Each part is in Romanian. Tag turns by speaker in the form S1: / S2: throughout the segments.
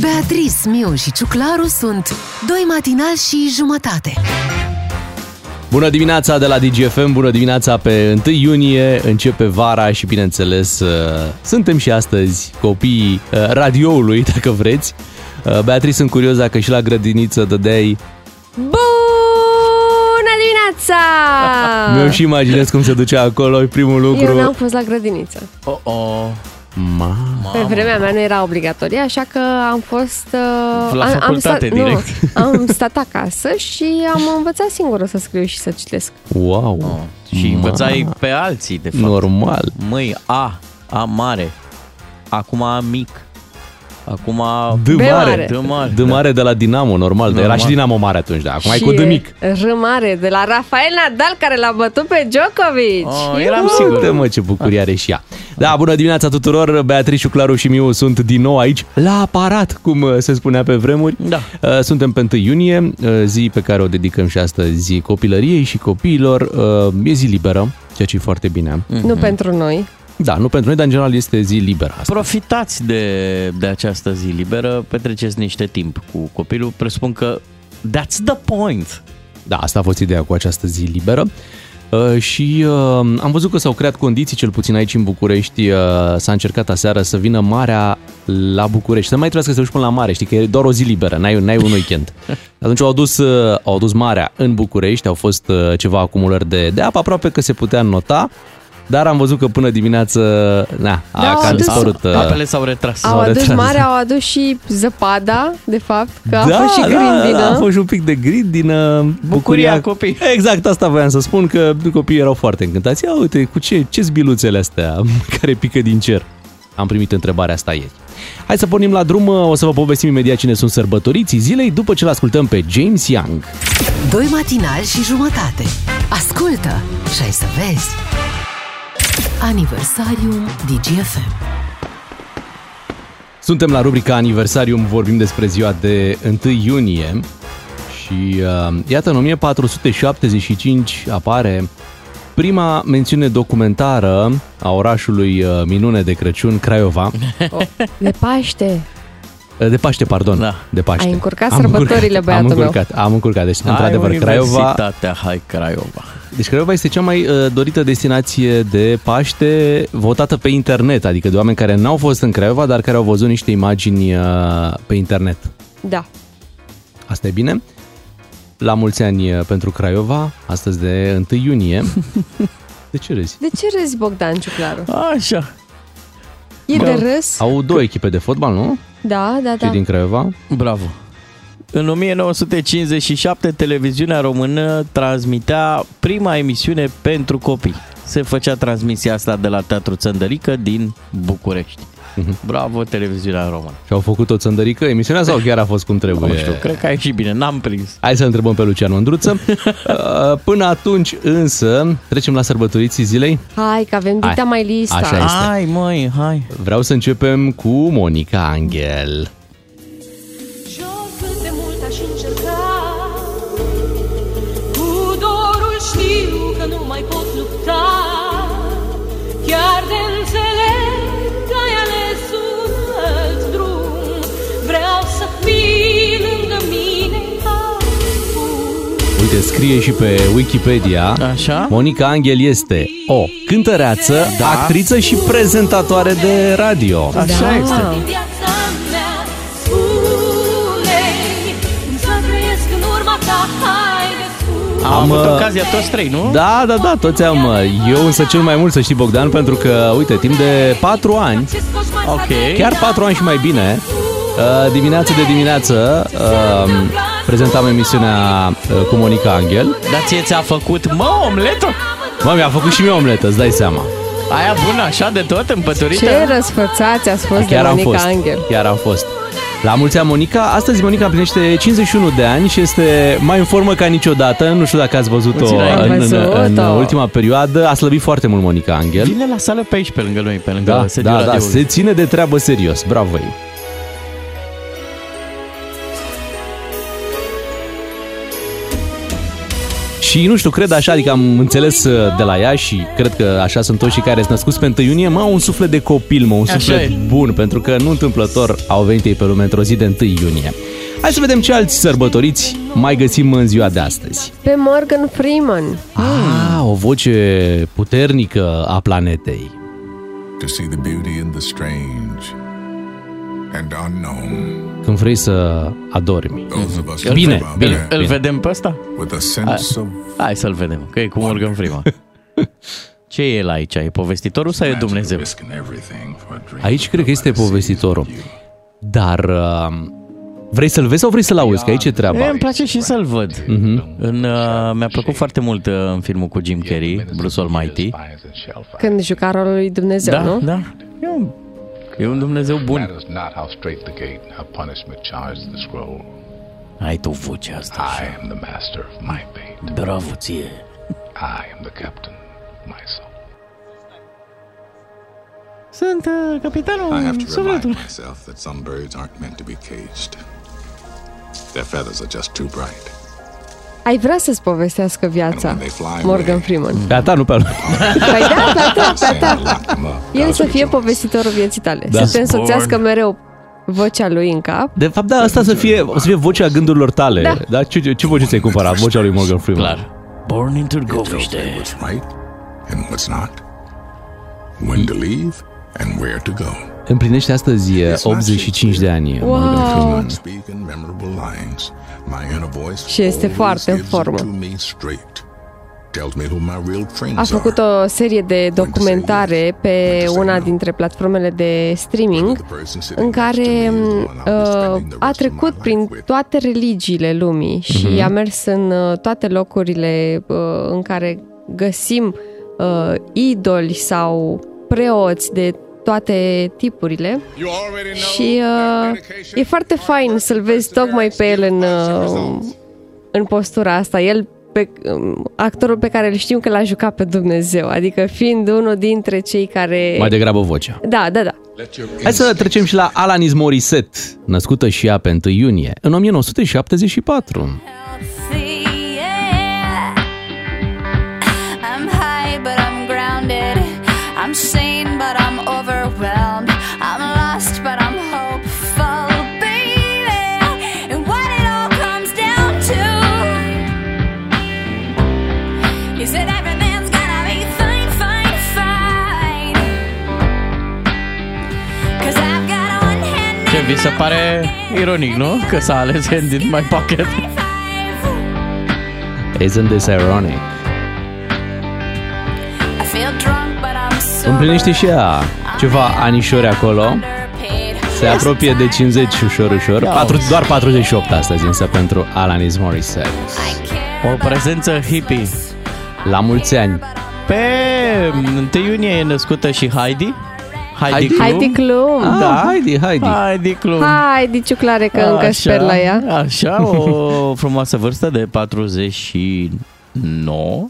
S1: Beatriz, Miu și Ciuclaru sunt Doi matinal și jumătate
S2: Bună dimineața de la DGFM, bună dimineața pe 1 iunie, începe vara și bineînțeles uh, suntem și astăzi copiii uh, radioului, dacă vreți. Uh, Beatriz, sunt curios dacă și la grădiniță dădeai,
S3: Bună dimineața!
S2: mi-o și imaginez cum se ducea acolo, e primul
S3: Ah. Eu n-am
S2: lucru.
S3: fost la grădiniță.
S4: Oh,
S2: Ma.
S3: Pe vremea mea nu era obligatorie, așa că am fost... La am, am, stat,
S4: facultate direct.
S3: Nu, am stat acasă și am învățat singură să scriu și să citesc.
S2: Wow,
S4: oh. Și învățai pe alții, de fapt.
S2: normal.
S4: Măi, A, A mare. Acum A mic. Acum A...
S2: D mare.
S3: mare.
S4: D mare.
S2: D mare de la Dinamo, normal, de era și Dinamo mare atunci, da. Acum e
S3: și
S2: cu D mic.
S3: R mare de la Rafael Nadal care l-a bătut pe Djokovic.
S4: Oh, eram
S2: Uite,
S4: sigur.
S2: mă, ce bucurie are și ea. Da, bună dimineața tuturor, Beatrice, Claru și Miu sunt din nou aici, la aparat, cum uh, se spunea pe vremuri.
S4: Da.
S2: Uh, Suntem pe 1 iunie, uh, zi pe care o dedicăm și astăzi copilăriei și copiilor. Uh, E zi liberă, ceea ce e foarte bine.
S4: Mhm.
S3: Nu pentru noi.
S2: Da, nu pentru noi, dar în general este zi liberă asta.
S4: Profitați de, de această zi liberă, petreceți niște timp cu copilul. Presupun că that's the point.
S2: Da, asta a fost ideea cu această zi liberă. Uh, și uh, am văzut că s-au creat condiții, cel puțin aici în București, uh, s-a încercat aseară să vină marea la București. Să nu mai trebuie să te duci până la mare, știi că e doar o zi liberă, n-ai, n-ai un weekend. Atunci au adus, uh, au adus marea în București, au fost uh, ceva acumulări de, de apă, aproape că se putea nota, dar am văzut că până dimineață, na, a,
S3: Da, au
S2: că a
S3: adus-
S2: dispărut. uh,
S4: Apele s-au retras.
S3: Au
S2: Mare
S3: adus
S2: trans.
S3: mare, au adus și zăpada, de fapt, că a fost și grindină.
S2: Da, a fost și un pic de grindină.
S4: Bucuria copii.
S2: Exact, asta voiam să spun, că copiii erau foarte încântați. Ia uite, cu ce, ce zbiluțele astea care pică din cer? Am primit întrebarea asta ieri. Hai să pornim la drum, o să vă povestim imediat cine sunt sărbătoriții zilei după ce l-ascultăm pe James Young.
S1: Doi matinal și jumătate Ascultă și ai să vezi Aniversariul DGFM
S2: Suntem la rubrica Aniversarium, vorbim despre ziua de 1 iunie și uh, iată în 1475 apare prima mențiune documentară a orașului uh, minune de Crăciun, Craiova,
S3: Oh, De Paște.
S2: Uh, de Paște, pardon,
S4: Da.
S2: de Paște.
S3: Ai încurcat
S2: Am
S3: sărbătorile,
S2: încurcat,
S3: băiatul
S2: Am
S3: meu.
S2: încurcat, am încurcat, deci într-adevăr
S4: Hai,
S2: Craiova,
S4: Universitatea, hai Craiova.
S2: deci Craiova este cea mai uh, dorită destinație de Paște votată pe internet, adică de oameni care n-au fost în Craiova, dar care au văzut niște imagini uh, pe internet.
S3: Da.
S2: Asta e bine. La mulți ani uh, pentru Craiova, astăzi de 1 iunie. De ce râzi?
S3: De ce râzi, Bogdan Ciuclaru?
S4: Așa.
S3: E de râs?
S2: Au două echipe de fotbal, nu?
S3: Da, da, da.
S2: Cei din Craiova.
S4: Bravo! În 1957, televiziunea română transmitea prima emisiune pentru copii. Se făcea transmisia asta de la Teatru Țăndărică din București. Bravo, televiziunea română!
S2: Mhm. Și au făcut o țăndărică emisiunea sau chiar a fost cum trebuie?
S4: Nu știu, cred că ai și bine, n-am prins.
S2: Hai să întrebăm pe Lucian Ondruță. Uh, Până atunci însă, trecem la sărbătoriții zilei.
S3: Hai, că avem
S2: Hai.
S3: dita mai lista.
S2: Așa este.
S4: Hai, măi, hai!
S2: Vreau să începem cu Monica Angel.
S5: Joi cât de mult aș încerca Cu dorul știu că nu mai pot lupta Chiar de înțelept ai ales un alt drum Vreau să fii lângă mine ca acum.
S2: Uite, scrie și pe Wikipedia.
S4: Așa? Da.
S2: Monica Angel este o cântăreață, actriță și prezentatoare de radio.
S4: Așa
S3: Da.
S4: este.
S5: Din viața mea Spune-mi Cum să trăiesc în urma ta Haide, spune
S4: Am,
S2: Am,
S4: avut
S2: uh,
S4: ocazia toți trei, nu?
S2: Da, da, da, toți am. mă. Eu însă cel mai mult să știi, Bogdan, pentru că, uite, timp de 4 ani,
S4: Ok.
S2: chiar 4 ani și mai bine, uh, dimineață de dimineață, uh, prezentam emisiunea uh, cu Monica Angel.
S4: Dar ție ți-a făcut, mă, omletă?
S2: Mă, mi-a făcut și mie omletă, îți dai seama.
S4: Aia bună, așa de tot, împăturită?
S3: Ce răsfățați ați fost
S2: Chiar am
S3: de Monica
S2: fost.
S3: Angel.
S2: Chiar am fost. La mulți ani, Monica. Astăzi Monica împlinește 51 de ani și este mai în formă ca niciodată. Nu știu dacă ați văzut-o
S4: Puțin ai
S2: în, în, în
S3: văzut-o.
S2: ultima perioadă. A slăbit foarte mult Monica Angel.
S4: Vine la sală pe aici, pe lângă noi, pe lângă
S2: Da,
S4: sediul
S2: da, da,
S4: radioului.
S2: se ține de treabă serios. Bravo ei. Și nu știu, cred așa, adică am înțeles uh, de la ea și cred că așa sunt toți și care sunt născuți pe 1 iunie, mă, au un suflet de copil, mă, un suflet
S4: e.
S2: bun, pentru că nu întâmplător au venit ei pe lume într-o zi de 1 iunie. Hai să vedem ce alți sărbătoriți mai găsim în ziua de astăzi.
S3: Pe Morgan Freeman.
S2: Ah, o voce puternică a planetei.
S6: to see the beauty in the strange and unknown.
S2: Când vrei să adormi.
S6: Those of us
S2: Bine,
S6: who live out
S2: bine.
S6: there
S4: Îl vedem pe ăsta?
S6: with a sense of
S4: Hai să-l vedem, că e cu Morgan Freeman. Ce e el aici? E povestitorul sau e Dumnezeu?
S6: risking everything for a dream.
S2: Aici cred că este povestitorul. Dar uh, vrei să-l vezi sau vrei să-l auzi? Că aici e
S4: E,
S2: treaba. Mhm.
S4: îmi place și să-l văd. În, uh, mi-a plăcut foarte mult uh, în filmul cu Jim Carrey, Bruce Almighty.
S3: Când juca rolul lui Dumnezeu,
S4: Da,
S3: nu?
S4: da. E un, e un Dumnezeu bun.
S7: Matters not how straight the gate, how punishment charged the scroll.
S4: Ai tu vocea asta.
S7: I am the master of my fate.
S4: Bravo ție.
S7: I am the captain of my soul.
S4: Sunt uh,
S6: I have
S4: capitanul
S6: to remind
S4: sufletului.
S6: myself that some birds aren't meant to be caged. Their feathers are just too bright.
S3: Ai vrea să-ți povestească viața,
S6: And when they fly away,
S3: Morgan Freeman.
S2: Pe a ta, nu pe a lui.
S3: Păi da, da, da,
S6: Sand will lock them up.
S3: El
S6: Dogs
S3: să
S6: will
S3: fie
S6: join us.
S3: povestitorul vieții tale.
S2: Da.
S3: Să te însoțească mereu vocea lui în cap.
S2: De fapt, da, asta să fie, o să fie vocea gândurilor tale. Da. da? Ce, ce, ce voce ți-ai cumpărat? Vocea lui Morgan Freeman.
S4: Clar. Born into
S6: Tell me
S4: Goviște.
S6: what's right and what's not. When to leave and where to go.
S2: Împlinește astăzi eh, 85 de ani. Morgan Freeman.
S3: Wow.
S6: Unspeaking memorable lines. My inner voice
S3: Și este
S6: always
S3: foarte în
S6: gives
S3: formă.
S6: it to me straight. Tells me who my real friends
S3: A făcut
S6: are.
S3: o serie de documentare pe una dintre platformele de streaming în care m, uh, a trecut prin toate religiile lumii și a mers în uh, toate locurile uh, în care găsim uh, idoli sau preoți de toate tipurile și uh, e foarte fain să-l vezi tocmai pe el în, uh, în postura asta. El, pe, um, actorul pe care îl știm că l-a jucat pe Dumnezeu, adică fiind unul dintre cei care...
S2: Mai degrabă vocea.
S3: Da, da, da.
S2: Hai să trecem și la Alanis Morissette, născută și ea pe 1 iunie, în 1974.
S8: I'm high, but I'm grounded. I'm sane, but I'm overwhelmed. I'm lost, but I'm hopeful, baby. And what it all comes down to is that every man's gonna be fine, fine, fine. Cause I've got one hand
S4: Ce
S8: in
S4: vi se
S8: my
S4: pare
S8: pocket
S4: ironic, nu? Că s-a ales Hand in My Pocket.
S2: Isn't this ironic?
S8: I feel drunk, but I'm sober.
S2: Împlinește și ea ceva anișori acolo. Se apropie de 50 ușor, ușor. Patru, doar 48 astăzi însă pentru Alanis Morissette.
S4: O prezență hippie.
S2: La mulți ani!
S4: Pe 1 iunie e născută și Heidi.
S2: Heidi.
S4: Heidi Klum.
S3: Haide Clum!
S2: Ah, da. Haide, haide!
S4: Heidi Klum.
S3: Hai, diciuclare, că încă sper la ea.
S4: Așa, o frumoasă vârstă de 49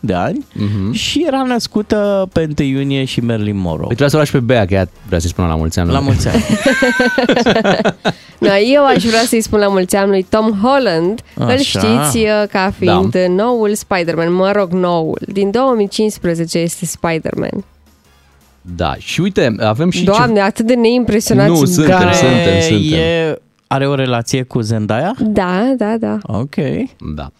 S4: de ani
S2: Mhm.
S4: mm-hmm. și era născută pe 1 iunie și Marilyn Monroe.
S2: Păi trebuia să o lași pe Bea, că ea vrea să-i spună la mulți ani.
S4: La mulți ani.
S3: No, eu aș vrea să-i spun la mulți ani lui Tom Holland.
S4: Așa.
S3: Așa. Îl știți uh, ca fiind da. noul Spider-Man, mă rog, noul. Din 2015 este Spider-Man.
S2: Da, și uite, avem și
S3: Doamne,
S2: ce...
S3: atât de neimpresionați.
S2: Nu, sunt.
S4: Care
S2: suntem, suntem.
S4: E, are o relație cu Zendaya?
S3: Da, da, da.
S4: Ok.
S2: Da.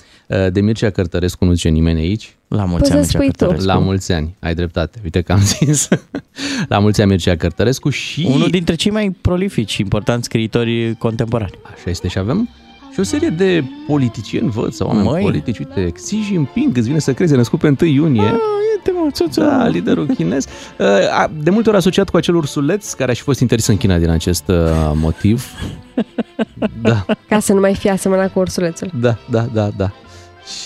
S2: De Mircea Cărtărescu nu zice nimeni aici.
S4: La
S3: Poți
S4: mulți
S3: să
S4: ani,
S3: spui
S4: Mircea
S3: tu.
S4: Cărtărescu.
S2: La mulți ani, ai dreptate. Uite că am zis. la mulți ani Mircea Cărtărescu și...
S4: Unul dintre cei mai prolifici și importanți scriitori contemporani.
S2: Așa este și avem și o serie de politicieni, văd, sau oameni
S4: Măi.
S2: politici. Uite, Xi Jinping, îți vine să crezi, e născut pe 1 iunie.
S4: Uite, mă, țuțu.
S2: Da, liderul chinez. Uh, a- De multe ori asociat cu acel ursuleț care a și fost interzis în China din acest uh, motiv. Da,
S3: Ca să nu mai fie asemănat cu ursulețul.
S2: da, da, da, da.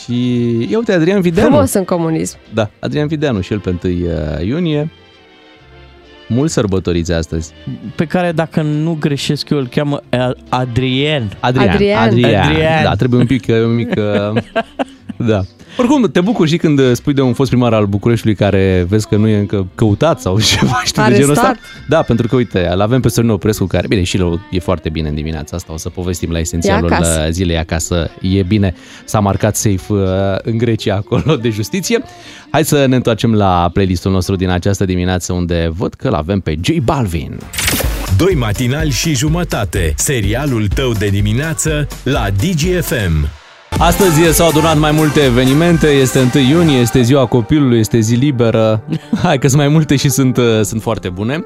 S2: Și ia uite, Adrian Videanu.
S3: Frumos în comunism.
S2: Da, Adrian Videanu și el pe 1 uh, iunie. Mulți sărbătoriți astăzi.
S4: Pe care, dacă nu greșesc eu, îl cheamă Adrien.
S2: Adrian.
S3: Adrian.
S2: Adrian.
S4: Adrian.
S2: Da, trebuie un pic, uh, un mic... Uh, Da. Oricum, te bucuri și când uh, spui de un fost primar al Bucureștiului care vezi că nu e încă căutat sau ceva, știi, de genul ăsta.
S3: Arestat.
S2: Da, pentru că, uite, îl avem pe Sorin Oprescu, care, bine, și el e foarte bine în dimineața asta, o să povestim la esențialul
S3: E acasă.
S2: uh, zilei acasă. E bine, s-a marcat safe uh, în Grecia acolo de justiție. Hai să ne întoarcem la playlistul nostru din această dimineață, unde văd că îl avem pe J Balvin.
S9: Doi matinali și jumătate. Serialul tău de dimineață la DGFM.
S2: Astăzi s-au adunat mai multe evenimente, este 1 iunie, este ziua copilului, este zi liberă. Hai că sunt mai multe și sunt, uh, sunt foarte bune.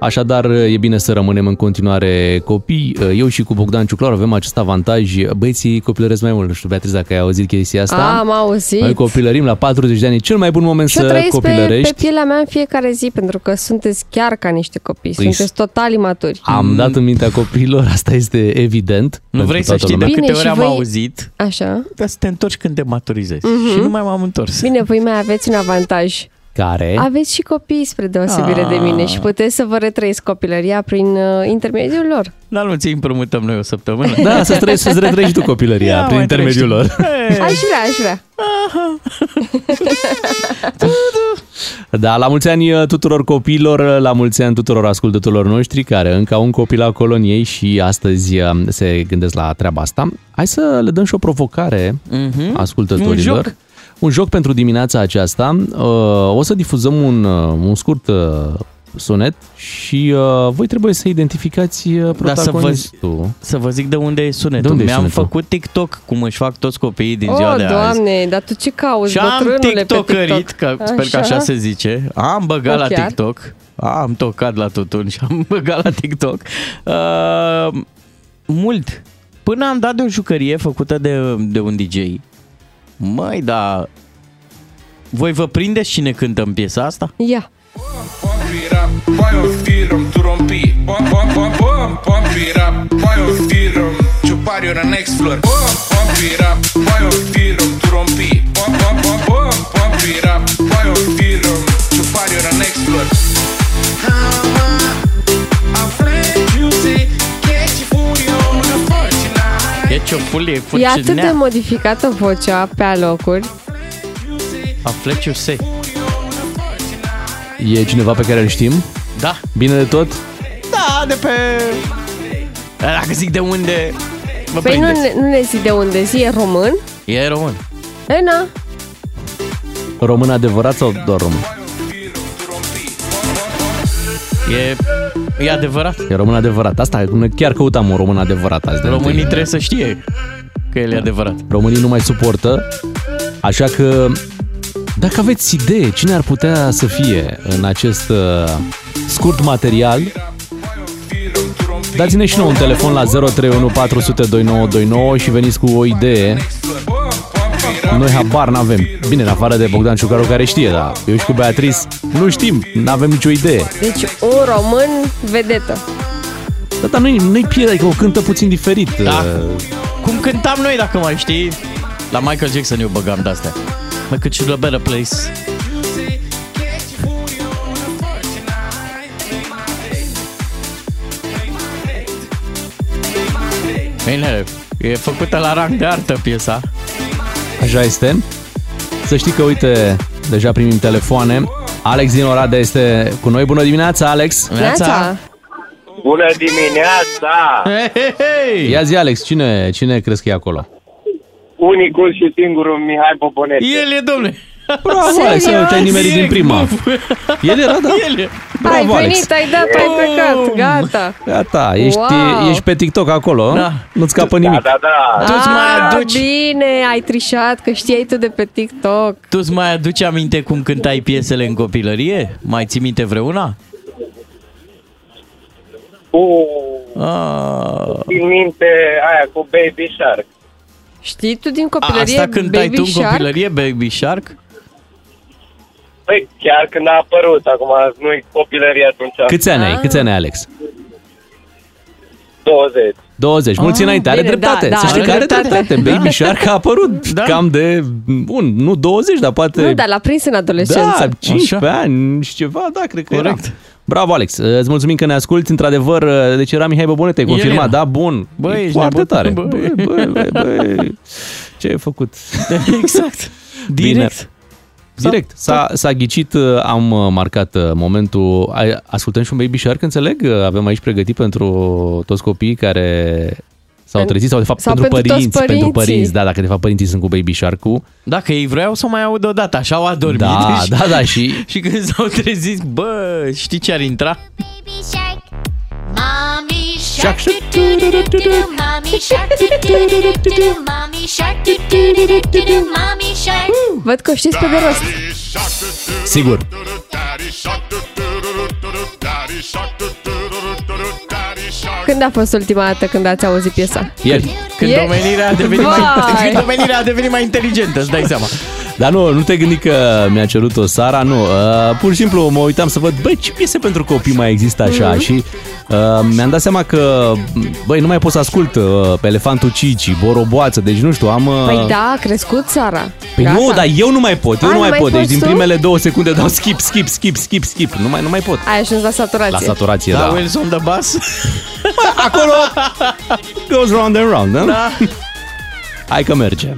S2: Așadar, uh, e bine să rămânem în continuare copii. Uh, Eu și cu Bogdan Ciuclar avem acest avantaj. Băieții copilăresc mai mult. Nu știu, Beatriz, dacă ai auzit chestia asta.
S3: Am auzit.
S2: Noi copilărim la 40 de ani. E cel mai bun moment
S3: Și o
S2: să
S3: trăiesc pe,
S2: copilărești.
S3: pe pielea mea în fiecare zi, pentru că sunteți chiar ca niște copii,
S2: Păi,
S3: sunteți total imaturi.
S2: Am dat în mintea copiilor, asta este evident.
S4: Nu
S2: pentru
S4: vrei să
S2: toată
S4: știi de
S2: lumea.
S3: Bine,
S4: câte ori
S3: și
S4: am
S3: voi- Mhm.
S4: auzit
S3: Așa.
S4: ca Da, să te întorci când te
S2: Deci,
S4: maturizezi. Mm-hmm. Și nu mai m-am întors.
S3: Bine, voi mai aveți un avantaj.
S2: Care?
S3: Aveți și copii spre deosebire de mine
S2: Ah.
S3: și puteți să vă retrăiesc copilăria prin uh, intermediul lor.
S4: Dar nu ți împrumutăm noi o săptămână.
S2: Da, să-ți trăiești, să-ți retrăiești tu
S4: Ia,
S2: copilăria prin
S4: mai
S2: intermediul
S4: trăiește.
S2: lor.
S3: Aș vrea, aș vrea.
S2: Da, la mulți ani uh, tuturor copiilor, uh, la mulți ani tuturor ascultătorilor noștri care încă au un copil la coloniei și astăzi uh, se gândesc la treaba asta. Hai să le dăm și o provocare mm-hmm. ascultătorilor.
S4: Hmm? Un joc?
S2: un joc pentru dimineața aceasta. Uh, O să difuzăm un, uh, un scurt uh, sunet și uh, voi trebuie să identificați uh,
S4: Dar Da, să vă-
S2: protagonistul.
S4: Să vă zic de unde e
S2: De
S4: sunetul.
S2: unde e
S4: Mi-am
S2: sunetul?
S4: făcut TikTok, cum își fac toți copiii din
S3: O,
S4: ziua de azi.
S3: Oh, doamne, dar tu ce cauți,
S4: Și am
S3: bătrânule, pe
S4: tiktokărit,
S3: TikTok?
S4: că sper că așa se zice. Am băgat
S3: Bă,
S4: la
S3: chiar?
S4: TikTok. Am tocat la tutun și am băgat la TikTok. Uh, mult. Până am dat de o jucărie făcută de, de un DJ. Măi, da... Voi vă prindeți cine cântă în piesa asta?
S3: Ia.
S4: E ce o fulie,
S3: E atât de
S4: mă...
S3: modificată vocea pe alocuri.
S4: A Fletcher se.
S2: E cineva pe care îl știm?
S4: Da.
S2: Bine de tot?
S4: Da, de pe... Dacă zic de unde... Vă
S3: Păi nu,
S4: prindeți.
S3: ne- nu ne zi de unde zi, e român?
S4: E român.
S3: E, na.
S2: Român adevărat sau doar român?
S4: E, e adevărat.
S2: E român adevărat. Asta, chiar căutam un român adevărat azi. de
S4: Românii
S2: întâi.
S4: trebuie să știe că el e adevărat.
S2: Românii nu mai suportă, așa că dacă aveți idee cine ar putea să fie în acest uh, scurt material, dați-ne și nouă un telefon la 031 400 2929 și veniți cu o idee. Noi habar n-avem. Bine, în afară de Bogdan Ciucaru care știe, dar eu și cu Beatriz nu știm, n-avem nicio idee.
S3: Deci un român vedetă.
S2: Dar, dar nu-i, nu-i pierd, adică o cântă puțin diferit.
S4: Da.
S2: Uh,
S4: Cum cântam noi, dacă mai știi, la Michael Jackson eu băgam de-astea. Mă, cât și la Better Place. Bine, e făcută la rang de artă piesa.
S2: Așa este. Să știi că, uite, deja primim telefoane. Alex din Oradea este cu noi. Bună dimineața, Alex!
S3: Neața.
S10: Bună dimineața!
S4: Hei, hei, hei!
S2: Ia zi, Alex, cine, cine crezi că e acolo?
S10: Unicul și singurul Mihai Poponete.
S4: El e, domnule!
S2: Bravo, Alex,
S3: Serios?
S2: te-ai nimerit din
S4: Direct,
S2: prima.
S4: buf.
S2: El era, da?
S4: El e.
S3: Ai
S2: Bravo, Alex!
S3: venit, ai dat, ai plecat, gata.
S2: Gata, ești,
S3: Wow.
S2: ești pe TikTok acolo,
S4: Da.
S2: nu-ți scapă
S10: Da,
S2: nimic.
S10: da, da.
S4: Tu îți mai
S3: Ah,
S4: aduci,
S3: bine, ai trișat, că știai tu de pe TikTok.
S4: tu îți mai aduci aminte cum cântai piesele în copilărie? Mai ții minte vreuna?
S10: Cu
S4: Ah,
S10: din minte aia cu Baby Shark.
S3: Știi tu din copilărie
S4: asta când ai
S3: Baby
S4: tu în
S3: Shark?
S4: copilărie, Baby Shark?
S10: Păi chiar când a apărut, acum nu-i copilărie atunci,
S3: Ah.
S2: Câți ani ai? Câți ani ai, Alex?
S10: 20.
S2: 20. Mulți înainte, are
S3: bine,
S2: dreptate.
S3: da, da,
S2: Să știi
S3: are
S2: că are
S3: dreptate. Da.
S2: dreptate. Baby Shark a apărut
S4: Da.
S2: cam de, un, nu 20, dar poate...
S3: Nu, dar l-a prins în adolescență.
S2: Da, 15
S4: Așa.
S2: ani și ceva, da, cred că
S4: Corect.
S2: era. Bravo, Alex. Îți mulțumim că ne asculti. Într-adevăr, deci era Mihai Băbune, te-ai confirmat,
S4: era.
S2: da? Bun.
S4: Bă,
S2: E
S4: ești
S2: foarte
S4: nebun.
S2: tare.
S4: Bă.
S2: bă, bă, bă. Ce ai făcut?
S4: Exact. Direct.
S2: Bine. Direct. S-a, s-a ghicit, uh, am uh, marcat uh, momentul. Ai- Ascultăm și un Baby Shark, înțeleg? Uh, Avem aici pregătit pentru toți copiii care s-au
S4: Pen-
S2: trezit, sau de fapt
S4: sau
S2: pentru,
S4: pentru toți
S2: părinți, pentru
S4: părinții.
S2: părinți, da, dacă de fapt părinții sunt cu Baby Shark-ul.
S4: Dacă ei vreau să mai aud odată, așa au adormit.
S2: Da,
S4: și,
S2: da, da, și...
S4: și când s-au trezit, bă, știi ce ar intra?
S8: Mommy shark do do do do do do Mommy shark do do do do do do Mommy shark do do do do do do Mommy shark
S3: Văd că o știți pe de rost.
S2: Sigur.
S3: Când a fost ultima dată când ați auzit piesa?
S2: Ieri.
S4: Când
S3: Ieri?
S4: omenirea a devenit mai,
S3: Vai.
S4: când omenirea a devenit mai inteligentă, îți dai seama.
S2: Dar nu, nu te gândi că mi-a cerut-o Sara, nu. Uh, pur și simplu mă uitam să văd, băi, ce piese pentru copii mai există așa
S4: Mhm.
S2: mm-hmm. și uh, mi-am dat seama că, băi, nu mai pot să ascult uh, pe Elefantul Cici, Boroboață, deci nu știu, am... Uh...
S3: Păi da, a crescut țara.
S2: Păi nu, dar eu nu mai pot, eu
S3: A,
S2: nu
S3: nu
S2: mai
S3: mai
S2: pot, deci
S3: poți
S2: din
S3: tu?
S2: primele două secunde dau skip, skip, skip, skip, skip, nu mai, nu mai pot.
S3: Ai ajuns la saturație.
S2: La saturație,
S4: Da,
S2: da.
S4: Wilson the Bass.
S2: Acolo goes round and round, da? da. Hai că merge.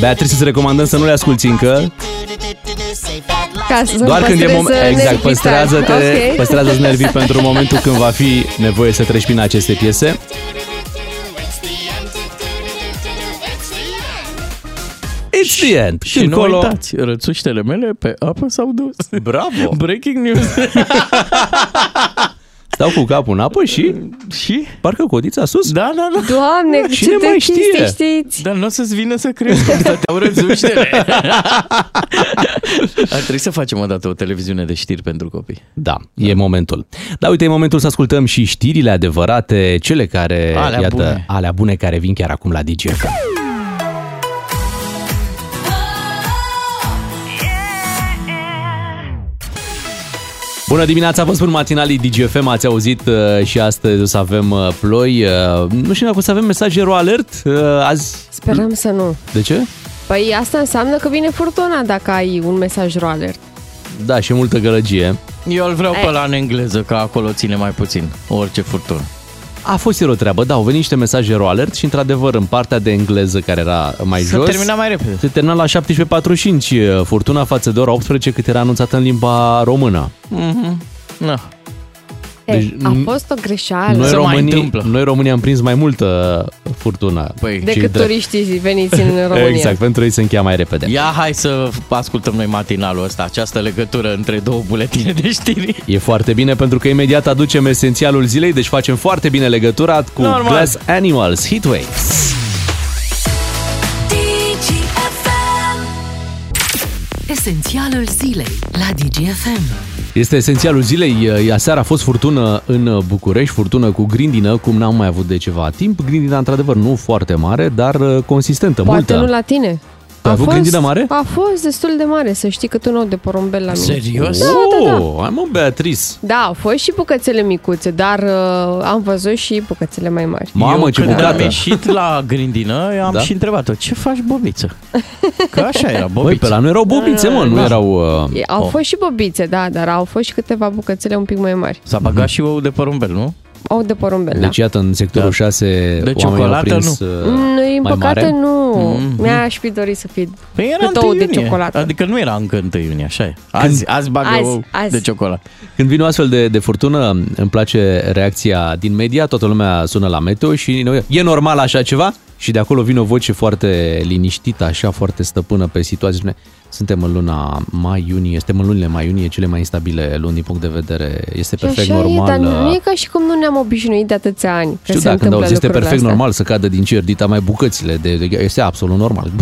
S2: Beatrice, să recomandăm să nu le asculti încă,
S3: Ca să
S2: Doar când e moment,
S3: păstreze
S2: exact,
S3: nervii
S2: păstrează-te,
S3: tari.
S2: okay.
S3: Ok.
S2: păstrează-ți nervii pentru momentul când va fi nevoie să treci prin aceste piese. It's the end.
S4: Și nu uitați, rățuștele mele pe apă s-au dus.
S2: Bravo!
S4: Breaking news.
S2: Stau cu capul în apă și...
S4: Și?
S2: Parcă codița sus?
S4: Da,
S8: Ah,
S4: da, da.
S3: Doamne,
S4: Cine
S3: ce
S4: mai
S3: mai
S4: știe?
S3: știe? știți?
S4: Dar nu o să-ți vină să crezi cum stăteau rățuștele. Ar trebui să facem o dată o televiziune de știri pentru copii.
S2: Da, e momentul. Da, uite, e momentul să ascultăm și știrile adevărate, cele care,
S4: Alea
S2: iată,
S4: bune.
S2: alea bune care vin chiar acum la DGF. Bună dimineața, vă spun matinalii DGFM, ați auzit uh, și astăzi o să avem uh, ploi. Uh, nu știu dacă o să avem mesagerul alert uh, azi.
S3: Sperăm să nu.
S2: De ce?
S3: Păi asta înseamnă că vine furtuna dacă ai un mesaj ro alert.
S2: Da, și multă gălăgie.
S4: Eu îl vreau pe
S3: Ei.
S4: la în engleză, că acolo ține mai puțin orice furtună.
S2: A fost ieri o treabă, da, au venit niște mesaje ro alert și într-adevăr în partea de engleză care era mai
S4: Să
S2: jos
S4: termina mai repede.
S2: se termina la 17.45 furtuna față de ora 18 cât era anunțată în limba română.
S4: Mhm. Na.
S3: Deci,
S2: Deci
S3: a
S2: n-
S3: fost o greșeală.
S2: Noi
S4: mai
S2: românii,
S4: întâmplă.
S2: noi românii am prins mai multă furtuna.
S4: Păi,
S2: Și
S3: Decât
S2: de-
S3: turiștii veniți în România.
S2: Exact, pentru ei se încheia mai repede.
S4: Ia hai să ascultăm noi matinalul ăsta, această legătură între două buletine de știri.
S2: E foarte bine pentru că imediat aducem esențialul zilei, deci facem foarte bine legătura cu
S4: Normal.
S2: Glass Animals, Heatwaves.
S1: Esențialul zilei la DGFM.
S2: Este esențialul zilei. Aseară a fost furtună în București, furtună cu grindină, cum n-am mai avut de ceva timp. Grindina, într-adevăr, nu foarte mare, dar uh, consistentă,
S3: Poate
S2: multă.
S3: nu la tine.
S2: Tu ai avut grindină mare?
S3: A fost destul de mare, să știi cât un ou de porumbel la mine.
S4: Serios?
S3: Da, da, da.
S2: Oh, ai mă, Beatrice!
S3: Da, au fost și bucățele micuțe, dar uh, am văzut și bucățele mai mari.
S2: Mamă,
S4: Eu
S2: ce
S4: când am
S2: bucată!
S4: ieșit la grindină, am
S2: Da?
S4: da? și întrebat-o, ce faci, bobiță? Că așa era, bobiță.
S2: Băi, pe la nu erau bobițe, mă, nu
S4: Da.
S2: erau... uh,
S3: E, Au
S4: Oh.
S3: oh. fost și bobițe, da, dar au fost și câteva bucățele un pic mai mari.
S4: S-a băgat și ou de porumbel, nu?
S3: Au de porumbel,
S2: Mhm. Deci,
S3: deci,
S2: iată, în sectorul
S4: Da.
S2: 6
S4: De
S2: oamenii au
S4: ciocolată,
S2: prins uh,
S3: da. Nu, din
S2: mai
S3: păcate
S2: mare. Mm-hmm.
S3: nu.
S4: Mhm.
S3: Mi-aș fi dorit să fi...
S4: Păi era
S3: Cât ou
S4: 1
S3: de
S4: iunie.
S3: ciocolată.
S4: Adică nu era încă 1 iunie, așa e. Azi, azi bagă
S3: Azi,
S4: ou
S3: azi.
S4: de ciocolată.
S2: Când vine o astfel de, de furtună, îmi place reacția din media, toată lumea sună la meteo și noi, e normal așa ceva? Și de acolo vine o voce foarte liniștită, așa, foarte stăpână pe situație. Spune, suntem în luna mai-iunie, suntem în lunile mai-iunie, cele mai instabile luni din punct de vedere. Este
S3: Și
S2: perfect
S3: așa
S2: normal. uh,
S3: e, dar nu e ca și cum nu ne-am obișnuit de atâția ani. că
S2: știu,
S3: se
S2: dacă când
S3: întâmplă
S2: auzi, este
S3: lucrurile
S2: perfect
S3: astea.
S2: normal să cadă din cer dita mai bucățile. De, de, este absolut normal.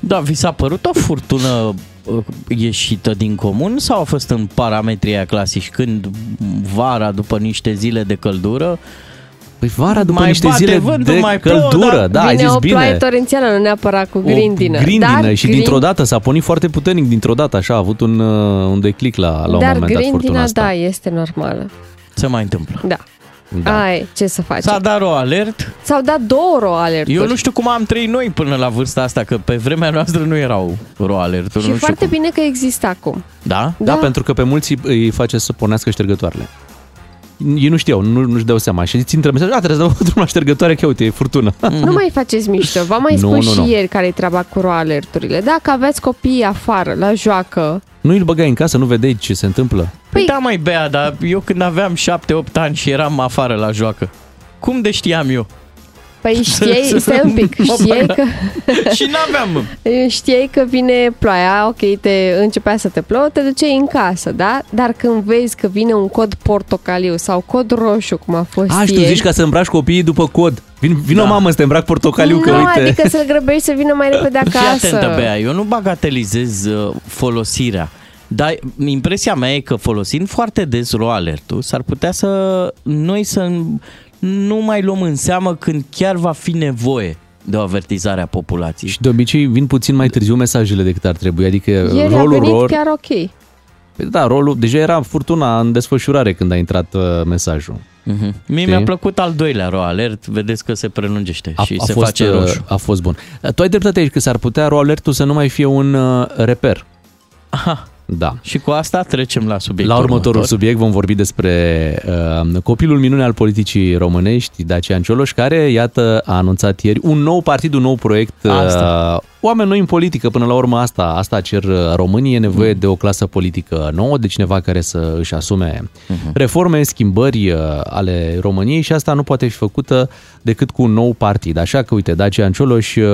S4: Da, vi s-a părut o furtună uh, ieșită din comun sau a fost în parametrii aia clasici când vara după niște zile de căldură
S2: Păi vara, după
S4: Mai
S2: niște
S4: bate
S2: zile
S4: vântul,
S2: de
S4: mai plouă,
S2: căldură,
S4: dar
S2: da, ai
S3: Vine
S2: zis
S3: o
S2: bine.
S3: ploaie torențială, nu neapărat cu grindină.
S2: O grindină
S3: dar
S2: și dintr-o dată s-a pornit foarte puternic dintr-o dată, așa, a avut un, uh, un declic la, la un
S3: dar
S2: moment dat furtuna
S3: grindina,
S2: asta.
S3: da, este normală.
S4: se mai întâmplă?
S3: Da.
S2: Da.
S3: da. Ai, ce să faci?
S4: S-a dat o alert.
S3: S-au dat două roalerturi.
S4: Eu nu știu cum am trăit noi până la vârsta asta, că pe vremea noastră nu erau roalerturi.
S3: Și
S4: nu știu cum.
S3: foarte bine că există acum.
S4: Da?
S2: Da, pentru că pe mulți îi face să pornească ștergătoarele. ei nu știau, nu, nu-și dau seama. Și ți intră mesaj, a, trebuie să dau drumul la ștergătoare, că uite, e furtună.
S4: Mhm.
S3: Nu mai faceți mișto. V-am mai
S2: Nu,
S3: spus
S2: nu,
S3: și
S2: nu.
S3: ieri care e treaba cu roalerturile. Dacă aveți copii afară, la joacă,
S2: Nu îl băgai în casă, nu vedeai ce se întâmplă.
S4: Păi da, mai bea, dar eu când aveam 7-8 ani și eram afară la joacă, cum de știam eu?
S3: păi știei, stai un pic,
S4: Mă
S3: știei
S4: bag
S3: că...
S4: Și n-aveam...
S3: Știai că vine ploaia, ok, te începea să te plouă, te duceai în casă, da? Dar când vezi că vine un cod portocaliu sau cod roșu, cum a fost
S4: Ah,
S2: A, și tu
S3: ieri,
S2: zici ca să îmbraci copiii după cod. Vin, vină da. mamă să te îmbraci portocaliu, că
S3: nu,
S2: uite.
S3: adică să-l grăbești să vină mai repede acasă.
S4: Fii atentă, Bea, eu nu bagatelizez uh, folosirea. Dar impresia mea e că folosind foarte des roalertul, s-ar putea să noi să nu mai luăm în seamă când chiar va fi nevoie de o avertizare a populației.
S2: Și de obicei vin puțin mai târziu mesajele decât ar trebui, adică
S3: Ieri a
S2: rolul
S3: venit
S2: lor...
S3: chiar ok.
S2: Păi Da, rolul, deja era furtuna în desfășurare când a intrat uh, mesajul.
S4: Mm-hmm. Mie
S2: Mhm. Știi?
S4: mi-a plăcut al doilea roalert, vedeți că se prelungește
S2: A,
S4: și
S2: a
S4: se
S2: fost,
S4: face
S2: uh,
S4: roșu.
S2: A fost bun. Uh, Tu ai dreptate aici că s-ar putea roalertul să nu mai fie un uh, reper.
S4: Aha.
S2: Da.
S4: Și cu asta trecem la subiect.
S2: La următorul subiect vom vorbi despre uh, copilul minune al politicii românești, Dacian Cioloș, care, iată, a anunțat ieri un nou partid, un nou proiect. uh,
S4: Asta.
S2: Oameni noi în politică, până la urmă asta, asta cer uh, românii, e nevoie
S4: Mm.
S2: de o clasă politică nouă, de cineva care să își asume
S4: Mm-hmm.
S2: reforme, schimbări uh, ale României și asta nu poate fi făcută decât cu un nou partid. Așa că, uite, Dacian Cioloș uh,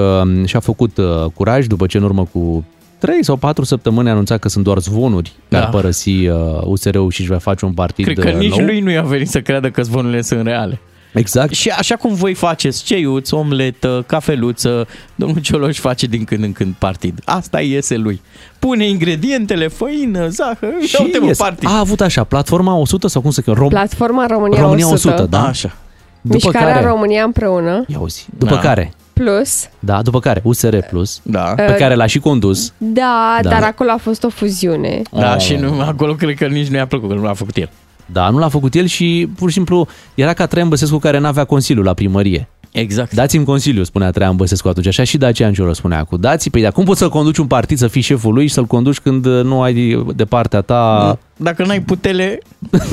S2: și-a făcut uh, curaj după ce în urmă cu trei sau patru săptămâni a anunțat că sunt doar zvonuri că
S4: Da.
S2: ar părăsi uh, USR-ul și își va face un partid
S4: Cred că
S2: uh,
S4: nici
S2: nou.
S4: lui nu i-a venit să creadă că zvonurile sunt reale.
S2: Exact.
S4: Și așa cum voi faceți ceiuți, omletă, cafeluță, domnul Cioloș face din când în când partid. Asta iese lui. Pune ingredientele, făină, zahăr, și uite mă,
S2: iese. Ah.
S4: partid.
S2: a avut așa, platforma 100 sau cum se cheamă? Rom-
S3: Platforma România,
S2: România 100, da?
S4: Așa.
S2: După
S3: Mișcarea
S2: care,
S3: România împreună,
S2: ia uzi, după
S4: Da.
S2: care,
S3: plus,
S2: da, după care USR Plus,
S4: da.
S2: pe care l-a și condus.
S3: da,
S2: Da.
S3: da, dar acolo a fost o fuziune.
S4: Da,
S2: Oh.
S4: și nu, acolo cred că nici nu i-a plăcut, că nu l-a făcut el.
S2: Da, nu l-a făcut el și pur și simplu era ca Traian Băsescu care n-avea consiliu la primărie.
S4: Exact.
S2: Dați-mi consiliu, spunea Traian Băsescu atunci, așa și Dacian Ciolo spunea acum. Dați, păi dar cum poți să conduci un partid, să fii șeful lui și să-l conduci când nu ai de partea ta...
S4: Dacă n-ai putele,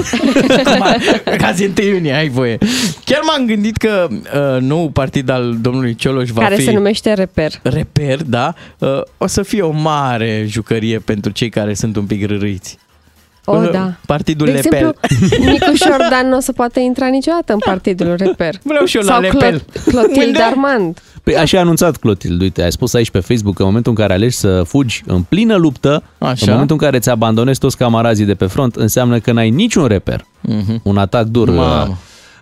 S4: cum a- ca zi 1 iunie ai voie. Chiar m-am gândit că uh, nou partid al domnului Cioloș va
S3: care
S4: fi...
S3: se numește Reper.
S4: reper, da, uh, o să fie o mare jucărie pentru cei care sunt un pic râriți.
S3: O,
S4: Uh,
S3: da.
S4: Partidul
S3: De
S4: Lepel.
S3: exemplu, Nicu Șordan nu o să poată intra niciodată în partidul Reper.
S4: Vreau și eu la Da.
S3: Sau
S4: Lepel.
S3: Clot- Clotilde
S4: Unde?
S3: Armand.
S2: Păi așa a anunțat Clotilde, uite, ai spus aici pe Facebook că în momentul în care alegi să fugi în plină luptă,
S4: Așa.
S2: în momentul în care ți abandonezi toți camarazii de pe front, înseamnă că n-ai niciun reper.
S4: Mhm.
S2: Un atac dur
S4: Mamă.
S2: uh,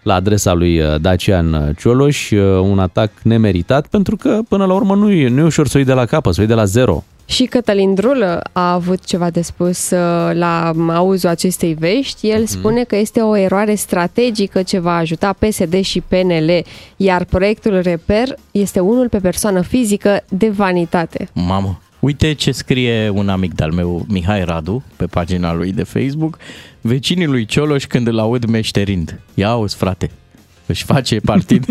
S2: la adresa lui uh, Dacian Cioloș, uh, un atac nemeritat, pentru că până la urmă nu e, nu e ușor să o iei de la capăt, să o iei de la zero.
S3: Și Cătălin Drulă a avut ceva de spus uh, la auzul acestei vești. El spune că este o eroare strategică ce va ajuta PSD și PNL, iar proiectul Reper este unul pe persoană fizică de vanitate.
S4: Mamă. Uite ce scrie un amic de-al meu, Mihai Radu, pe pagina lui de Facebook. Vecinii lui Cioloș când îl aud meșterind. Ia auzi, frate, își face partid.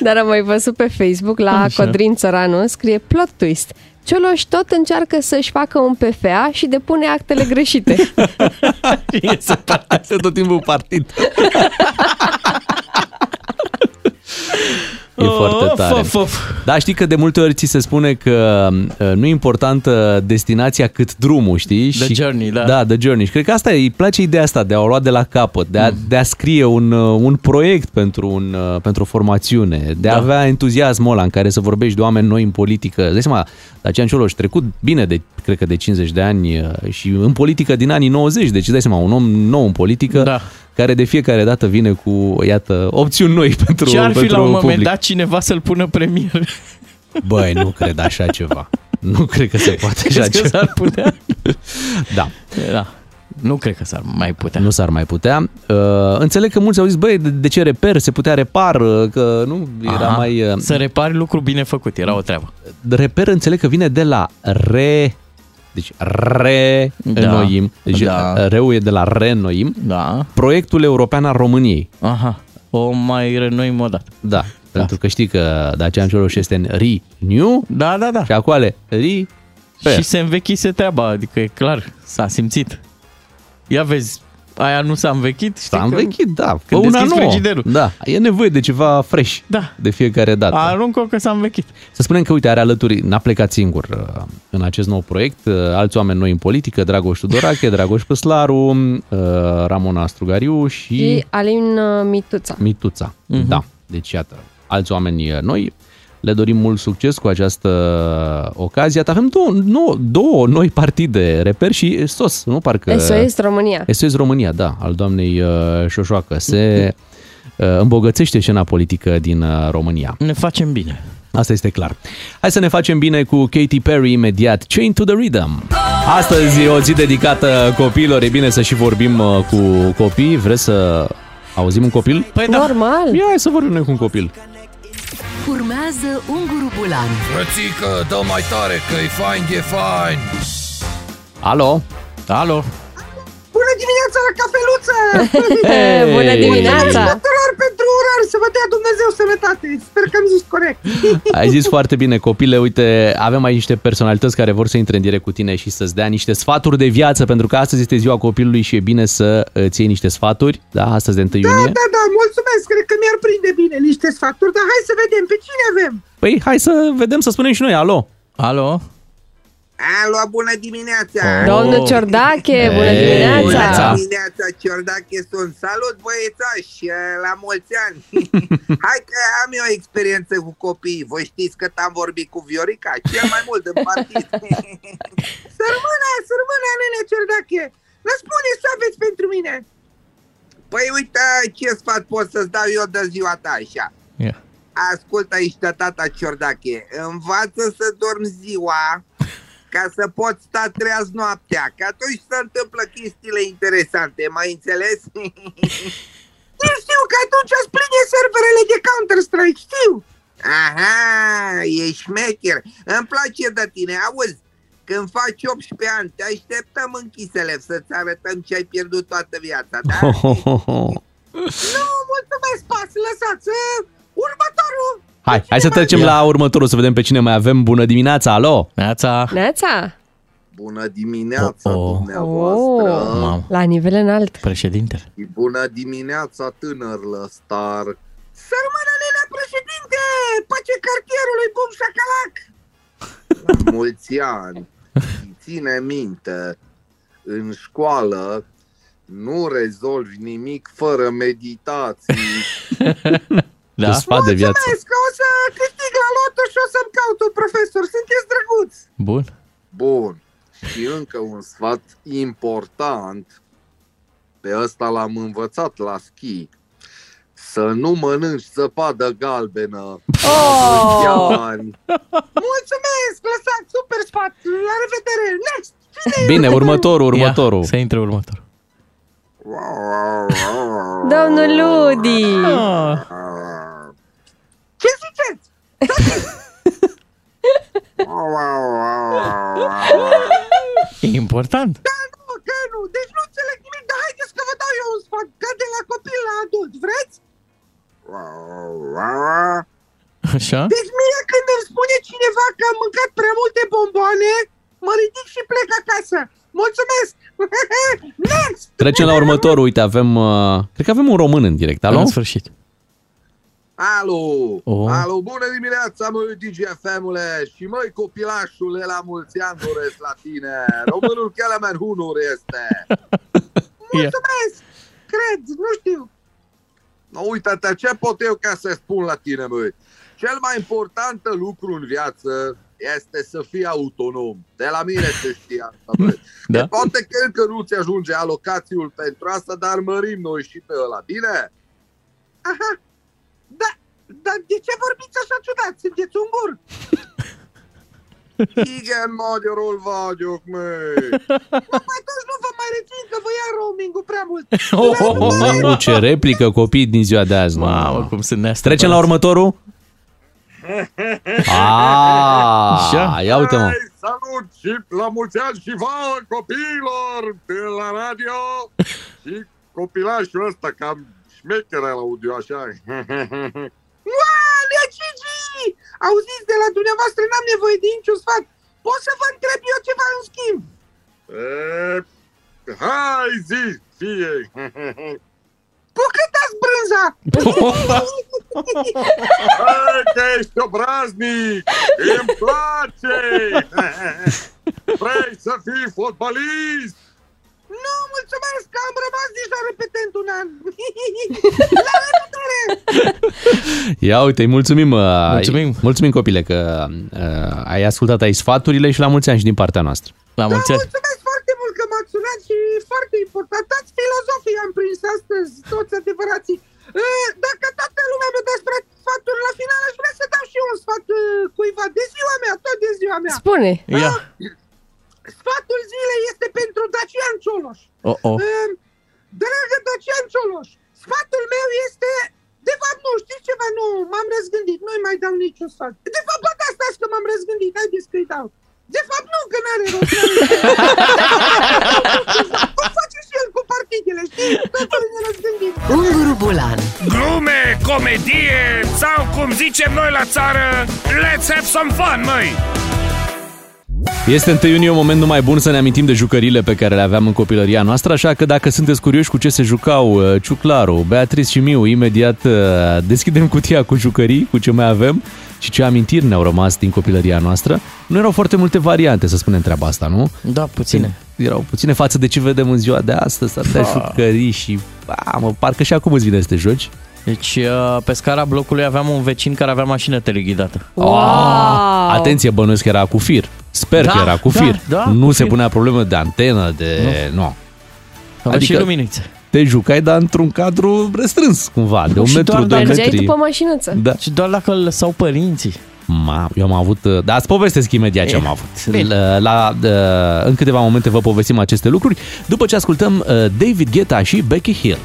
S3: Dar am mai văzut pe Facebook la
S4: Așa.
S3: Așa. Codrin Țăranu, scrie plot twist. Cioloș tot încearcă să-și facă un PFA și depune actele greșite.
S4: Iese partid.
S2: Este tot timpul partid. E foarte
S4: Of,
S2: tare.
S4: of, of.
S2: Da, știi că de multe ori ți se spune că uh, nu e importantă destinația cât drumul, știi?
S4: The journey, da.
S2: Da, the journey. Și cred că asta îi place ideea asta de a o lua de la capăt, de a, mm. de a scrie un, uh, un proiect pentru, un, uh, pentru o formațiune, de a
S4: Da.
S2: avea entuziasmul ăla în care să vorbești de oameni noi în politică. Îți Dai seama, Dacian Cioloș trecut bine de, cred că de 50 de ani uh, și în politică din anii 90, deci îți dai seama, un om nou în politică
S4: Da.
S2: care de fiecare dată vine cu, iată, opțiuni noi pentru
S4: Ce ar fi
S2: pentru
S4: la un moment
S2: public.
S4: dat cineva să-l pună premier?
S2: Băi, nu cred așa ceva. Nu cred că se poate așa
S4: Crezi că
S2: ceva.
S4: s-ar putea?
S2: Da,
S4: Da. Nu cred că s-ar mai putea.
S2: nu s-ar mai putea. Uh, înțeleg că mulți au zis, băi, de, de ce reper? Se putea repar, uh, că nu era
S4: Aha.
S2: mai... Uh,
S4: Să repari lucru bine făcut, era o treabă.
S2: reper înțeleg că vine de la re... Deci re
S4: Da.
S2: înnoim. Deci
S4: Da.
S2: reu e de la re înnoim.
S4: Da.
S2: Proiectul European al României.
S4: Aha. O mai renoim o dată.
S2: Da, pentru că știi că Dacian Cioloș este în renew
S4: Da, da, da.
S2: și acoale re...
S4: Și se învechise treaba, adică e clar, s-a simțit. Ia vezi, aia nu s-a învechit? Știi
S2: S-a
S4: că
S2: învechit, da. Fă
S4: Când
S2: una
S4: deschizi
S2: nouă.
S4: frigiderul.
S2: Da, e nevoie de ceva fresh da. de fiecare dată.
S4: Arunc-o că s-a învechit.
S2: Să spunem că, uite, are alături, n-a plecat singur uh, în acest nou proiect, uh, alți oameni noi în politică, Dragoș Tudorache, Dragoș Păslaru, uh, Ramona Strugariu și
S3: Și Alin uh, Mituța.
S2: Mituța.
S3: Mhm.
S2: Da, deci iată, alți oameni uh, noi. Le dorim mult succes cu această ocazie. Iată, Avem două, nouă, două noi partide, Reper și SOS, nu parcă...
S3: SOS România.
S2: SOS România, da, al doamnei uh, Șoșoacă. Se uh, îmbogățește scena politică din uh, România.
S4: Ne facem bine.
S2: Asta este clar. Hai să ne facem bine cu Katy Perry imediat. Chain to the Rhythm. Astăzi e o zi dedicată copiilor. E bine să și vorbim uh, cu copii. Vreți să auzim un copil?
S4: Păi
S3: Normal.
S2: Ia hai să vorbim noi cu un copil.
S1: Urmează Unguru Bulan.
S11: Frățică, dă mai tare că e fain, e fain
S2: Alo? Alo?
S12: Bună dimineața la cafeluță!
S2: Hei! Bună dimineața!
S12: Mulțumesc tuturor pentru urări, să vă dea Dumnezeu sănătate! Sper că am zis corect!
S2: Ai zis foarte bine, copile. Uite, avem aici niște personalități care vor să intre în direct cu tine și să-ți dea niște sfaturi de viață, pentru că astăzi este ziua copilului și e bine să îți iei niște sfaturi. Da, astăzi de 1
S12: Da,
S2: iunie.
S12: da, da, mulțumesc! Cred că mi-ar prinde bine niște sfaturi, dar hai să vedem pe cine avem!
S2: Păi, hai să vedem, să spunem și noi. Alo? Alo?
S12: Alo, bună dimineața!
S3: Domnul Ciordache, bună
S2: Ei,
S12: Bună
S3: dimineața!
S12: dimineața, Ciordache sunt. Salut, băiețași, la mulți ani! Hai că am eu experiență cu copiii. Voi știți că am vorbit cu Viorica, cel mai mult în partid. să rămână, să rămână, nene Ciordache! Dar spune să aveți pentru mine! Păi uite ce sfat pot să-ți dau eu de ziua ta așa.
S4: Ia.
S12: Ascultă aici de tata Ciordache, învață să dormi ziua ca să poți sta treaz noaptea, că atunci se întâmplă chestiile interesante, mai înțeles? Eu știu că atunci îți pline serverele de Counter-Strike, știu! Aha, e șmecher. Îmi place de tine, auzi, când faci 18 ani, te așteptăm închisele să-ți arătăm ce ai pierdut toată viața, da?
S2: Ho, ho, ho, ho.
S12: Nu, mulțumesc, pas, lăsați! eh, Următorul!
S2: Hai, hai să trecem la următorul, să vedem pe cine mai avem. Bună dimineața, alo!
S4: Neața!
S3: Neața!
S11: Bună dimineața oh, oh. dumneavoastră
S3: Oh, la nivel înalt.
S4: Președinte.
S11: Și bună dimineața tânăr lăstar
S12: Să rămână Lena președinte! Pace cartierului, bum șacalac!
S11: La mulți ani Și Ține minte În școală Nu rezolvi nimic fără meditații
S2: Da? Sfat de viață.
S12: Mulțumesc că o să câștig la loto și o să-mi caut un profesor. Sunteți drăguți!
S4: Bun.
S11: Bun. Și încă un sfat important. Pe ăsta l-am învățat la schi. Să nu mănânci zăpadă galbenă. Oh! Ani.
S12: Mulțumesc! Lăsați super sfat! La revedere! Next! Cine e
S2: Bine, următorul,
S12: următorul?
S2: următorul.
S4: Ia, să intre următorul.
S3: Domnul Ludi! Ah.
S12: Ce ziceți?
S2: É
S4: E important.
S12: Da, nu, că nu. Deci nu înțeleg nimic, dar haideți că vă dau eu un sfat. Ca de la copil la adult. Vreți?
S4: Așa?
S12: Deci mie când îmi spune cineva că am mâncat prea multe bomboane, mă ridic și plec acasă. Mulțumesc! Next!
S2: Trecem la următorul, uite, avem... uh, Cred că avem un român în direct, alo?
S4: În sfârșit.
S11: Alo!
S2: Oh.
S11: Oh. Alo, bună dimineața, măi DGFM-ule! Și măi, copilașule, la mulți ani doresc la tine! Românul Kelemen Hunor este!
S12: Mulțumesc! Cred, nu știu.
S11: No, uite-te, ce pot eu ca să spun la tine, măi? Cel mai important lucru în viață este să fii autonom. De la mine se știe asta, măi.
S4: Da?
S11: E, Poate că încă nu ți ajunge alocațiul pentru asta, dar mărim noi și pe ăla, bine?
S12: Aha. Da, dar de ce vorbiți așa ciudat? Sunteți ungur?
S11: Igen, magyarul vagyok, măi.
S12: Atunci nu vă mai rețin că vă ia roaming-ul prea mult.
S2: oh, Mamă, ce replică copiii din ziua de azi. Mamă,
S4: cum sunt neastăpați.
S2: Trecem la următorul? Așa?
S11: Așa.
S2: Ah, Ia uite, mă.
S11: Hai, salut și la mulți ani și vouă, copiilor, de la radio și copilașul ăsta, cam șmecher la audio, așa.
S12: Oale, Gigi! Auziți, de la dumneavoastră n-am nevoie de niciun sfat. Pot să vă întreb eu ceva în schimb?
S11: E, hai zi, Fie.
S12: Bucătați brânza!
S11: Hai că ești obraznic! Îmi place! Vrei să fii fotbalist?
S12: nu, mulțumesc că am rămas deja repetent un an. La revedere!
S2: Ia uite, îi mulțumim. Mulțumim. Mulțumim, copile, că uh, ai ascultat ai sfaturile și la mulți ani și din partea noastră. La mulți ani.
S12: Mulțumesc foarte mult că m-ați sunat și e foarte important. Toți filozofii am prins astăzi, toți adevărații. E, Dacă toată lumea mi-a dat spre sfaturi la final, aș vrea să dau și eu un sfat e, cuiva de ziua mea, tot de ziua mea.
S3: Spune.
S4: Ia.
S12: Sfatul zilei este pentru Dacian Cioloș.
S4: Oh, oh.
S12: Uh, Dragă Dacian Cioloș, sfatul meu este... De fapt, nu, știi ceva? Nu, m-am răzgândit. Nu-i mai dau niciun sfat. De fapt, bă, da, stați că m-am răzgândit. Haideți că-i dau. De fapt, nu, că n-are rost. Cum face și el cu partidele, știi? Totul ne răzgândim.
S1: Unguru Bulan
S13: Glume, comedie sau cum zicem noi la țară Let's have some fun, măi!
S2: Este 1 iunie, un moment numai bun să ne amintim de jucările pe care le aveam în copilăria noastră, așa că dacă sunteți curioși cu ce se jucau uh, Ciuclaru, Beatrice și Miu, imediat uh, deschidem cutia cu jucării, cu ce mai avem și ce amintiri ne-au rămas din copilăria noastră. Nu erau foarte multe variante, să spunem treaba asta, nu?
S4: Da, puține.
S2: Erau puține față de ce vedem în ziua de astăzi, atâtea
S4: Da.
S2: jucării și... A, mă, parcă și acum îți vine să te joci.
S4: Deci, uh, pe scara blocului aveam un vecin care avea mașină teleghidată.
S2: Wow! Atenție, bănuiesc că era cu fir. Sper
S4: Da,
S2: că era cu
S4: da,
S2: fir.
S4: da,
S2: nu
S4: cu
S2: se
S4: fir.
S2: punea problemă de antenă, de... Nu. nu.
S4: Avea și luminițe.
S2: Te jucai, dar într-un cadru restrâns, cumva, de un
S4: și
S2: metru,
S4: doar
S2: doi
S3: Mergeai
S2: metri.
S3: tu pe mașinăță.
S2: Da.
S4: Și doar dacă îl lăsau părinții.
S2: Ma, eu am avut... uh, Dar îți povestesc imediat ce
S4: Eh,
S2: am avut. La, la, uh, în câteva momente vă povestim aceste lucruri, după ce ascultăm uh, David Guetta și Becky Hill.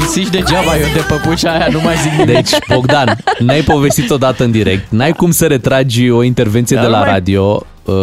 S4: Insiști degeaba, eu de păpușa aia nu mai zic nimic.
S2: Deci, Bogdan, ne-ai povestit odată în direct, n-ai cum să retragi o intervenție
S4: Dar
S2: de
S4: nu
S2: la
S4: mai-
S2: radio, uh,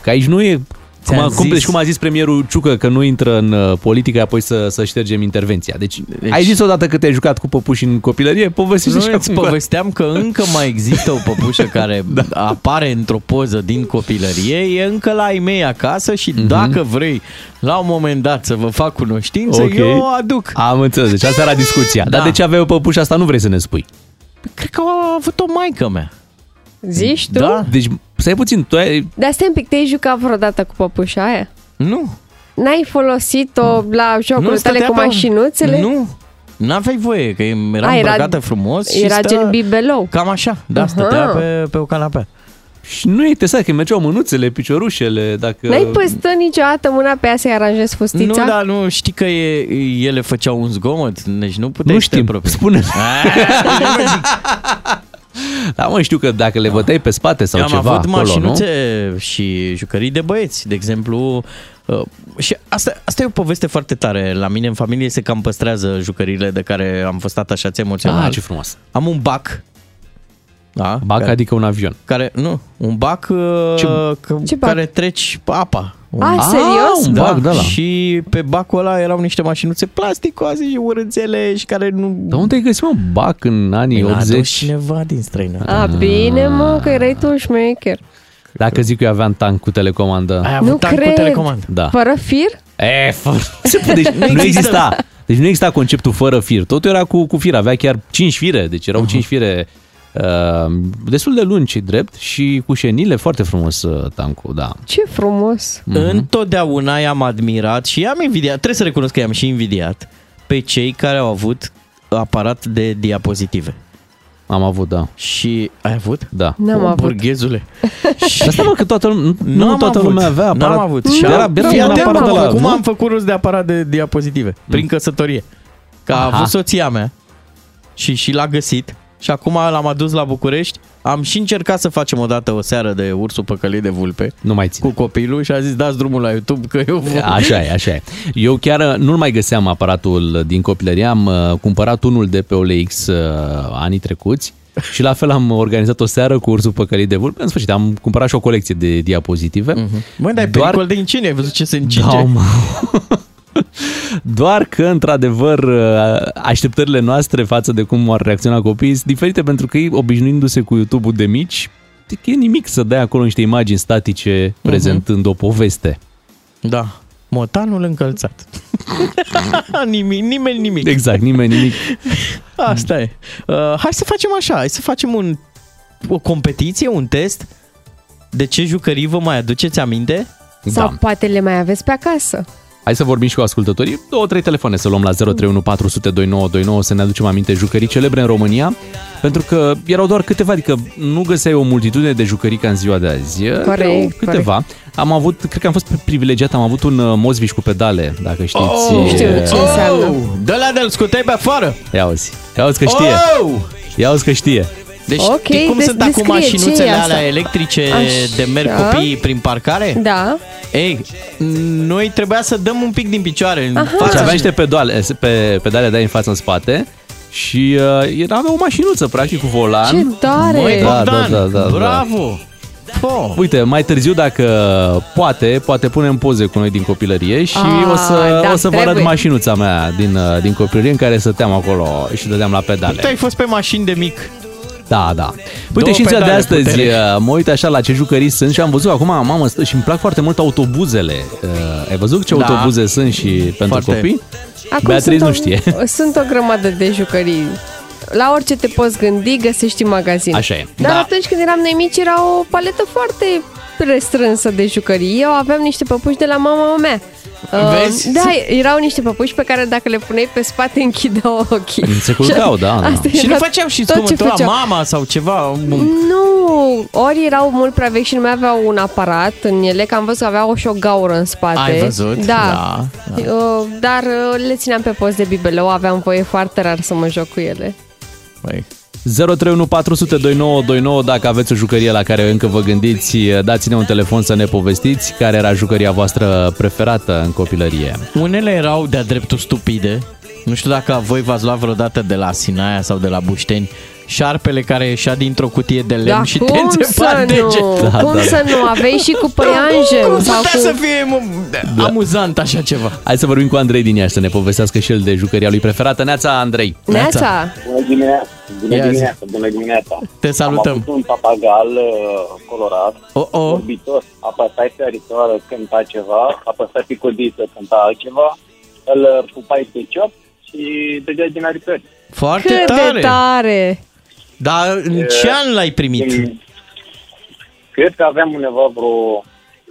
S2: că aici nu e... Cum, a,
S4: Ți-am
S2: cum,
S4: zis.
S2: deci cum a zis premierul Ciucă că nu intră în uh, politică apoi să, să ștergem intervenția. Deci, deci, ai zis odată că te-ai jucat cu păpuși în copilărie, povestește și
S4: Nu îți
S2: acum.
S4: povesteam că încă mai există o păpușă care da. apare într-o poză din copilărie, e încă la ei mei acasă și
S2: Mhm.
S4: mm-hmm. dacă vrei la un moment dat să vă fac cunoștință,
S2: Ok.
S4: okay. eu o aduc.
S2: Am înțeles, deci asta era discuția. Da. Dar
S4: Da.
S2: de ce aveai o păpușă asta nu vrei să ne spui?
S4: Cred că a avut o maică mea.
S3: Zici tu?
S2: Da? Deci, stai puțin, tu ai...
S3: Dar stai un pic, te-ai jucat vreodată cu păpușa aia?
S4: Nu.
S3: N-ai folosit-o la jocurile tale
S4: stătea
S3: cu
S4: pe-
S3: mașinuțele?
S4: Nu. N-aveai voie, că era
S3: A,
S4: A,
S3: era-
S4: îmbrăcată frumos și
S3: era
S4: stă...
S3: gen bibelou.
S4: Cam așa, da, stătea pe, pe o canapea.
S2: Și nu e testat, că mergeau mânuțele, piciorușele, dacă...
S3: N-ai păstă niciodată mâna pe ea să-i aranjezi
S4: Nu, da.
S3: fustița?
S4: dar nu știi că e, ele făceau un zgomot, deci nu puteai
S2: Nu
S4: să te
S2: știm.
S4: apropii. Ah.
S2: Spune. Da, mă, știu că dacă le băteai pe spate sau
S4: Am
S2: ceva
S4: avut
S2: acolo, nu?
S4: mașinuțe și jucării de băieți, de exemplu. uh, Și asta, asta e o poveste foarte tare. La mine în familie se cam păstrează jucările de care am fost atașați emoțional.
S2: Ah, ce frumos.
S4: Am un bac. Da,
S2: Bac, adică un avion.
S4: Care, nu, un bac ce, că,
S3: ce bac?
S4: care treci apa. Un-
S3: Ah, serios?
S2: un bac, da, da.
S4: Și pe bacul ăla erau niște mașinuțe plasticoase și urâțele și care nu...
S2: Dar unde ai găsit, mă, bac în anii
S4: Mi l-a adus
S2: 80?
S4: Păi, cineva din străinătate.
S3: A, bine, mă, că erai tu un șmecher.
S2: Dacă zic că eu aveam tank cu telecomandă.
S4: Ai
S3: nu cred.
S2: Da.
S3: Fără fir?
S2: E, fă- ce pute- deci nu exista. Deci nu exista conceptul fără fir. Totul era cu, cu fir. Avea chiar 5 fire. Deci erau 5 fire uh, destul de lungi și drept și cu șenile foarte frumos uh, tancul, da.
S3: Ce frumos.
S4: Mm-hmm. Întotdeauna i-am admirat și i-am invidiat, trebuie să recunosc că i-am și invidiat pe cei care au avut aparat de diapozitive.
S2: Am avut, da.
S4: Și ai avut?
S2: Da.
S3: N-am
S4: o,
S3: avut.
S4: Burghezule. și...
S2: Dar stai mă că toată, nu, nu
S4: N-am
S2: toată
S4: avut.
S2: lumea avea aparat.
S4: N-am avut.
S2: Și era, era
S4: Fii
S2: un
S4: atent
S2: aparat de la...
S4: Cum
S2: nu? Mm.
S4: am făcut rost de aparat de diapozitive? Prin căsătorie. Că a
S2: Aha.
S4: avut soția mea și, și l-a găsit și acum l-am adus la București. Am și încercat să facem odată o seară de ursul păcălit de vulpe
S2: nu mai ține.
S4: cu copilul și a zis dați drumul la YouTube că eu vă...
S2: Așa e, așa e. Eu chiar uh, nu-l mai găseam aparatul din copilărie, am uh, cumpărat unul de pe OLX uh, anii trecuți și la fel am organizat o seară cu ursul păcălit de vulpe. În sfârșit, am cumpărat și o colecție de diapozitive. Uh-huh.
S4: Măi, dar e
S2: Doar-
S4: pericol de incine, ai văzut ce se încinge?
S2: Da, mă. Doar că, într-adevăr, uh, așteptările noastre față de cum ar reacționa copiii sunt diferite pentru că ei, obișnuindu-se cu YouTube-ul de mici, practic e nimic să dai acolo niște imagini statice prezentând o poveste.
S4: Mhm. Da. Motanul încălțat.
S2: Da.
S4: nimic, nimeni nimic.
S2: Exact, nimeni nimic.
S4: Asta e. Uh, hai să facem așa, hai să facem un, o competiție, un test. De ce jucării vă mai aduceți aminte?
S2: Da.
S3: Sau poate le mai aveți pe acasă.
S2: Hai să vorbim și cu ascultătorii. Două, trei telefoane să luăm la 031 400 2929 să ne aducem aminte jucării celebre în România, pentru că erau doar câteva, adică nu găseai o multitudine de jucării ca în ziua de azi.
S3: Corect,
S2: Erau câteva. Am avut, cred că am fost privilegiat, am avut un uh, mozviș cu pedale, dacă știți.
S4: Oh! Știu ce înseamnă.
S2: Dă la de-l scuteai pe afară! Ia uzi, ia uzi că știe.
S4: Oh!
S2: Ia uzi că știe.
S4: Deci
S3: Ok,
S4: știi cum
S3: des-
S4: sunt acum
S3: descrie, ce e
S4: mașinuțele
S3: asta?
S4: alea electrice
S3: Așa.
S4: de merg copiii prin parcare?
S3: Da.
S4: Ei, noi trebuia să dăm un pic din picioare în
S3: Aha.
S2: Deci
S4: fața
S2: aveam niște pedale, pe, pedale de în față, în spate și uh, era o mașinuță, practic, cu volan.
S3: Ce tare! Măi,
S2: da, da,
S4: Bogdan,
S2: da, da, da.
S4: bravo! Po.
S2: Uite, mai târziu, dacă poate, poate punem poze cu noi din copilărie și
S4: Ah,
S2: o să,
S4: da,
S2: o să vă arăt
S4: trebuie.
S2: mașinuța mea din, uh, din copilărie în care stăteam acolo și dădeam la pedale.
S4: Tu ai fost pe mașini de mic.
S2: Da, da. Uite,
S4: Două
S2: și în ziua de
S4: pedale
S2: astăzi
S4: putere.
S2: uh, mă uit așa la ce jucării sunt și am văzut acum, mamă, stă- și îmi plac foarte mult autobuzele. Uh, ai văzut ce
S4: Da.
S2: autobuze sunt și pentru
S4: Foarte.
S2: copii? Beatriz
S3: sunt
S2: nu
S3: o,
S2: știe.
S3: Sunt o grămadă de jucării. La orice te poți gândi, găsești în magazin.
S2: Așa e.
S3: Dar
S2: Da.
S3: atunci când eram noi mici, era o paletă foarte restrânsă de jucării. Eu aveam niște păpuși de la mama mea. Uh,
S5: Vezi?
S3: Da, erau niște păpuși pe care dacă le puneai pe spate închideau ochii.
S2: Se culcau,
S3: Și-
S2: da, da.
S3: asta
S4: Și
S3: era
S4: nu făceau și
S3: tot ce
S4: scumpătura
S3: făceau.
S4: mama sau ceva.
S3: Nu, ori erau mult prea vechi și nu mai aveau un aparat în ele, că am văzut că aveau și o gaură în spate.
S4: Ai văzut?
S3: Da.
S4: da.
S3: Uh, Dar uh, le țineam pe post de bibelou, aveam voie foarte rar să mă joc cu ele.
S2: 031402929 dacă aveți o jucărie la care încă vă gândiți, dați-ne un telefon să ne povestiți care era jucăria voastră preferată în copilărie.
S4: Unele erau de-a dreptul stupide. Nu știu dacă voi v-ați luat vreodată de la Sinaia sau de la Bușteni șarpele care ieșea dintr-o cutie de lemn
S3: Dar
S4: și te
S3: Da, cum
S4: înțepa
S3: să
S4: în deget. Da,
S3: nu? Da, Cum să nu? Aveai și cu păianjen.
S4: Cum
S3: sau
S4: putea
S3: cu...
S4: să fie mă, da. amuzant așa ceva?
S2: Hai să vorbim cu Andrei din Iași să ne povestească și el de jucăria lui preferată. Neața, Andrei!
S3: Neața!
S14: Bună dimineața! Bună
S2: Ia zi.
S14: dimineața! Bună dimineața!
S4: Te salutăm.
S14: Am avut un papagal uh, colorat,
S4: oh, oh.
S14: vorbitor. Apăsai pe aristoară cânta ceva, apăsai pe codiță cânta altceva, îl uh, pupai pe ciop și dădeai din aripioare.
S4: Foarte
S3: Cât de
S4: tare.
S3: tare!
S4: Dar în ce an l-ai primit?
S14: Cred că aveam undeva vreo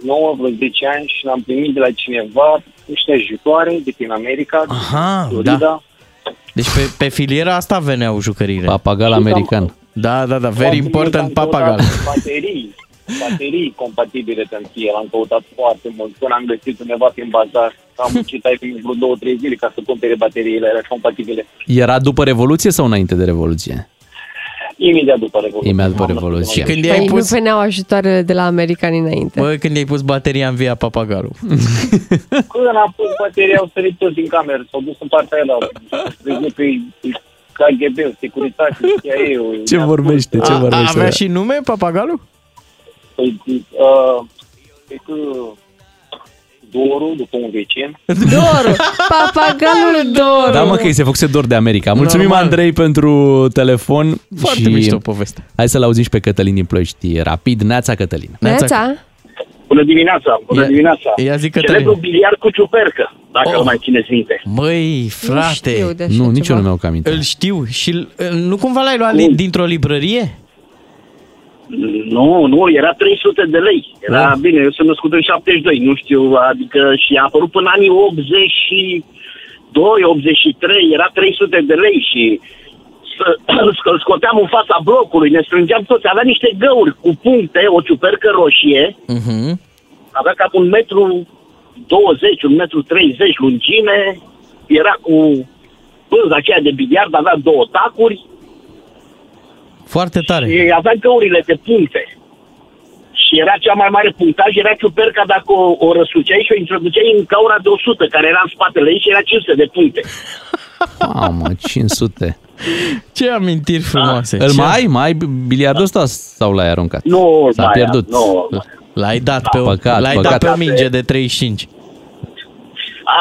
S14: 9, vreo 10 ani și l-am primit de la cineva niște jucoare de prin America,
S4: Aha,
S14: din Florida.
S4: da. Deci pe, pe filiera asta veneau jucăriile.
S2: Papagal
S14: american.
S4: Da, da, da. Very
S14: Am
S4: important
S14: primit, am
S4: papagal.
S14: căutat Baterii, baterii compatibile pentru el. Am căutat foarte mult până am găsit undeva prin bazar. Am muncit aici vreo două, trei zile ca să cumpere bateriile alea compatibile.
S2: Era după Revoluție sau înainte de Revoluție?
S14: Imediat după Revoluție.
S2: Imediat după Revoluție.
S4: Când
S3: Păi
S4: i-ai
S3: nu
S4: pus,
S3: veneau ajutoarele de la americani înainte.
S4: bă, când i-ai pus bateria în via papagalul.
S14: Când am pus baterii, au sărit toți din cameră. S-au dus în partea aia la pe KGB, securitate, CIA-ul.
S2: Ce vorbește, ce
S4: A-
S2: vorbește?
S4: Avea și nume papagalul?
S14: Păi, uh, cred că Doru, după un vecin.
S3: Doru! Papagalul Doru!
S2: Da, mă, că îi se făcuse dor de America. Mulțumim,
S4: Normal.
S2: Andrei, pentru telefon.
S4: Foarte
S2: și...
S4: mișto poveste.
S2: Hai să-l auzim și pe Cătălin din Ploiești. Rapid, Neața, Cătălin.
S3: Neața?
S15: Bună dimineața, bună
S2: Ia-
S15: dimineața.
S4: ia zi, Cătălin.
S15: Celebrul biliar cu ciupercă, dacă oh. mai țineți minte.
S4: Măi, frate.
S15: știu de așa
S2: Nu, nici eu nu mi-au cam aminte.
S4: Îl știu și îl- nu cumva l-ai luat li- dintr-o librărie?
S15: Nu, nu, era 300 de lei. Era,
S4: Da.
S15: bine, eu sunt născut în 72, nu știu, adică și a apărut până anii 82, 83, era 300 de lei și să- îl scoteam în fața blocului, ne strângeam toți, avea niște găuri cu puncte, o ciupercă roșie,
S4: Mhm.
S15: avea cap un metru 20, un metru 30 lungime, era cu pânza aceea de biliard, avea două tacuri
S4: Foarte tare.
S15: și avea găurile de puncte. Și era cea mai mare punctaj, era ciuperca dacă o, o răsuceai și o introduceai în gaura de 100, care era în spatele ei și era 500 de puncte.
S2: Mamă, 500.
S4: Ce amintiri frumoase.
S2: Îl
S4: Ce-
S2: mai ai? Mai ai biliardul ăsta sau l-ai aruncat?
S15: Nu,
S2: S-a
S15: mai am,
S2: pierdut. Da.
S15: nu.
S2: L-ai dat pe,
S4: L-ai dat pe o minge de 35.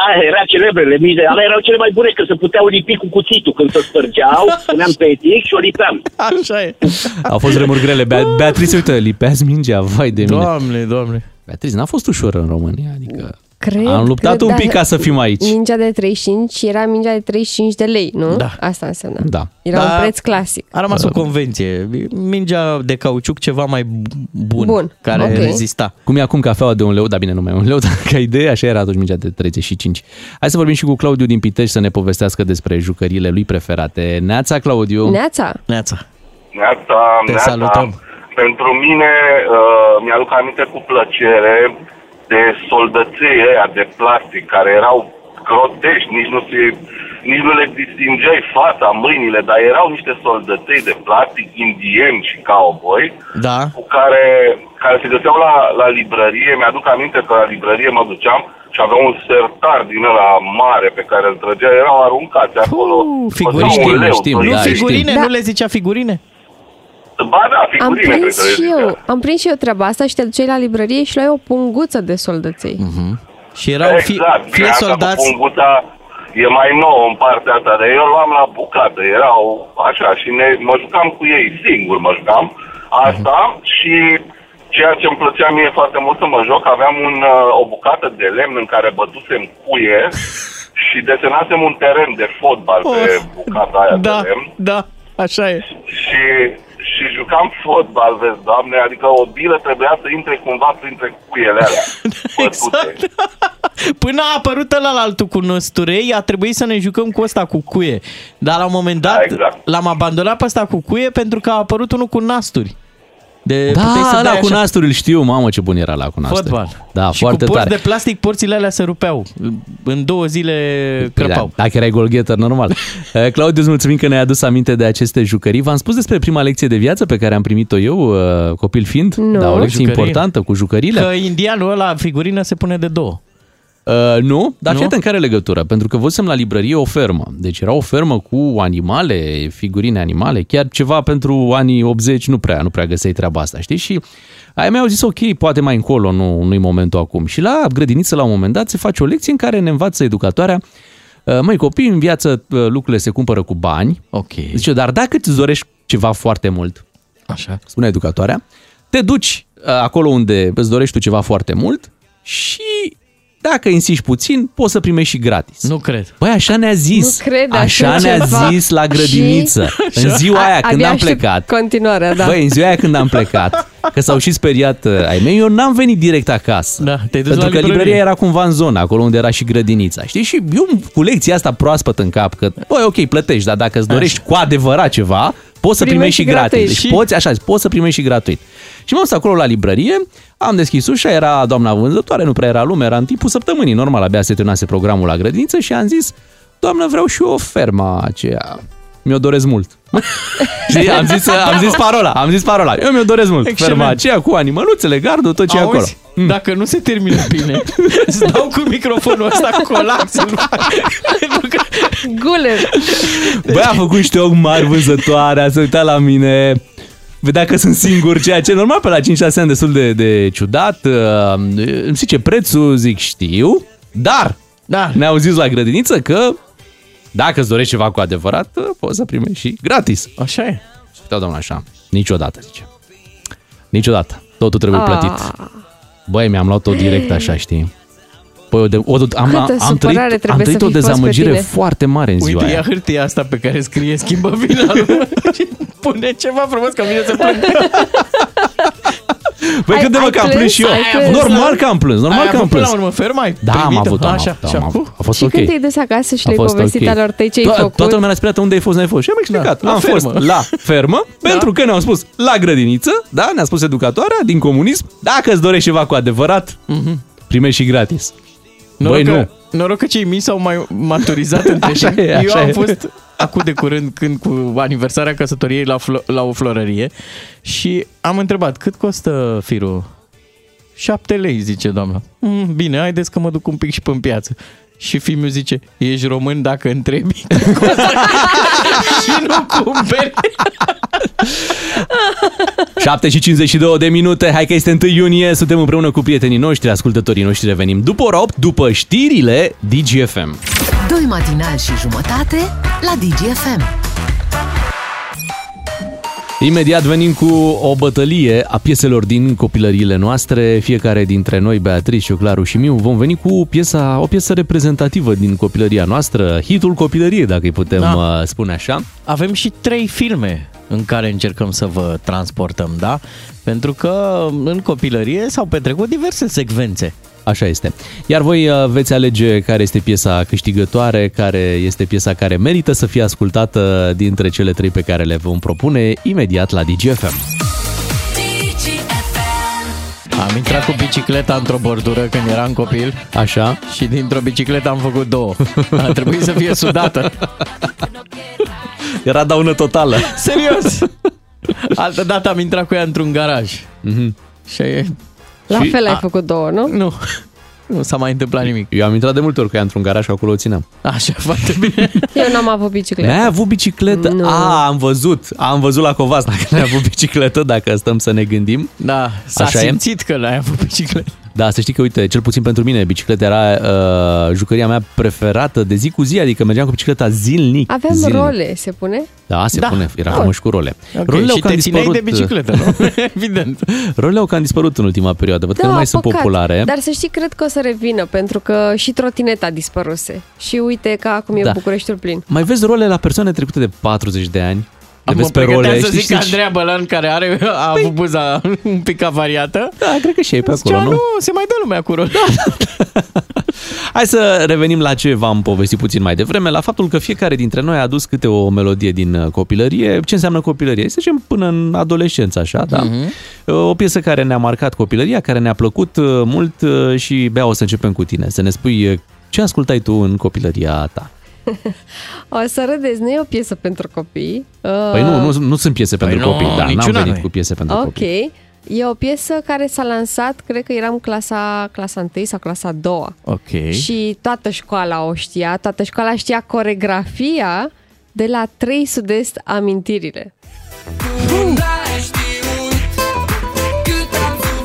S15: Aia era celebrele, mii de alea erau cele mai bune, că se puteau lipi cu cuțitul când se spărgeau, puneam pe etic și o lipeam.
S4: Așa e.
S2: Au fost vremuri grele. Bea- Beatrice, uite, lipeați mingea, vai de mine.
S4: Doamne, doamne.
S2: Beatrice, n-a fost ușor în România, adică...
S3: Cred
S2: Am luptat
S3: că,
S2: un pic
S3: da,
S2: ca să fim aici.
S3: Mingea de 35 era mingea de 35 de lei, nu?
S4: Da.
S3: Asta înseamna.
S2: Da.
S3: Era
S4: Da.
S3: un preț clasic.
S4: A rămas o convenție. Mingea de cauciuc ceva mai bun,
S3: Bun,
S4: care
S3: ok.
S4: rezista.
S2: Cum e acum cafeaua de un leu, dar bine, nu mai e un leu, dar ca idee, așa era atunci mingea de 35. Hai să vorbim și cu Claudiu din Pitești să ne povestească despre jucările lui preferate. Neața, Claudiu!
S3: Neața!
S4: Neața!
S16: Neața,
S4: Te
S16: neața.
S4: salutăm.
S16: Pentru mine, uh, mi-aduc aminte cu plăcere de soldății aia de plastic, care erau crotești, nici nu, se, nici nu le distingeai fața, mâinile, dar erau niște soldăței de plastic indieni și cowboy,
S4: Da.
S16: cu care, care se găseau la, la librărie. Mi-aduc aminte că la librărie mă duceam și avea un sertar din ăla mare pe care îl trăgea, erau aruncați acolo.
S4: Figurine,
S16: Costau un leu, doi
S4: nu
S2: Da,
S16: lei.
S4: figurine, nu le zicea figurine?
S16: Ba da,
S3: Da. Am
S16: figurine, cred
S3: prins
S16: că le
S3: și eu, am prins și eu treaba asta și te duceai la librărie și luai o punguță de soldăței.
S4: Și erau fi,
S16: exact,
S4: fie
S16: bine,
S4: soldați...
S16: Asta cu punguța e mai nouă în partea asta, dar eu luam la bucată, erau așa și ne, mă jucam cu ei, singur mă jucam
S4: Mhm.
S16: asta și ceea ce îmi plăcea mie foarte mult să mă joc, aveam un, uh, o bucată de lemn în care bătusem cuie și desenasem un teren de fotbal pe
S4: Oh,
S16: bucata aia
S4: da,
S16: de lemn
S4: da, așa e.
S16: și, și jucam fotbal, vezi, doamne, adică o bilă trebuia să intre cumva printre cuiele alea. exact.
S4: Până a apărut ăla la altul cu năsturei, a trebuit să ne jucăm cu ăsta cu cuie. Dar la un moment dat da, exact. l-am abandonat pe ăsta cu cuie pentru că a apărut unul cu nasturi. De, puteai
S2: Da,
S4: să
S2: ăla
S4: dai
S2: cu
S4: așa.
S2: nasturi, îl știu, mamă ce bun era la cu nasturi.
S4: Fotbal.
S2: Da,
S4: și
S2: foarte
S4: cu porți
S2: tare.
S4: de plastic, porțile alea se rupeau. În două zile
S2: Păi
S4: crăpau.
S2: Da, dacă erai golgheter, normal. Eh, Claudiu, îți mulțumim că ne-ai adus aminte de aceste jucării. V-am spus despre prima lecție de viață pe care am primit-o eu, eh, copil fiind.
S4: Nu.
S2: Da, o lecție
S4: Jucării.
S2: importantă cu jucările.
S4: Că indianul ăla, figurină, se pune de două.
S2: Uh, nu, dar
S4: Nu?
S2: nu? în care legătură? Pentru că văzusem la librărie o fermă. Deci era o fermă cu animale, figurine animale, chiar ceva pentru anii 80, nu prea, nu prea găseai treaba asta, știi? Și ai mei au zis, ok, poate mai încolo, nu, nu-i momentul acum. Și la grădiniță, la un moment dat, se face o lecție în care ne învață educatoarea Uh, Măi, copii, în viață uh, lucrurile se cumpără cu bani.
S4: Ok.
S2: Zice, dar dacă îți dorești ceva foarte mult,
S4: Așa.
S2: spune educatoarea, te duci uh, acolo unde îți dorești tu ceva foarte mult și dacă insiști puțin, poți să primești și gratis.
S4: Nu cred.
S2: Băi, așa ne-a zis.
S3: Nu cred
S2: așa,
S3: așa
S2: ne-a
S3: ceva.
S2: zis la grădiniță.
S3: Și-
S2: În ziua aia
S3: A-
S2: când
S3: abia
S2: am
S3: aștept
S2: plecat.
S3: Continuarea, da.
S2: Băi, în ziua aia când am plecat, că s-au și speriat uh, ai mei, eu n-am venit direct acasă.
S4: Da, te-ai dus
S2: Pentru
S4: la
S2: că
S4: librărie.
S2: librăria era cumva în zona, acolo unde era și grădinița. Știi? Și eu cu lecția asta proaspăt în cap, că, băi, ok, plătești, dar dacă îți dorești cu adevărat ceva, poți să
S4: Primești
S2: primești și gratis.
S4: gratuit.
S2: Deci
S4: Și-
S2: poți, așa, poți să primești și gratuit. Și m-am dus acolo la librărie, am deschis ușa, era doamna vânzătoare, nu prea era lume, era în timpul săptămânii, normal, abia se terminase programul la grădiniță și am zis, doamnă, vreau și o ferma aceea. Mi-o doresc mult. Știi, am zis, am zis parola, am zis parola. Eu mi-o doresc mult.
S4: Excelent.
S2: Ferma aceea cu animăluțele, gardul, tot ce e acolo.
S4: Auzi? Dacă nu se termină bine, îți dau cu microfonul ăsta colaps. în fac.
S3: Guler!
S2: Băi, a făcut niște ochi mari vânzătoare, s-a uitat la mine, vedea că sunt singur, ceea ce normal pe la 5-6 ani destul de, de ciudat. Uh, Îmi zice prețul, zic știu, dar
S4: da.
S2: ne-au zis la grădiniță că dacă îți dorești ceva cu adevărat, uh, poți să primești și gratis.
S4: Așa e.
S2: Și uita, doamna, așa, niciodată, zice. Niciodată. Totul trebuie plătit.
S3: Ah.
S2: Băi, mi-am luat-o direct așa, știi? Păi, o de, o, am,
S3: Câtă
S2: am,
S3: supărare
S2: trăit,
S3: trebuie
S2: am
S3: să
S2: trăit
S3: fi
S2: o
S3: fost pe
S2: dezamăgire
S3: tine.
S2: foarte mare în ziua
S4: Uite,
S2: aia.
S4: ia hârtia asta pe care scrie schimbă finalul și pune ceva frumos că vine să plâng.
S2: Băi,
S4: Ai-
S2: cât de mă
S4: ai
S2: că am
S4: plâns?
S2: plâns și eu.
S4: Ai plâns,
S2: Normal
S4: da.
S2: că am plâns, normal
S4: Ai
S2: că am
S4: avut până
S2: plâns.
S4: la urmă fermă? Ai
S2: Da, am
S4: primit-o?
S2: avut, am
S4: Așa,
S2: avut,
S4: și
S2: am
S4: acum?
S2: avut. A fost
S3: și
S2: ok.
S3: când te-ai dus acasă și
S2: A
S3: le-ai
S2: fost
S3: povestit
S2: ok.
S3: okay. alor tăi ce ai
S2: To-
S3: făcut?
S2: Toată lumea ne-a speriat unde ai fost, n-ai fost. Și am explicat.
S4: Da, la
S2: am fost
S4: fermă.
S2: la fermă, Da. pentru că ne-au spus la grădiniță, da, ne-a spus educatoarea din comunism, dacă îți dorești ceva cu adevărat, primești și gratis. Băi,
S4: că,
S2: nu.
S4: Noroc că cei mici s-au mai maturizat între
S2: Așa
S4: timp.
S2: e,
S4: Eu
S2: așa
S4: am
S2: e.
S4: fost acum de curând când cu aniversarea căsătoriei la, flo- la o florărie și am întrebat cât costă firul? 7 lei, zice doamna. Mm, bine, haideți că mă duc un pic și până în piață. Și fiul meu zice, ești român dacă întrebi.
S13: și nu cumperi.
S2: Și 7 și 52 de minute, hai că este 1 iunie, suntem împreună cu prietenii noștri, ascultătorii noștri, revenim după ora 8, după știrile DGFM.
S1: Doi matinali și jumătate la DGFM.
S2: Imediat venim cu o bătălie a pieselor din copilăriile noastre. Fiecare dintre noi, Beatrice, eu, Claru și Miu, vom veni cu piesa, o piesă reprezentativă din copilăria noastră, hitul copilăriei, dacă îi putem
S4: Da.
S2: da. spune așa.
S4: Avem și trei filme în care încercăm să vă transportăm, da? Pentru că în copilărie s-au petrecut diverse secvențe.
S2: Așa este. Iar voi uh, veți alege care este piesa câștigătoare, care este piesa care merită să fie ascultată dintre cele trei pe care le vom propune imediat la DGFM.
S4: Am intrat cu bicicleta într-o bordură când eram copil.
S2: Așa.
S4: Și dintr-o bicicletă am făcut două. A trebuit să fie sudată.
S2: Era daună totală.
S4: Serios! Altă dată am intrat cu ea într-un garaj.
S2: Mhm.
S4: Mm-hmm. Și
S3: La
S4: și-
S3: fel ai
S4: a-
S3: făcut două, nu?
S4: Nu. Nu s-a mai întâmplat nimic.
S2: Eu am intrat de multe ori cu ea într-un garaj și acolo o țineam.
S4: Așa, foarte
S3: Eu n-am avut bicicletă.
S2: N-ai avut bicicletă? Nu. A, am văzut. Am văzut la Covas dacă n-ai avut bicicletă, dacă stăm să ne gândim.
S4: Da, s-a simțit că n-ai avut bicicletă.
S2: Da, să știi că, uite, cel puțin pentru mine, bicicleta era uh, jucăria mea preferată de zi cu zi, adică mergeam cu bicicleta zilnic.
S3: Aveam
S2: zilnic.
S3: role, se pune?
S2: Da, se da. pune, era
S3: Ah.
S2: frumos cu role.
S4: Ok,
S2: Rolele
S4: și
S2: au cam
S4: te țineai
S2: dispărut,
S4: de
S2: uh,
S4: bicicletă, nu? Evident.
S2: Rolele au cam dispărut în ultima perioadă, văd că nu mai sunt
S3: Da, păcat.
S2: populare.
S3: Dar să știi, cred că o să revină, pentru că și trotineta dispăruse. Și uite că acum e
S2: Da.
S3: Bucureștiul plin.
S2: Mai vezi role la persoane trecute de 40 de ani? Le
S4: Mă
S2: vezi pe
S4: pregăteam
S2: role,
S4: să
S2: știi,
S4: zic
S2: știi,
S4: Andreea Bălan, care are, a avut buza un pic avariată.
S2: Da, cred că și ei pe acolo, nu? Da,
S4: nu? se mai dă lumea cu rol.
S2: Hai să revenim la ce v-am povestit puțin mai devreme, la faptul că fiecare dintre noi a adus câte o melodie din uh, copilărie. Ce înseamnă copilărie? Să zicem până în adolescență, așa, da?
S4: Mhm.
S2: Uh, O piesă care ne-a marcat copilăria, care ne-a plăcut uh, mult uh, și, Bea, o să începem cu tine, să ne spui uh, ce ascultai tu în copilăria ta.
S3: O să râdeți, nu e o piesă pentru copii. Uh,
S2: Păi nu, nu, nu sunt piese
S4: Păi
S2: pentru
S4: nu,
S2: copii, da, n-am
S4: niciuna
S2: venit
S4: nu e.
S2: cu piese pentru
S3: Ok.
S2: copii.
S3: E o piesă care s-a lansat, cred că eram clasa, clasa 1 sau clasa 2
S4: Ok.
S3: Și toată școala o știa, toată școala știa coregrafia de la 3 sud-est amintirile.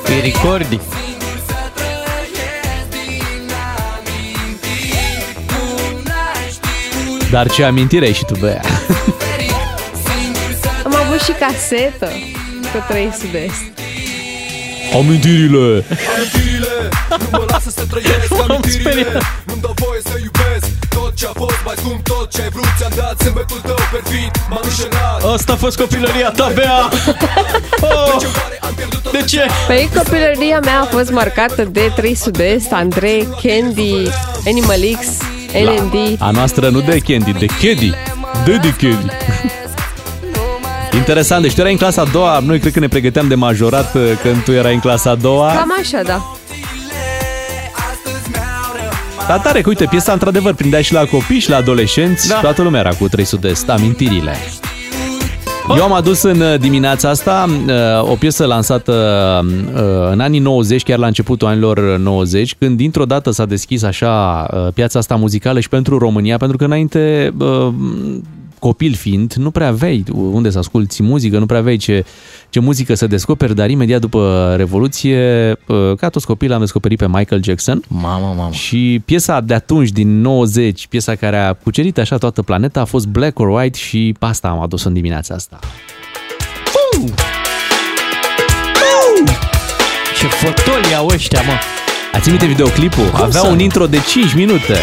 S4: Îi recordi.
S2: Dar ce amintire ai și tu, Bea?
S3: Am avut și casetă cu 3 sud-est.
S2: Amintirile!
S17: Nu mă lasă să trăiesc amintirile Nu-mi dau voie să iubesc Tot ce a fost mai scump, tot ce ai vrut Ți-am dat zâmbetul tău perfid M-am înșelat
S4: Asta a fost copilăria ta, Bea! Oh! De ce?
S3: Păi copilăria mea a fost marcată de 3 sud-est, Andrei, Candy, Animal X, LND.
S2: A noastră nu de Candy, de Candy. De de Candy. Interesant, deci tu erai în clasa a doua, noi cred că ne pregăteam de majorat uh, când tu erai în clasa a doua.
S3: Cam așa, da.
S2: Dar tare, că uite, piesa într-adevăr prindea și la copii și la adolescenți, da. toată lumea era cu 300 de amintirile. Eu am adus în uh, dimineața asta uh, o piesă lansată uh, în anii 90, chiar la începutul anilor 90, când dintr-o dată s-a deschis așa uh, piața asta muzicală și pentru România, pentru că înainte uh, copil fiind, nu prea aveai unde să asculti muzică, nu prea aveai ce, ce muzică să descoperi, dar imediat după Revoluție, uh, ca toți copiii, l-am descoperit pe Michael Jackson.
S4: Mamă, mamă.
S2: Și piesa de atunci, din 90, piesa care a cucerit așa toată planeta, a fost Black or White și pe asta am adus în dimineața asta.
S4: Ce fotoli au ăștia, mă!
S2: Ați minte videoclipul? Cum Avea
S4: să
S2: un
S4: nu?
S2: intro de 5 minute.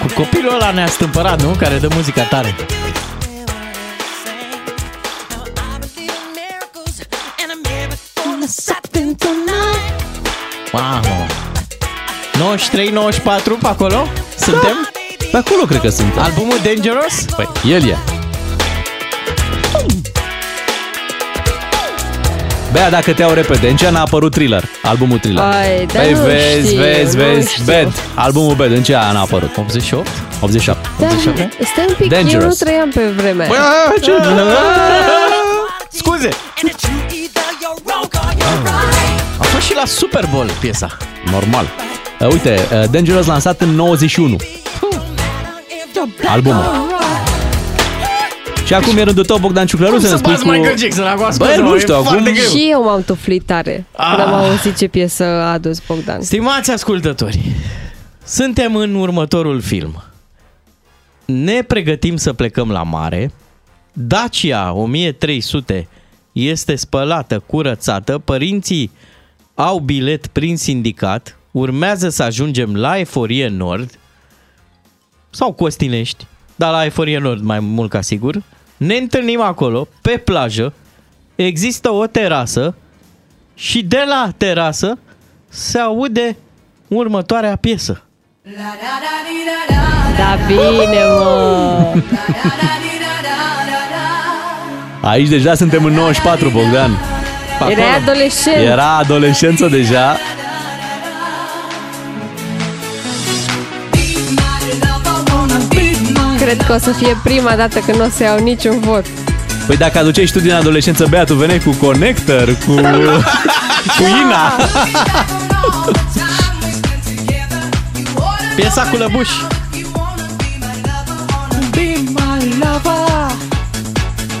S4: Cu copilul ăla ne-a stâmpărat, nu? Care dă muzica tare. Mamă! 93, 94, pe acolo? Suntem?
S2: Da. Pe acolo cred că suntem.
S4: Albumul Dangerous?
S2: Păi, el e. Bea, dacă te iau repede, în ce an a apărut Thriller? Albumul Thriller.
S3: Ai, dar
S2: Păi,
S3: nu
S2: vezi,
S3: știu,
S2: vezi,
S3: nu
S2: vezi,
S3: știu.
S2: Bad. Albumul Bad, în ce an a apărut?
S4: 88?
S2: 87.
S3: Dar stai un pic, eu nu
S2: Dangerous.
S3: trăiam pe vremea
S2: Bă,
S3: aia.
S2: ce-
S4: Scuze! A fost și la Super Bowl piesa.
S2: Normal. Uh, Uite, uh, Dangerous lansat în 91. Albumul. Și acum e rândul tău, Bogdan Ciuclăru,
S4: Cum
S2: să ne
S4: să
S2: spui
S4: bați
S2: cu...
S4: Michael Jackson acum?
S2: Bă,
S4: Scuze-mă,
S2: nu
S4: e
S2: știu, acum... Ah.
S4: foarte greu.
S3: Și eu m-am tuflit tare când am auzit ce piesă a adus Bogdan.
S4: Stimați ascultători, suntem în următorul film. Ne pregătim să plecăm la mare. Dacia 1300 este spălată, curățată, părinții au bilet prin sindicat, urmează să ajungem la Eforie Nord sau Costinești, dar la Eforie Nord mai mult ca sigur. Ne întâlnim acolo, pe plajă, există o terasă și de la terasă se aude următoarea piesă.
S3: Da, bine, mă!
S2: Aici deja suntem în 94, Bogdan.
S3: Era adolescent.
S2: Era adolescență deja.
S3: Cred că o să fie prima dată când nu o să iau niciun vot.
S2: Păi dacă aduceai și tu din adolescență, Bea, tu veneai cu Connector, cu... cu Ina.
S4: Piesa cu lăbuș.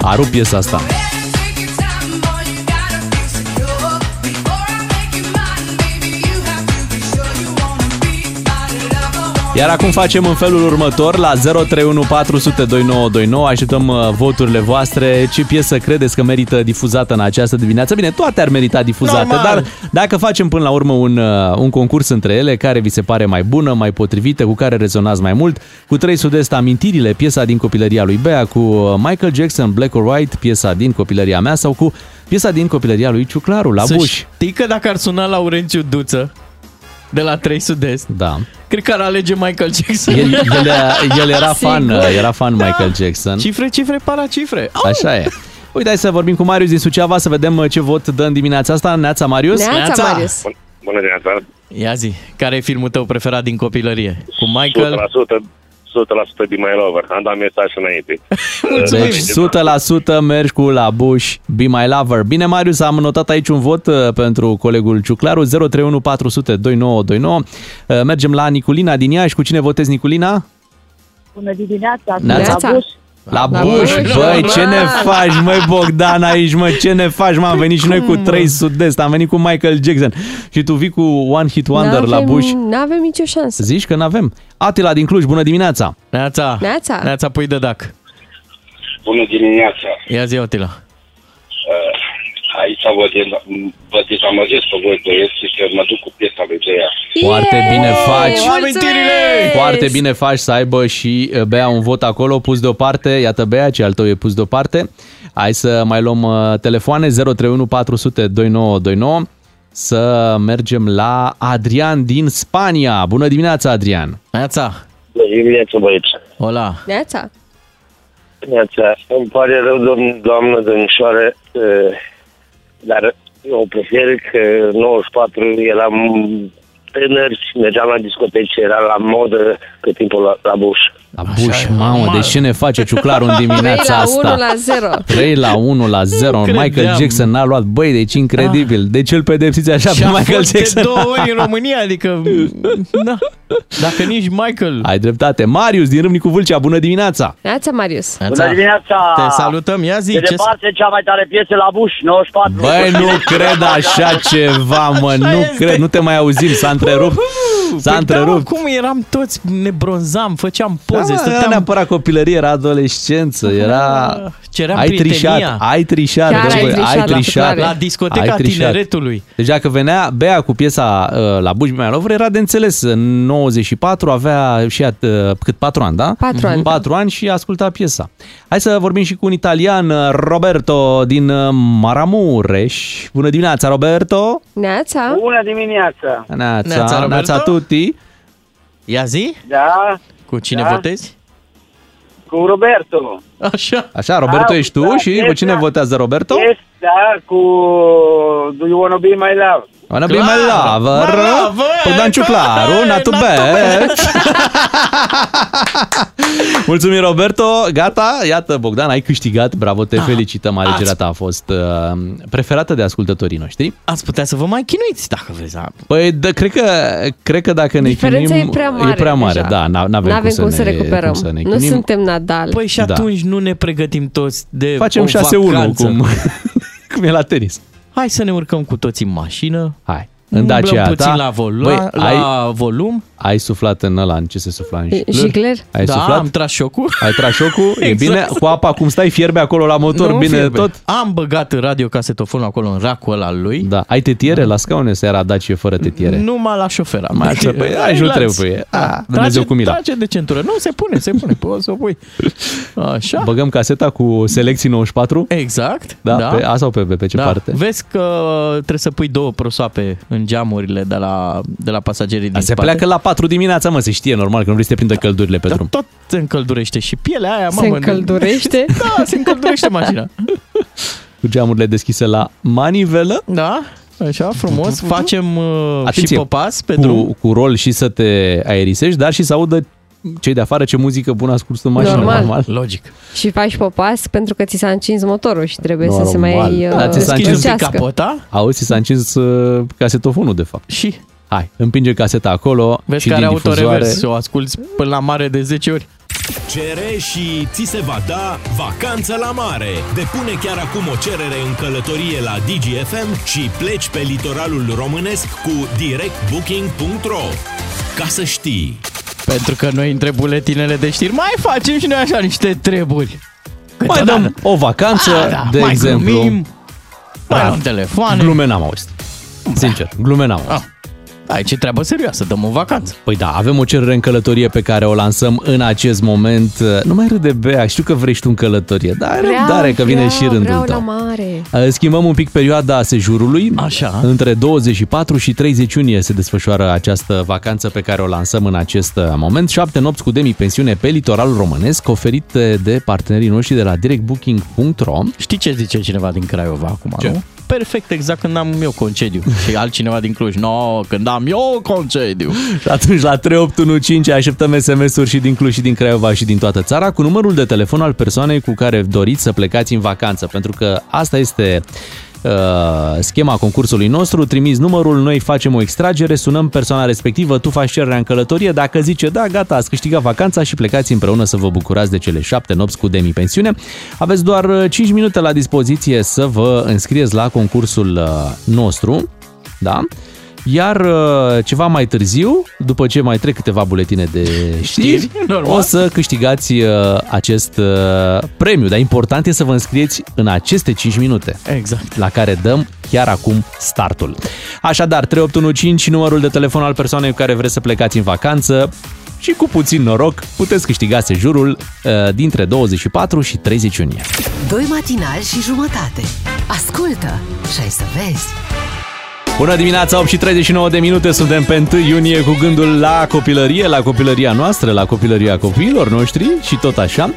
S2: A rupt piesa asta. Iar acum facem în felul următor la 031402929. Așteptăm uh, voturile voastre. Ce piesă credeți că merită difuzată în această dimineață? Bine, toate ar merita difuzate,
S4: Normal.
S2: dar dacă facem până la urmă un, uh, un concurs între ele, care vi se pare mai bună, mai potrivită, cu care rezonați mai mult, cu 3 sud-est amintirile, piesa din copilăria lui Bea, cu uh, Michael Jackson, Black or White, piesa din copilăria mea sau cu piesa din copilăria lui Ciuclaru, la
S4: Să
S2: buș.
S4: știi că dacă ar suna Laurențiu Duță de la 3 Sud-Est,
S2: da.
S4: cred că ar alege Michael Jackson.
S2: El, el, el era fan,
S4: Sigur. Da.
S2: uh, era fan Michael Jackson.
S4: Cifre, cifre, para cifre. Au!
S2: Așa e. Oh! Uite, hai să vorbim cu Marius din Suceava, să vedem uh, ce vot dă în dimineața asta. Neața, Marius?
S15: Bun- Bună dimineața.
S4: Ia zi, care e filmul tău preferat din copilărie? Cu Michael?
S15: 100%, 100% din My Lover. Am dat mesaj înainte.
S2: Deci 100% mergi cu la Bush, Be My Lover. Bine, Marius, am notat aici un vot uh, pentru colegul Ciuclaru, 031 400 2929. Uh, Mergem la Niculina din Iași. Cu cine votezi, Niculina?
S18: Bună dimineața,
S2: Neața.
S18: Neața. Buș.
S2: La
S18: La
S2: Bush,
S18: Bush,
S2: băi,
S18: normal.
S2: ce ne faci, măi, Bogdan, aici, mă, ce ne faci, mă, am venit și noi cu 3 sud-est, am venit cu Michael Jackson și tu vii cu One Hit Wonder la
S3: N-avem-
S2: Bush.
S3: N-avem nicio șansă.
S2: Zici că n-avem. Atila din Cluj, bună dimineața!
S4: Neața!
S3: Neața.
S4: Neața, pui de dac.
S19: Bună dimineața!
S4: Ia zi, Otila.
S19: Uh, Aici vă, de- vă dezamăgesc pe voi băieți și că mă duc cu piesa lui Bea.
S2: Foarte bine faci!
S4: Amintirile!
S2: Foarte bine faci să aibă și uh, Bea un vot acolo pus deoparte. Iată Bea, ce al tău e pus deoparte. Hai să mai luăm uh, telefoane 031 400 2929 să mergem la Adrian din Spania. Bună dimineața, Adrian!
S4: Neața!
S20: Bună dimineața, băieți!
S4: Hola!
S3: Neața.
S20: Dimineața! Îmi pare rău, domn, doamnă domnișoare, eh, dar eu prefer că în 94 eram tânăr și mergeam la discoteci, era la modă pe timpul la, la buș.
S2: La Bush, mamă, de ce ne face ciuclarul în dimineața
S3: 3 Păi, la 1
S2: asta?
S3: la 0.
S2: 3 la 1 la 0
S4: Nu
S2: Michael
S4: credeam.
S2: Jackson n-a luat Băi, deci incredibil De ce îl pedepsiți așa
S4: Și
S2: pe
S4: a
S2: Michael
S4: fost
S2: Jackson?
S4: de două ori în România, adică...
S2: Ehm,
S4: Da. Dacă nici Michael...
S2: Ai dreptate Marius din Râmnicu Vâlcea, bună dimineața
S3: Neața, Marius.
S20: Bună dimineața!
S4: Te salutăm, ia zi,
S20: De
S4: ce-
S20: departe, cea mai tare piesă la buș, 94.
S2: Băi, nu cred așa ceva, mă Nu cred, nu te mai auzim S-a întrerupt S-a întrerupt
S4: Da, mă, cum eram toți, ne bronzam, făceam poze, da,
S2: da, era
S4: stăteam...
S2: neapărat copilărie, era adolescență, era...
S4: ceream
S2: ai
S4: prietenia.
S2: trișat, ai trișat,
S4: Chiar
S2: deci,
S4: ai
S2: bă,
S4: trișat,
S2: ai
S4: la
S2: trișat.
S4: cuptoare. La discoteca
S2: Ai trișat.
S4: tineretului.
S2: Deci dacă venea Bea cu piesa uh, la Bush Mai Lover, era de înțeles. În 94 avea și ea, uh, cât 4 ani, da?
S3: Patru
S2: Mhm.
S3: ani, da.
S2: Patru ani și asculta piesa. Hai să vorbim și cu un italian, uh, Roberto din uh, Maramureș. Bună dimineața, Roberto!
S3: Neața.
S20: Bună dimineața!
S4: Neața,
S2: Neața,
S4: Roberto.
S2: neața tutti!
S4: Ia zi,
S20: Da,
S4: cu cine
S20: Da.
S4: votezi?
S20: cu Roberto.
S4: Așa.
S2: Așa, Roberto
S20: Da,
S2: ești tu
S20: da,
S2: și cu cine
S20: piesa-
S2: votează Roberto?
S20: Yes, da, cu Do You Wanna Be My Love.
S2: Wanna be my lover Bogdan Păi, Ciuclaru, not too bad Mulțumim, Roberto Gata, iată, Bogdan, ai câștigat Bravo,
S4: Ah,
S2: te felicităm, alegerea ta a fost uh, Preferată de ascultătorii noștri
S4: Ați putea să vă mai chinuiți dacă vreți. da.
S2: Păi, da, cred, că, cred că dacă ne
S3: Diferența
S2: chinuim
S3: e prea mare
S2: E prea mare,
S3: deja.
S2: da, n- n-avem,
S3: N-avem cum, să,
S2: ne,
S3: recuperăm.
S2: Cum să ne
S3: nu
S2: chinuim.
S3: suntem Nadal. Da.
S4: Păi și atunci nu ne pregătim toți de
S2: Facem
S4: o
S2: 6-1
S4: vacanță?
S2: cum, cum e la tenis.
S4: Hai să ne urcăm cu toții în mașină.
S2: Hai. În
S4: În
S2: Dacia
S4: puțin
S2: ta.
S4: la, volu-
S2: Băi,
S4: la
S2: ai-
S4: volum.
S2: Ai suflat în ăla, în ce se sufla? În
S4: E-
S2: șicler?
S4: șicler?
S2: Ai
S4: Da,
S2: suflat?
S4: am tras șocul.
S2: Ai tras șocul? E
S4: Exact.
S2: bine? Cu apa cum stai, fierbe acolo la motor,
S4: Nu
S2: bine
S4: fierbe.
S2: tot?
S4: Am băgat radiocasetofonul acolo în racul ăla al lui.
S2: Da. Ai tetiere la scaune seara Dacie fără tetiere?
S4: Numai la șofer am.
S2: Mai așa, păi, hai, nu
S4: Relax.
S2: trebuie.
S4: Da.
S2: Ah, Dumnezeu
S4: trage,
S2: cu mila.
S4: Trage de centură. Nu, se pune, se pune. Poți să o pui. Așa.
S2: Băgăm caseta cu selecții 94?
S4: Exact.
S2: Da,
S4: da.
S2: Pe A sau pe B, pe ce
S4: da.
S2: parte?
S4: Vezi că Uh, trebuie să pui două prosoape în geamurile de la, de la pasagerii din
S2: Dar se
S4: spate.
S2: pleacă la 4 dimineața, mă, se știe normal că nu vrei să te prindă căldurile pe drum.
S4: Tot se încăldurește și pielea aia,
S3: Se
S4: mamă.
S3: încăldurește?
S4: da, se încăldurește mașina.
S2: Cu geamurile deschise la manivelă.
S4: Da, așa, frumos. Facem uh,
S2: Atenție,
S4: și pe pas, pe
S2: cu,
S4: drum.
S2: cu rol și să te aerisești, dar și să audă cei de afară ce muzică bună ascultă în mașină.
S3: Normal.
S4: Logic.
S3: Și faci popas pentru că ți s-a încins motorul și trebuie să se mai uh,
S2: Dar Da, ți s-a încins
S3: descurcească.
S2: Auzi, ți s-a încins uh, casetofonul, de fapt.
S4: Și?
S2: Hai, împinge caseta acolo
S4: Vezi
S2: și
S4: care
S2: din difuzoare...
S4: autorevers, o asculti până la mare de 10 ori.
S9: Cere și ți se va da vacanță la mare. Depune chiar acum o cerere în călătorie la DGFM și pleci pe litoralul românesc cu directbooking.ro. Ca să știi.
S4: Pentru că noi între buletinele de știri mai facem și noi așa niște treburi.
S2: Mai dăm o vacanță,
S4: Ah, da,
S2: de
S4: mai
S2: exemplu.
S4: glumim, mai
S2: Da.
S4: luăm telefoane. Ah,
S2: Glume n-am auzit. Sincer, glume n-am auzit.
S4: Aici e treabă serioasă, dăm o vacanță.
S2: Păi da, avem o cerere în călătorie pe care o lansăm în acest moment. Nu mai râde, Bea, știu că vrei și tu în călătorie, dar ai
S3: Vreau,
S2: răbdare că vine
S3: vreau,
S2: și rândul
S3: vreau
S2: tău.
S3: la mare.
S2: Schimbăm un pic perioada sejurului.
S4: Așa.
S2: Între 24 și 30 iunie se desfășoară această vacanță pe care o lansăm în acest moment. Șapte nopți cu demi-pensiune pe litoralul românesc, oferite de partenerii noștri de la directbooking.ro.
S4: Știi ce zice cineva din Craiova acum,
S2: Ce?
S4: nu? Perfect, exact când am eu concediu. și altcineva din Cluj, no, când am eu concediu.
S2: Și atunci la 3815 așteptăm SMS-uri și din Cluj și din Craiova și din toată țara cu numărul de telefon al persoanei cu care doriți să plecați în vacanță, pentru că asta este uh, schema concursului nostru, trimis numărul, noi facem o extragere, sunăm persoana respectivă, tu faci cererea în călătorie, dacă zice da, gata, ați câștigat vacanța și plecați împreună să vă bucurați de cele șapte nopți cu demi-pensiune. Aveți doar uh, 5 minute la dispoziție să vă înscrieți la concursul uh, nostru, da? Iar uh, ceva mai târziu, după ce mai trec câteva buletine de știri,
S4: normal.
S2: o să câștigați uh, acest uh, premiu. Dar important e să vă înscrieți în aceste 5 minute.
S4: Exact.
S2: La care dăm chiar acum startul. Așadar, 3815, numărul de telefon al persoanei cu care vreți să plecați în vacanță și cu puțin noroc puteți câștiga sejurul uh, dintre 24 și 30 iunie.
S1: Doi matinali și jumătate. Ascultă și ai să vezi.
S2: Bună dimineața, 8 și 39 de minute, suntem pe 1 iunie cu gândul la copilărie, la copilăria noastră, la copilăria copiilor noștri și tot așa.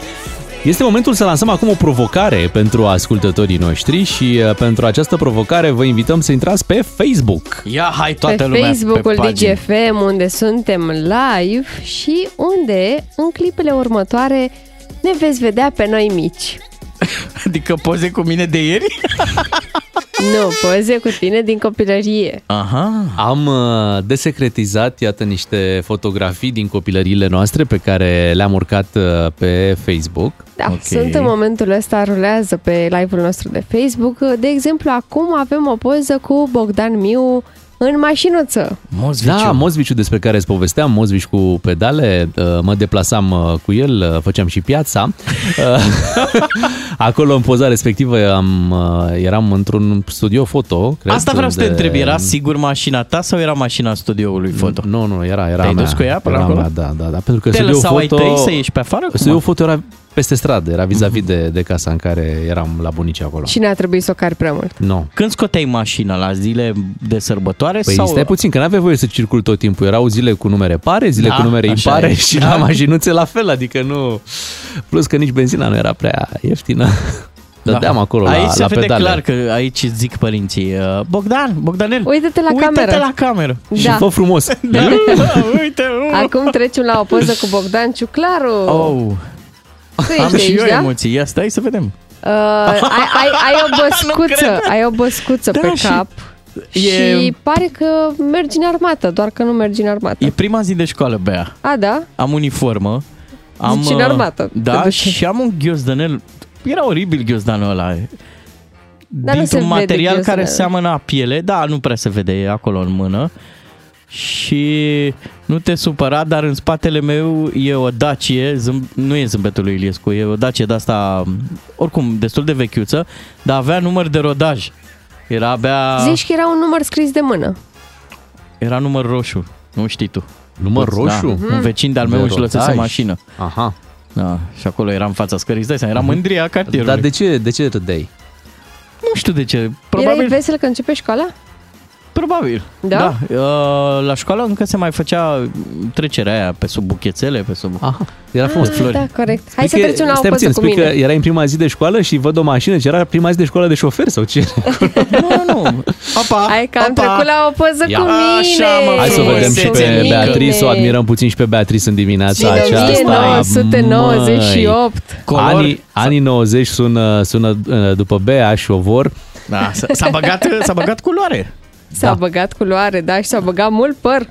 S2: Este momentul să lansăm acum o provocare pentru ascultătorii noștri și uh, pentru această provocare vă invităm să intrați pe Facebook.
S4: Ia hai
S3: pe Facebook-ul DGFM, unde suntem live și unde, în clipele următoare, ne veți vedea pe noi mici.
S4: Adică poze cu mine de ieri?
S3: Nu, poze cu tine din copilărie.
S4: Aha.
S2: Am uh, desecretizat, iată, niște fotografii din copilăriile noastre pe care le-am urcat uh, pe Facebook.
S3: Da, okay. sunt în momentul ăsta, rulează pe live-ul nostru de Facebook. De exemplu, acum avem o poză cu Bogdan Miu în mașinuță.
S4: Mozviciu.
S2: Da, Mozviciu despre care îți povesteam, Mozvici cu pedale, uh, mă deplasam uh, cu el, uh, făceam și piața. Uh, Acolo în poza respectivă am, uh, eram într-un studio foto. Cred,
S4: Asta vreau să te
S2: unde-
S4: întreb, era sigur mașina ta sau era mașina studioului foto?
S2: Nu, nu, era, era
S4: Te-ai
S2: mea,
S4: dus cu ea până
S2: era
S4: acolo?
S2: mea, da, da, da, pentru că
S4: Te
S2: studio
S4: lăsau ai
S2: foto,
S4: tăi să ieși pe afară? Cum
S2: Studio
S4: a- Mhm.
S2: foto era peste stradă, era vis-a-vis de, de casa în care eram la bunici acolo.
S3: Și ne-a trebuit să o car prea mult.
S2: Nu.
S4: Când scoteai mașina? La zile de sărbătoare?
S2: Păi
S4: sau...
S2: stai puțin, că n-aveai voie să circul tot timpul. Erau zile cu numere pare, zile
S4: Da,
S2: cu numere
S4: așa
S2: impare
S4: e.
S2: și
S4: Da.
S2: la mașinuțe la fel, adică nu... Plus că nici benzina nu era prea ieftină. Dădeam acolo
S4: Da. Aici
S2: la,
S4: se
S2: la
S4: vede
S2: pedale.
S4: clar că aici îți zic părinții uh, Bogdan, Bogdanel,
S3: Uită-te la
S4: uită-te
S3: cameră.
S4: la cameră
S3: Și Da. fă
S2: frumos
S4: da. Uite uh.
S3: Acum trecem la o poză cu Bogdan Ciuclaru.
S4: oh.
S3: Tu
S4: Am
S3: ești
S4: și
S3: aici,
S4: eu
S3: da?
S4: emoții, ia stai să vedem
S3: Uh, ai, ai, ai o băscuță, ai o băscuță
S4: Da,
S3: pe
S4: și-
S3: cap
S4: e-
S3: și, pare că mergi în armată, doar că nu mergi în armată.
S4: E prima zi de școală, Bea
S3: A, da?
S4: Am uniformă Am,
S3: Deci în
S4: uh,
S3: armată te
S4: Da,
S3: duce.
S4: și am un ghiozdanel. Era oribil ghiozdanul ăla.
S3: Dar nu se
S4: dintr-un
S3: vede
S4: material care
S3: ghiozdanul.
S4: seamănă a piele, da, nu prea se vede e acolo în mână. Și nu te supăra, dar în spatele meu e o Dacie, zâm- nu e zâmbetul lui Iliescu, e o Dacie de asta, oricum, destul de vechiuță, dar avea număr de rodaj. Era abia...
S3: Zici că era un număr scris de mână.
S4: Era număr roșu, nu știi tu.
S2: Număr roșu?
S3: Mhm.
S4: Da, un vecin de-al meu
S2: De
S4: își lăsase
S2: rodaj.
S4: mașină.
S2: Aha.
S4: Da, și acolo era în fața scării, îți dai seama, era mândria cartierului.
S2: Mhm. Dar de ce, de ce râdeai?
S4: Nu știu de ce,
S3: Probabil...
S4: probabil
S3: Erai vesel că începe școala?
S4: Probabil.
S3: Da?
S4: da. Uh, La școală încă se mai făcea trecerea aia pe sub buchețele, pe sub Aha,
S2: era
S3: Ah, Da, corect. Hai să
S2: Spui că-
S3: trecem la o
S2: stai puțin,
S3: păză cu
S2: spui că
S3: mine.
S2: era în prima zi de școală și văd o mașină, ce era prima zi de școală de șofer sau ce?
S3: Opa, Hai că am
S4: opa.
S3: trecut la o poză
S4: Ia.
S3: cu mine.
S4: Așa, mă,
S2: Hai să
S4: frumusețe
S2: vedem și pe
S4: mică.
S2: Beatrice, o admirăm puțin și pe Beatrice în dimineața
S3: Din
S2: aceasta.
S3: 1998.
S4: Color-
S2: Anii, anii 90 sună, sună uh, după Bea și Ovor.
S4: Da, s- s-a băgat, s-a băgat culoare.
S3: S-a da. băgat culoare, da, și s-a băgat mult păr.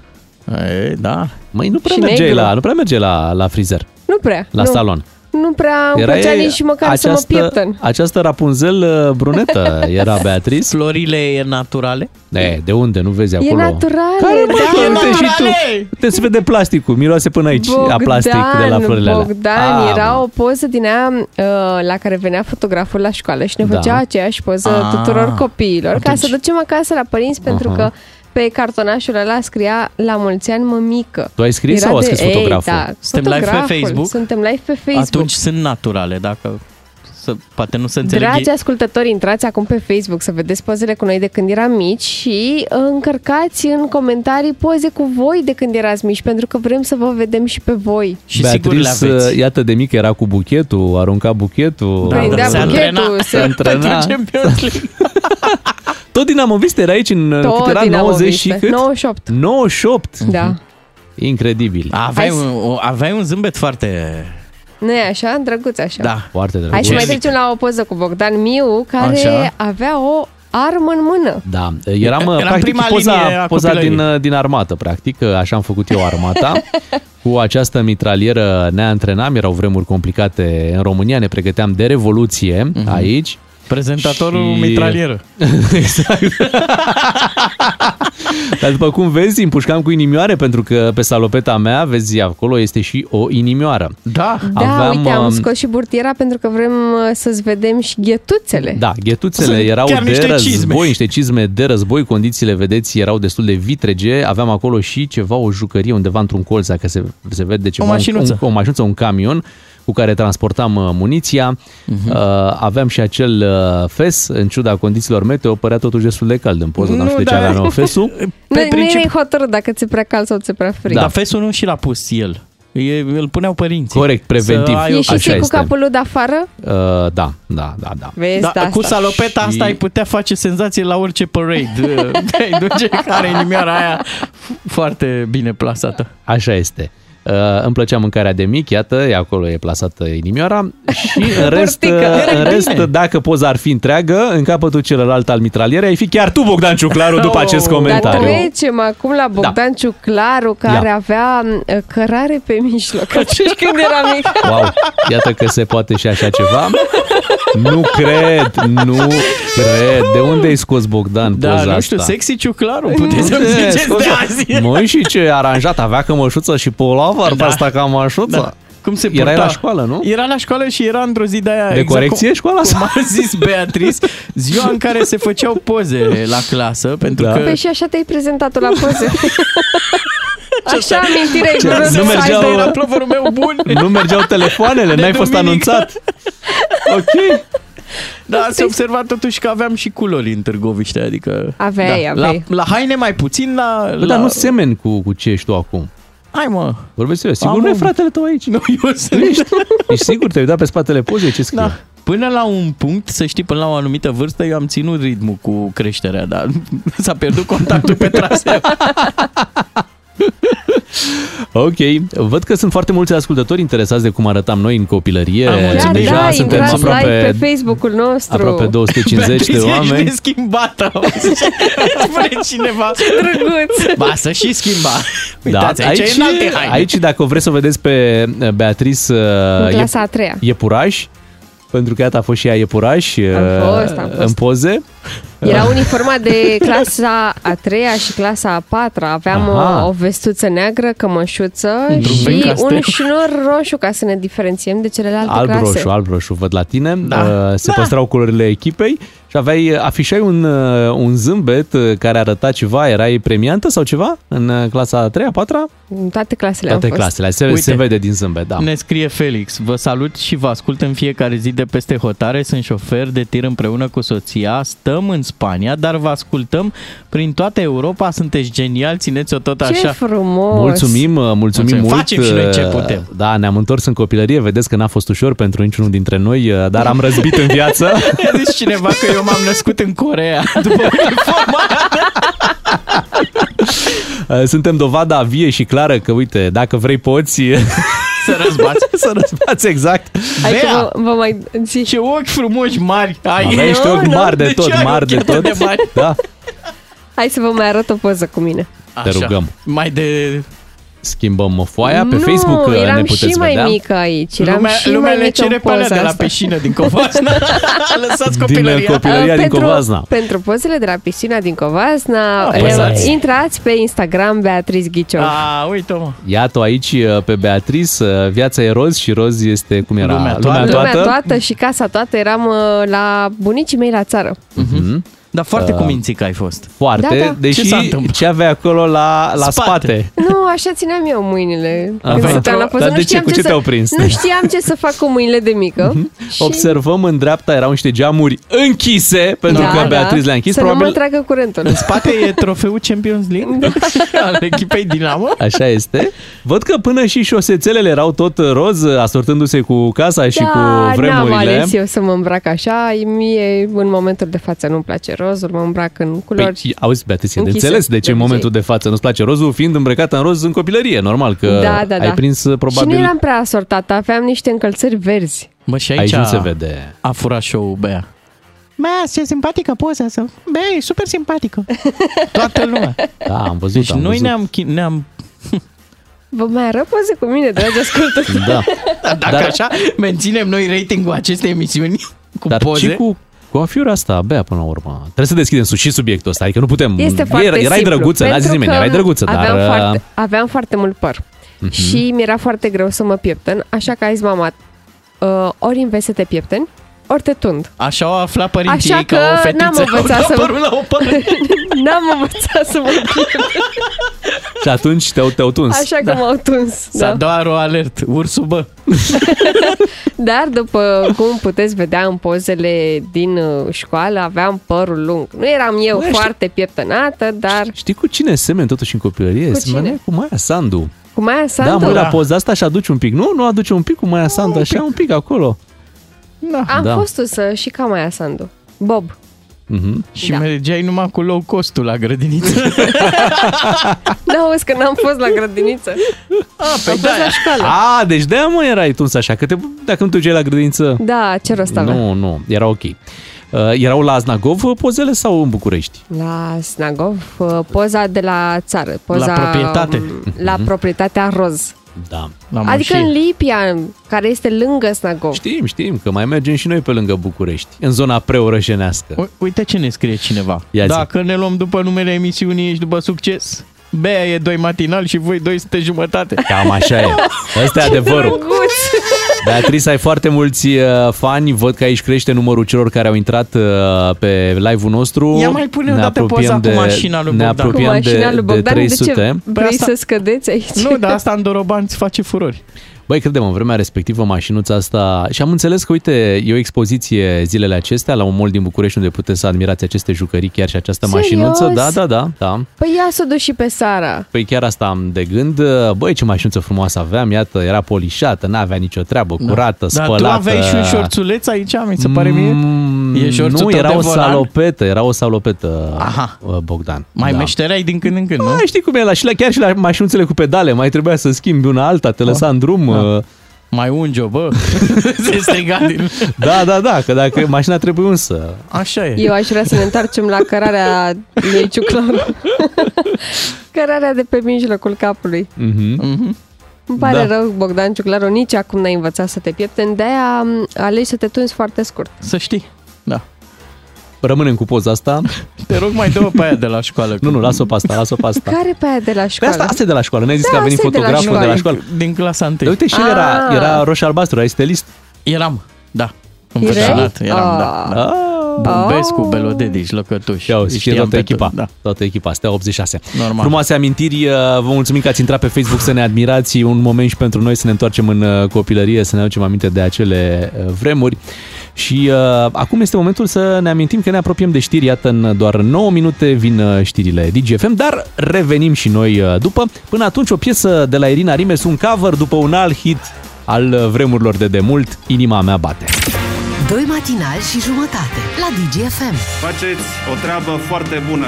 S4: E, da.
S2: Măi, nu prea
S3: Și
S2: mergeai
S3: negru.
S2: la, nu prea mergeai la, la frizer,
S3: Nu prea.
S2: la
S3: nu.
S2: salon.
S3: Nu prea îmi plăcea nici măcar să mă pieptăn.
S2: Această rapunzel uh, brunetă era Beatrice.
S4: Florile e naturale?
S2: E, de unde? Nu vezi
S3: E
S2: acolo.
S3: natural.
S2: Care mă,
S3: da,
S2: da, uite și tu. Te se vede plasticul, miroase până aici
S3: Bogdan,
S2: a plastic de la florile alea.
S3: Bogdan,
S2: Ah,
S3: era o poză din aia uh, la care venea fotograful la școală și ne
S2: Da.
S3: făcea aceeași poză
S2: Ah,
S3: tuturor copiilor ca
S2: atunci.
S3: să ducem acasă la părinți pentru că pe cartonașul ăla scria la mulți ani mămică.
S4: Tu ai scris
S3: Era
S4: sau a
S3: de-
S4: scris
S3: Ei,
S4: fotograful?
S3: Da,
S4: Suntem live pe
S3: fotograful.
S4: Facebook?
S3: Suntem live pe Facebook.
S4: Atunci sunt naturale, dacă să, poate nu se înțeleg.
S3: Dragi
S4: ei.
S3: ascultători, intrați acum pe Facebook să vedeți pozele cu noi de când eram mici și uh, încărcați în comentarii poze cu voi de când erați mici, pentru că vrem să vă vedem și pe voi.
S2: Beatrice, uh, iată de mic, era cu buchetul, arunca buchetul.
S4: Da,
S3: Prindea Păi, da, buchetul,
S2: se antrena. Tot din Amoviste era aici în
S3: Tot
S2: cât era
S3: din
S2: 90 și
S3: Amoviste.
S2: cât?
S3: 98.
S2: 98.
S3: Da.
S2: Incredibil.
S4: Aveai
S3: Hai
S4: un, o- aveai un zâmbet foarte...
S3: Nu e așa? Drăguț așa.
S4: Da.
S2: Foarte drăguț.
S3: Hai să mai trecem la o poză cu Bogdan Miu, care
S2: Așa.
S3: avea o armă în mână.
S2: Da, eram
S4: Era în
S2: practic
S4: prima linie
S2: poza,
S4: a
S2: poza din, uh,
S4: copilăriei.
S2: din armată, practic, că așa am făcut eu armata. Cu această mitralieră ne antrenam, erau vremuri complicate în România, ne pregăteam de revoluție
S3: Mhm.
S2: aici.
S4: Prezentatorul mitralieră.
S2: Dar după cum vezi, împușcam cu inimioare pentru că pe salopeta mea, vezi, acolo este și o inimioară.
S4: Da,
S3: Da, uite, am
S2: um,
S3: scos și burtiera pentru că vrem uh, să-ți vedem și ghetuțele.
S2: Da, ghetuțele
S3: Sunt
S2: erau
S3: chiar
S2: de
S3: niște
S2: război,
S3: cizme.
S2: niște cizme de război, condițiile, vedeți, erau destul de vitrege, aveam acolo și ceva, o jucărie undeva într-un colț, dacă se, se vede ceva, un-
S4: mașinuță.
S2: Un, o mașinuță, un camion cu care transportam uh, muniția, uh-huh. aveam și acel uh, fes, în ciuda condițiilor meteo, părea totuși destul de cald în poză, nu,
S4: Nu,
S2: nu știu de ce
S4: da.
S2: aveam eu fesul.
S3: Pe nu,
S4: princip-
S3: nu e hotărât dacă ți-e prea cald sau ți-e prea frig.
S4: Da. Dar fesul nu și l-a pus el. E, îl puneau părinții.
S2: Corect, preventiv.
S4: Să ai o-
S3: Ieșiți cu capul lui de afară?
S2: Uh, da, da, da, da.
S3: Vezi,
S4: Da,
S3: da,
S4: cu
S3: asta.
S4: salopeta
S2: Și-
S4: asta ai putea face senzație la orice parade. Te-ai duce care inimioara aia foarte bine plasată.
S2: Așa este. Uh, îmi plăcea mâncarea de mic, iată, e acolo e plasată inimioara și în rest,
S4: Burtică.
S2: uh,
S4: Era
S2: în rest
S4: bine.
S2: dacă poza ar fi întreagă, în capătul celălalt al mitralierei ai fi chiar tu, Bogdan Ciuclaru, după
S4: Oh,
S2: acest
S3: Dar
S2: comentariu.
S3: trecem acum la Bogdan da. Ciuclaru, care
S2: Ia.
S3: avea uh, cărare pe mijloc atunci când era mic.
S2: Wow, iată că se poate și așa ceva. Nu cred, nu cred. De unde ai scos Bogdan
S4: Da,
S2: poza
S4: nu știu,
S2: asta?
S4: sexy ciuclarul, puteți să
S2: Unde ai
S4: ziceți de
S2: scos-o?
S4: azi.
S2: Măi, și ce aranjat, avea cămășuță și polovar da. pe asta cămășuță. Da.
S4: Cum se
S2: Erai
S4: purta?
S2: la școală, nu?
S4: Era la școală și era într-o zi de aia...
S2: De corecție
S4: cum,
S2: școala?
S4: Cum a zis Beatrice, ziua în care se făceau poze la clasă, pentru
S2: Da.
S4: că...
S3: Păi și așa te-ai prezentat la poze. Așa amintire ai
S2: Ce,
S3: vrut
S2: nu
S3: să
S2: mergeau-
S3: ai de la-
S2: Era
S4: plovorul meu bun.
S2: Nu mergeau telefoanele, n-ai fost anunțat. Ok.
S4: Da,
S3: Deci-
S4: se observa totuși că aveam și culori în Târgoviște, adică...
S3: Aveai,
S4: da,
S3: aveai.
S4: La, la haine mai puțin, la...
S2: Bă,
S4: la...
S2: dar Da, nu semeni cu, cu ce ești tu acum.
S4: Hai mă,
S2: Vorbesc serios. Sigur
S4: Am
S2: nu e
S4: un-
S2: fratele tău aici.
S4: Nu, eu sunt.
S2: Ești, ești sigur? Te-ai uitat pe spatele pozei? Ce scrie? Da.
S4: Până la un punct, să știi, până la o anumită vârstă, eu am ținut ritmul cu creșterea, dar s-a pierdut contactul pe traseu. Da.
S2: Ok, văd că sunt foarte mulți ascultători interesați de cum arătam noi în copilărie.
S4: Am mulțumit.
S2: deci Deja
S4: Da,
S2: suntem
S4: intrați
S2: aproape,
S3: Like pe Facebook-ul nostru.
S2: aproape 250 de
S4: Beatrice,
S2: oameni.
S4: Ești neschimbată. Spune cineva.
S3: Ce drăguț!
S4: Ba, să și schimba.
S2: Da,
S4: Uitați, aici, e în alte haine.
S2: aici, dacă vreți să o vedeți pe uh, Beatrice
S3: În
S2: uh,
S3: clasa a treia.
S2: iepuraș, pentru că iată a fost și ea iepuraș uh,
S3: fost, am fost.
S2: în poze.
S3: Era uniforma de clasa a treia și clasa a patra. Aveam
S2: Aha.
S3: o, o vestuță neagră, cămășuță
S2: Într-un
S3: și
S2: bencastel.
S3: un șnur roșu ca să ne diferențiem de celelalte clase.
S2: Alb-roșu, alb-roșu, văd la tine. Da. Se da. păstrau culorile echipei și aveai, afișai un, uh, un zâmbet uh, care arăta ceva, erai premiantă sau ceva în uh, clasa a treia, a patra?
S3: În toate clasele
S2: Toate
S3: am fost.
S2: clasele, se, se vede din zâmbet, da.
S4: Ne scrie Felix, vă salut și vă ascult în fiecare zi de peste hotare, sunt șofer de tir împreună cu soția, stăm în Spania, dar vă ascultăm prin toată Europa, sunteți genial, țineți-o tot
S3: Ce
S4: așa.
S3: frumos!
S2: Mulțumim, uh, mulțumim mult.
S4: Facem și noi ce putem.
S2: Da, ne-am întors în copilărie, vedeți că n-a fost ușor pentru niciunul dintre noi, uh, dar am răzbit în viață.
S4: A zis cineva că eu m-am născut în Corea.
S2: Uh, Suntem dovada vie și clară că, uite, dacă vrei poți...
S4: Să răzbați.
S2: Să răzbați, exact.
S3: Hai că vă, vă mai zi.
S4: Ce ochi frumoși mari ai! Deci
S2: Aveai niște ochi mari de tot, mari de tot. Da,
S3: Hai să vă mai arăt o poză cu mine.
S2: te rugăm.
S4: Mai de...
S2: Schimbăm foaia pe
S3: nu,
S2: Facebook, uh,
S3: eram
S2: ne puteți
S3: și mai
S2: vedea.
S3: mică aici. Eram
S4: lumea,
S3: și
S4: lumea
S3: mai
S4: le
S3: mică
S4: cere
S3: în
S4: pe alea
S3: poza
S4: de la
S3: asta.
S4: peșină din Covasna. Lăsați copilăria.
S2: copilăria
S3: Uh,
S2: din
S3: pentru,
S2: Covasna.
S3: Pentru pozele de la piscina din Covasna,
S2: Ah,
S3: uh,
S2: păsați.
S3: intrați pe Instagram Beatriz Ghiciov.
S4: A, uite mă.
S2: Iată aici uh, pe Beatrice, uh, viața e roz și roz este cum era
S4: Lumea toată.
S3: Lumea toată și casa toată eram uh, la bunicii mei la țară.
S2: Mhm.
S4: Dar foarte
S2: Uh,
S4: cuminții că ai fost.
S2: Foarte,
S3: Da, da.
S2: deși
S4: Ce s-a întâmplat?
S2: ce avea acolo la, la spate.
S4: Spate.
S2: spate.
S3: Nu, așa țineam eu mâinile.
S2: Aha.
S3: Când stăteam la poză,
S2: Dar
S3: nu
S2: de ce?
S3: știam
S2: Cu ce
S3: să,
S2: te-au prins? Mhm.
S3: Nu știam ce să fac cu mâinile de mică. Și...
S2: Observăm în dreapta erau niște geamuri închise, pentru că Beatriz le-a închis.
S3: Da, Să nu mă tragă curentul.
S4: În spate e trofeul Champions League al echipei Dinamo.
S2: Așa este. Văd că până și șosețelele erau tot roz, asortându-se cu casa și
S3: da,
S2: cu
S3: n-am
S2: vremurile.
S3: ales eu să mă îmbrac așa. Mie, în momentul de față, nu-mi place rozul, mă îmbrac în culori.
S2: Păi, auzi, Beatrice, de
S3: închise,
S2: înțeles de
S3: de
S2: ce în
S3: obicei.
S2: momentul de față nu-ți place rozul, fiind îmbrăcată în roz în copilărie, normal, că
S3: da, da, da.
S2: ai prins probabil...
S3: Și nu eram prea asortată, aveam niște încălțări verzi.
S4: Mă, și aici,
S2: Aici nu
S4: a-
S2: se vede.
S4: A furat show-ul Bea.
S21: Bă, ce simpatică poza asta. Bă, e super simpatică.
S4: Toată lumea.
S2: Da, am văzut,
S4: Deci
S2: am
S4: noi
S2: văzut.
S4: ne-am... chi- ne-am
S3: Vă mai arăt poze cu mine, dragi ascultători.
S2: Da.
S4: Dar dacă
S2: Dar-
S4: Dar... așa menținem noi ratingul acestei emisiuni cu
S2: Dar
S4: poze...
S2: ce cu cu afiura asta, bea până la urmă. Trebuie să deschidem sus- și subiectul ăsta, adică nu putem...
S3: Este foarte
S2: Era- Erai
S3: simplu,
S2: drăguță, n-a
S3: pentru
S2: zis nimeni,
S3: că
S2: erai drăguță, dar...
S3: aveam
S2: uh, Mhm.
S3: Foarte, aveam foarte mult păr și mi-era foarte greu să mă pieptăn, așa că a zis mama, uh, ori înveți să te piepteni, ori te tund.
S4: Așa au aflat părinții
S3: Așa
S4: ei că, o
S3: că
S4: fetiță.
S3: n-am învățat
S4: au dat
S3: să-
S4: părul la o părere.
S3: N-am învățat să mă pieptăn,
S2: Și atunci te-au, te-au tuns.
S3: așa că m-au tuns.
S4: S-a
S3: Da.
S4: doar o alert. Ursul, bă.
S3: Dar după cum puteți vedea în pozele din uh, școală, aveam părul lung. Nu eram eu
S2: Bă, știi-
S3: foarte pieptănată, dar
S2: Știi cu cine semeni totuși în copilărie?
S3: Cu
S2: Semenea
S3: cine?
S2: cu Maia Sandu.
S3: cu Maia
S2: Da,
S3: Sandu...
S2: mă, la poza asta și aduci un pic. Nu, nu aduce un pic cu Maia Sandu, așa un pic acolo.
S3: Am
S2: Da.
S3: fost usă și ca Maia Sandu. Bob.
S2: Mm-hmm.
S4: Și mergeai numai cu low costul la grădiniță.
S3: Da, auzi că n-am fost la grădiniță.
S4: A,
S3: am fost la școală.
S2: A, deci de-aia mă erai tuns așa, că te, dacă nu te duceai la grădință...
S3: Da, ce rost avea?
S2: Nu, nu, era ok. Uh, erau la Aznagov pozele sau în București?
S3: La Snagov, uh, poza de la țară. Poza,
S2: La proprietate.
S3: m, La proprietatea Roz.
S2: Da.
S3: adică în Lipia, care este lângă Snagov.
S2: Știm, știm că mai mergem și noi pe lângă București, în zona preorășenească.
S4: U- Uite ce ne scrie cineva. Da.
S2: Ia zi.
S4: Dacă ne luăm după numele emisiunii și după succes, Bea e doi matinal și voi doi sunteți jumătate.
S2: Cam așa e. Ăsta e adevărul.
S3: Drăguț!
S2: Beatrice, ai foarte mulți uh, fani. Văd că aici crește numărul celor care au intrat uh, pe live-ul nostru.
S4: Ia mai pune o dată
S2: apropiem
S4: poza cu mașina lui
S2: Ne
S4: Bogdan.
S2: apropiem
S4: Cu mașina
S2: de,
S4: lui Bogdan,
S2: de
S4: de ce?
S2: 300.
S4: da. Păi
S3: Vrei
S4: asta-
S3: să scădeți aici?
S4: Nu, dar asta în Doroban îți face furori.
S2: Băi, credem, în vremea respectivă, mașinuța asta... Și am înțeles că, uite, e o expoziție zilele acestea la un mall din București unde puteți să admirați aceste jucării, chiar și această
S3: Serios?
S2: mașinuță. Da, da, da, da.
S3: Păi ia să o duci și pe Sara.
S2: Păi chiar asta am de gând. Băi, ce mașinuță frumoasă aveam, iată, era polișată, n-avea nicio treabă,
S4: Da.
S2: curată,
S4: Dar
S2: spălată. Mm,
S4: tu aveai și un șorțuleț aici, mi se pare mie? e șorțul
S2: nu,
S4: tău de
S2: era o
S4: volan?
S2: salopetă, era o salopetă, Aha. Bogdan.
S4: Mai meștereai din când în când, nu?
S2: Da, știi cum e, la, și la, chiar și la mașinuțele cu pedale, mai trebuia să schimbi una alta, te lăsa în drum.
S4: Da.
S2: uh.
S4: Mai unge-o, bă. Se striga din...
S2: Da, da, da, că dacă mașina trebuie unsă.
S4: Așa e.
S3: Eu aș vrea să ne întoarcem la cărarea lui Ciuclaru. cărarea de pe mijlocul capului.
S2: Mhm.
S4: Mhm.
S3: Îmi pare
S4: Da.
S3: da. rău, Bogdan Ciuclaru, nici acum n-ai învățat să te piepteni, de-aia am alegi să te tunzi foarte scurt.
S4: Să știi. Da.
S2: Rămânem cu poza asta.
S4: Te rog, mai dă-o pe aia de la școală.
S2: Nu, nu, las-o pe asta, las-o pe asta.
S3: Care pe aia de la școală?
S2: Păi Asta, asta e de la școală, n-ai zis
S3: Da,
S2: că a venit
S3: asta e de la
S2: fotograful de la
S3: școală.
S2: școală.
S4: Din clasa 1.
S2: Dar uite, și el era,
S3: Ah.
S2: era roșu-albastru, ai stelist?
S4: Eram, da.
S3: Erai?
S4: Înfășunat, eram, da.
S2: Ah.
S4: da. Bumbescu, Belodedici, Lăcătuș.
S2: Ia uzi, știe
S4: Știam
S2: toată
S4: pe
S2: echipa,
S4: toți, Da.
S2: toată echipa, Stea 86.
S4: Normal.
S2: Frumoase amintiri, uh, vă mulțumim că ați intrat pe Facebook să ne admirați un moment și pentru noi să ne întoarcem în uh, copilărie, să ne aducem aminte de acele uh, vremuri. Și uh, acum este momentul să ne amintim că ne apropiem de știri, iată în doar 9 minute vin uh, știrile DGFM, dar revenim și noi uh, după. Până atunci o piesă de la Irina Rimes, un cover după un alt hit al uh, vremurilor de demult, Inima mea bate.
S1: Doi matinali și jumătate la DGFM.
S7: Faceți o treabă foarte bună.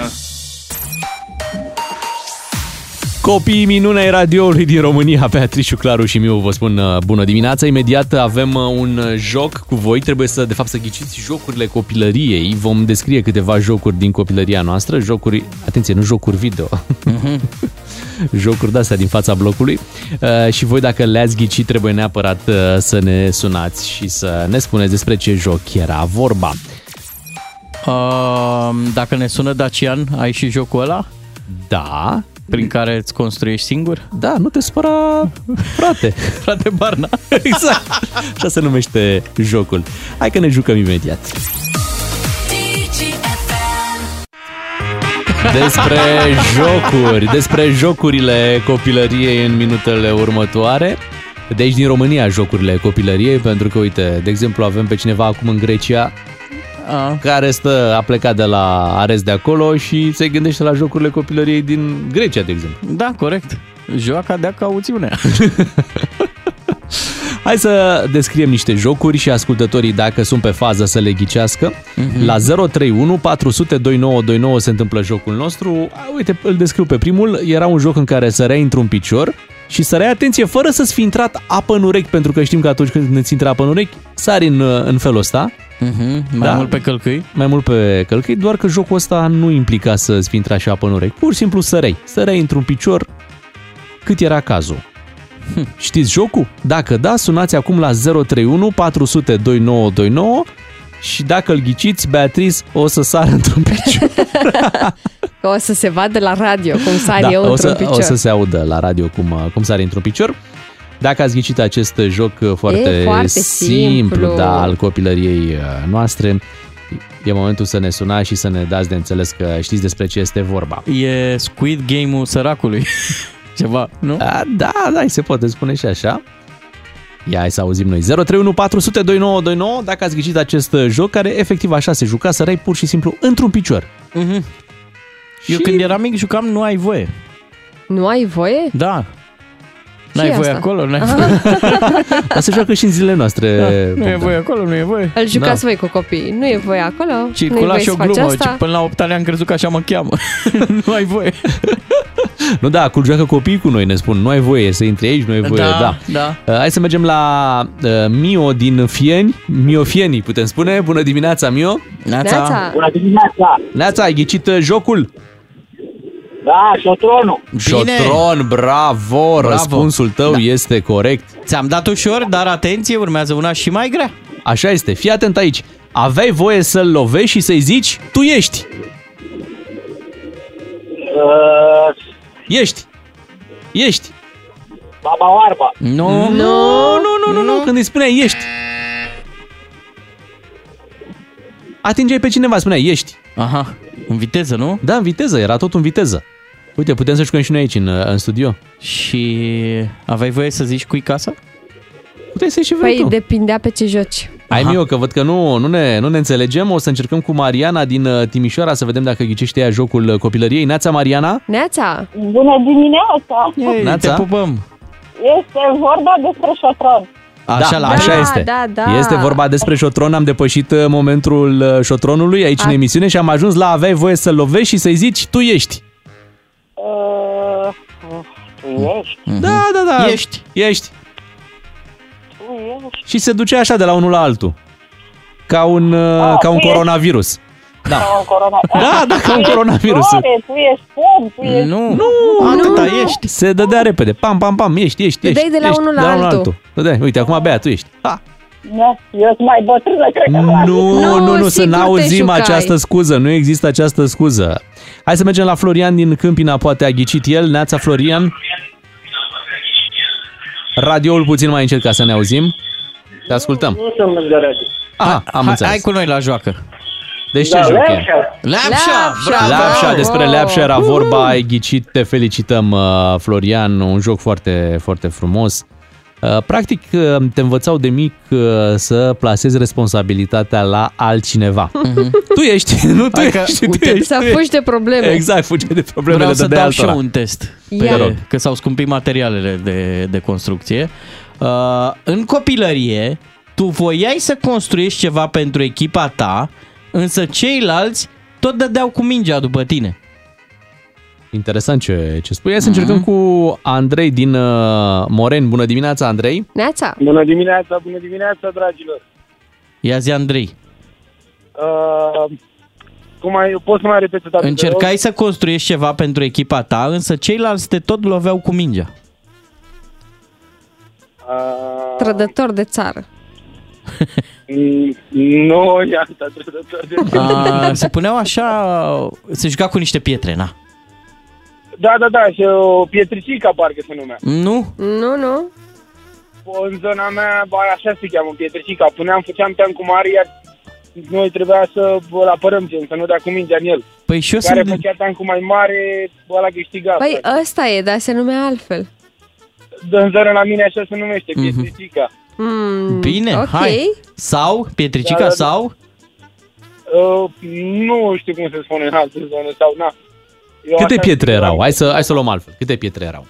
S2: Copiii minunei radioului din România, Beatrice, Claru și Miu vă spun uh, bună dimineața. Imediat avem uh, un uh, joc cu voi. Trebuie să, de fapt, să ghiciți jocurile copilăriei. Vom descrie câteva jocuri din copilăria noastră. Jocuri, atenție, nu jocuri video. jocuri de-astea din fața blocului. Uh, Și voi, dacă le-ați ghicit, trebuie neapărat uh, să ne sunați și să ne spuneți despre ce joc era vorba.
S4: Um, dacă ne sună Dacian, ai și jocul ăla?
S2: Da.
S4: Prin care îți construiești singur?
S2: Da, nu te spăra, frate.
S4: frate Barna.
S2: Exact. Așa se numește jocul. Hai că ne jucăm imediat. Despre jocuri, despre jocurile copilăriei în minutele următoare. De aici din România jocurile copilăriei, pentru că, uite, de exemplu, avem pe cineva acum în Grecia
S4: A.
S2: care stă, a plecat de la arest de acolo și se gândește la jocurile copilăriei din Grecia, de exemplu.
S4: Da, corect. Joaca de cauțiunea.
S2: Hai să descriem niște jocuri și ascultătorii, dacă sunt pe fază, să le ghicească. La 031 400 2929 se întâmplă jocul nostru. A, Uite, îl descriu pe primul. Era un joc în care săreai într-un picior și săreai, atenție, fără să-ți fi intrat apă în urechi, pentru că știm că atunci când îți intră apă în urechi, sari în, în felul ăsta.
S4: Mhm, mai mult pe călcâi?
S2: Da. Mai mult pe călcâi, doar că jocul ăsta nu implica să-ți fi intrat și apă în urechi. Pur și simplu săreai. Săreai într-un picior cât era cazul. Hm. Știți jocul? Dacă da, sunați acum la 031 400 2929 și dacă îl ghiciți, Beatriz o să sară într-un picior.
S3: Că o să se vadă la radio cum sar eu
S2: Da, o,
S3: într-un
S2: să,
S3: picior.
S2: o să se audă la radio cum, uh, cum sare într-un picior. Dacă ați ghicit acest uh, joc uh, foarte,
S3: foarte simplu.
S2: da, al copilăriei uh, noastre, e momentul să ne sunați și să ne dați de înțeles că știți despre ce este vorba.
S4: E Squid Game-ul săracului. Ceva, nu?
S2: A, da, da, se poate spune și așa. Ia hai să auzim noi. 031 400 2929, dacă ați ghicit acest uh, joc, care efectiv așa se juca, să rai pur și simplu într-un picior.
S4: Mhm. Eu când eram mic jucam nu ai voie.
S3: Nu ai voie? Ah.
S4: Da.
S3: Ce
S4: N-ai
S3: e
S4: voie
S3: asta?
S4: acolo, n-ai voie.
S2: Dar se joacă și în zilele noastre.
S3: Da.
S4: Nu e
S2: Bogdan.
S4: voie acolo, nu e voie.
S3: Îl jucați
S2: Da.
S3: voi cu copiii. Nu e voie acolo. nu e
S4: Circula
S3: voie
S4: și
S3: să
S4: o
S3: Păi faci
S4: glumă,
S3: asta.
S4: ci până la 8 ani am crezut că așa mă cheamă. nu ai voie.
S2: Nu, da, cu joacă copiii cu noi, ne spun. Nu ai voie să intri aici, nu ai voie,
S4: Da,
S2: da.
S4: da.
S2: Uh, Hai să mergem la uh, Mio din Fieni. Mio Fieni, putem spune. Bună dimineața, Mio.
S22: Bună dimineața!
S2: Neața, ai ghicit uh, jocul?
S22: Da,
S15: Ah,
S22: șotronul!
S2: Șotron, bravo, răspunsul tău da. este corect.
S4: Ți-am dat ușor, dar atenție, urmează una și mai grea.
S2: Așa este, fii atent aici. Aveai voie să-l lovești și să-i zici, tu ești.
S22: Uh,
S2: Ești. Ești.
S22: Baba Oarba!
S4: Nu,
S2: nu, nu, nu, nu, nu. când îi spuneai ești. Atingeai pe cineva, spuneai ești.
S4: Aha, în viteză, nu?
S2: Da, în viteză, era tot în viteză. Uite, putem să jucăm și noi aici în, în studio.
S4: Și aveai voie să zici cui casa?
S2: Puteai să și vrei
S3: Păi
S2: tu.
S3: depindea pe ce joci.
S2: Ai miu, că văd că nu, nu, ne, nu ne înțelegem. O să încercăm cu Mariana din uh, Timișoara să vedem dacă ghicește ea jocul uh, copilăriei. Neața, Mariana?
S3: Neața!
S6: Bună dimineața!
S2: Neața? pupăm!
S6: Este vorba despre șotron.
S2: Așa, da, așa
S6: Da,
S2: este.
S6: da, da.
S2: Este vorba despre șotron. Am depășit uh, momentul uh, șotronului aici A- în
S6: A-
S2: emisiune și am ajuns la aveai voie să lovești și să-i zici tu ești.
S6: Uh, tu
S10: uh,
S6: ești?
S2: Da, da, da. Ești. Ești.
S6: Tu ești?
S2: Și se duce așa de la unul la altul. Ca un, uh, ca un
S6: ești.
S2: coronavirus. Da.
S6: Ah, Ca un corona...
S2: Da, da, ca un
S6: Tu ești
S2: coronavirus.
S6: floare, Tu ești pom, tu ești...
S2: Nu, nu, atâta nu. ești. Se dădea repede. Pam, pam, pam, ești, ești,
S6: Te
S2: ești.
S6: dai de la
S2: ești,
S6: unul la altul.
S2: Dădeai. Uite, acum abia tu ești. Ha.
S6: Da, eu sunt mai bătrână, cred că...
S2: Nu, nu, nu, să
S6: sigur te
S2: n-auzim
S6: jucai.
S2: această scuză. Nu există această scuză. Hai să mergem la Florian din Câmpina, poate a ghicit el. Neața Florian. Radioul puțin mai încet ca să ne auzim. Te ascultăm.
S10: Nu sunt lângă radio.
S2: Aha, am
S4: hai-
S2: înțeles.
S4: hai
S2: cu noi la joacă. Deci ce
S10: Da,
S2: joc e?
S10: Leapșa.
S4: Leapșa, bravo!
S2: Leapșa, despre
S4: Wow!
S2: Leapșa era vorba, ai ghicit, te felicităm, uh, Florian, un joc foarte, foarte frumos. Uh, Practic, uh, te învățau de mic uh, să plasezi responsabilitatea la altcineva. Mhm. Tu ești, nu tu
S4: Adică,
S2: ești, tu
S4: uite,
S2: ești.
S3: Să
S2: tu ești.
S3: fugi de probleme.
S2: Exact, fugi de
S4: Vreau
S2: problemele de
S4: să
S2: de
S4: dau și
S2: altora.
S4: eu un test.
S3: Ia.
S4: Pe-
S3: Te rog.
S4: Că s-au scumpit materialele de, de construcție. Uh, în copilărie, tu voiai să construiești ceva pentru echipa ta, însă ceilalți tot dădeau cu mingea după tine.
S2: Interesant ce, ce spui. Hai
S4: Mhm.
S2: să încercăm cu Andrei din uh, Moreni. Bună dimineața, Andrei!
S3: Neața!
S10: Bună dimineața, bună dimineața, dragilor.
S4: Ia zi, Andrei.
S10: Uh, cum ai, poți să mai repeți o dată?
S4: Încercai să construiești ceva pentru echipa ta, însă ceilalți te tot loveau cu mingea.
S10: Uh,
S3: Trădător de țară.
S10: m- Mm, nu, iată, trădător de
S4: Uh,
S2: Ah.
S4: se puneau așa... Se juca cu niște pietre, na.
S10: Da, da, da, și o pietricica parcă se numea.
S2: Mm.
S4: Nu?
S3: Nu, nu.
S10: În zona mea, ba, așa se cheamă, pietricica. Puneam, făceam team cu mari, iar noi trebuia să îl apărăm, gen, să nu dea cu mingea în el.
S4: Păi și eu
S10: Care
S4: sunt-
S10: făcea team cu mai mare, ăla câștiga.
S3: Păi
S2: Da,
S3: ăsta e, dar se numea altfel.
S10: În zona la mine așa se numește, pietricica.
S3: Mm,
S4: Mhm. Bine,
S3: ok.
S4: hai. Sau, pietricica,
S10: Da, da, da.
S4: sau...
S10: Uh, nu știu cum se spune în alte zone sau na. Eu
S2: Câte
S10: așa-
S2: pietre erau? Hai să, hai să luăm altfel. Câte pietre erau?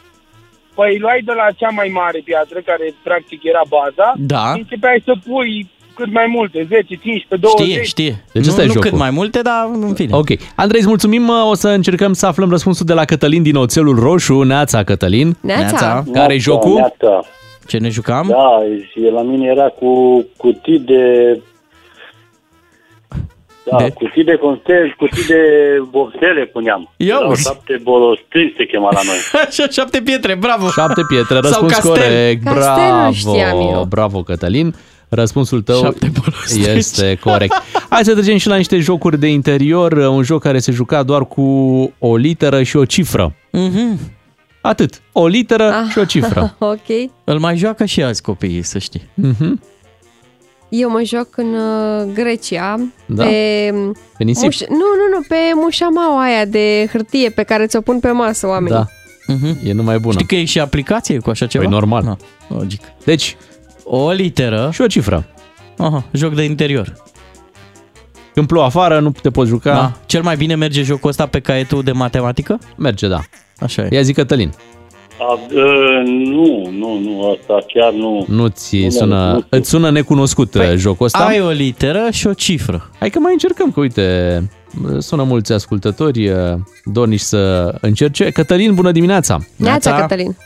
S10: Păi luai de la cea mai mare piatră, care practic era baza,
S2: Da.
S10: și începeai să pui cât mai multe, 10, 15, 20.
S4: Știe, știe.
S2: Deci
S4: nu,
S2: ăsta e
S4: nu
S2: jocul.
S4: cât mai multe, dar în fine.
S2: Ok. Andrei, îți mulțumim. O să încercăm să aflăm răspunsul de la Cătălin din Oțelul Roșu. Neața, Cătălin.
S23: Neața. Neața.
S2: Care e jocul?
S23: Neața.
S4: Ce ne jucam?
S23: Da, și la mine era cu cutii de... Da, de? cutii de conservi, cutii de bobsele puneam.
S4: Ia
S23: Erau
S4: uzi.
S23: șapte bolostini se chema la noi.
S4: Așa, șapte pietre, bravo!
S2: Șapte pietre. Răspuns
S4: castel.
S2: corect.
S4: Castel nu știam
S2: Bravo.
S4: eu.
S2: Bravo, Cătălin. Răspunsul tău este corect. Hai să trecem și la niște jocuri de interior. Un joc care se juca doar cu o literă și o cifră.
S4: Mhm.
S2: Atât. O literă
S10: Ah.
S2: și o cifră.
S3: ok.
S4: Îl mai joacă și azi copiii, să știi.
S2: Mhm.
S3: Eu mă joc în uh, Grecia.
S4: Da.
S3: Pe,
S4: Pe nisip.
S3: nu, nu, nu, pe mușamaua aia de hârtie pe care ți-o pun pe masă oamenii.
S2: Da. E numai bună.
S4: Mhm. Știi că e și aplicație cu așa ceva? Ah,
S2: Păi normal. Da.
S4: Logic.
S2: Deci,
S4: o literă și
S2: o cifră.
S4: Aha, joc de interior.
S2: Când plouă afară, nu te poți juca.
S4: Da. Cel mai bine merge jocul ăsta pe caietul de matematică?
S2: Merge, da.
S4: Așa e.
S2: Ia zi, Cătălin.
S23: A, e, nu, nu, nu, asta chiar nu.
S2: Nu ți
S23: Nu, nu
S2: sună,
S23: știu.
S2: îți sună necunoscut păi, jocul ăsta?
S4: Ai o literă și o cifră.
S2: Hai că mai încercăm, că uite, sună mulți ascultători eh, dornici să încerce. Cătălin, bună dimineața!
S3: Neața, Cătălin.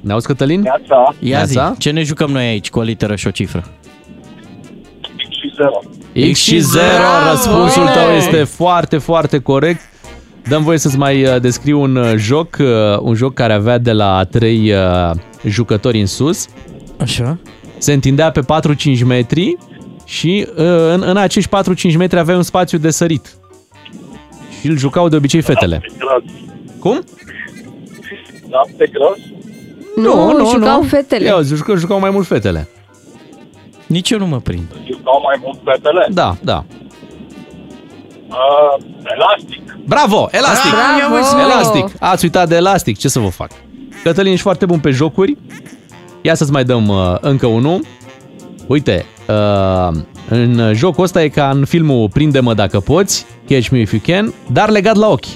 S2: Ne auzi, Cătălin?
S10: Neața!
S4: Ia zi,
S2: Neața.
S4: ce ne jucăm noi aici cu o literă și o cifră?
S2: X și 0,
S4: Bravo!
S2: răspunsul tău
S4: Bine!
S2: este foarte, foarte corect. Dăm voie să-ți mai eh, descriu un eh, joc, eh, un joc care avea de la 3 jucători în sus.
S4: Așa.
S2: Se întindea pe 4-5 metri și eh, în, în acești 4-5 metri avea un spațiu de sărit. Și îl jucau de obicei fetele. Cum?
S10: Da, pe gros.
S3: Nu, jucau fetele.
S2: Ia, jucau, jucau mai mult fetele.
S4: Nici eu nu mă prind.
S10: Jucau mai mult fetele?
S2: Da, da.
S10: Uh, elastic.
S2: Bravo! Elastic!
S10: Bravo!
S2: Elastic! Ați uitat de elastic, ce să vă fac? Cătălin, ești foarte bun pe jocuri. Ia să-ți mai dăm uh, încă unul. Uite, uh, în jocul ăsta e ca în filmul Prinde-mă dacă poți, Catch me if you can, dar legat la ochi.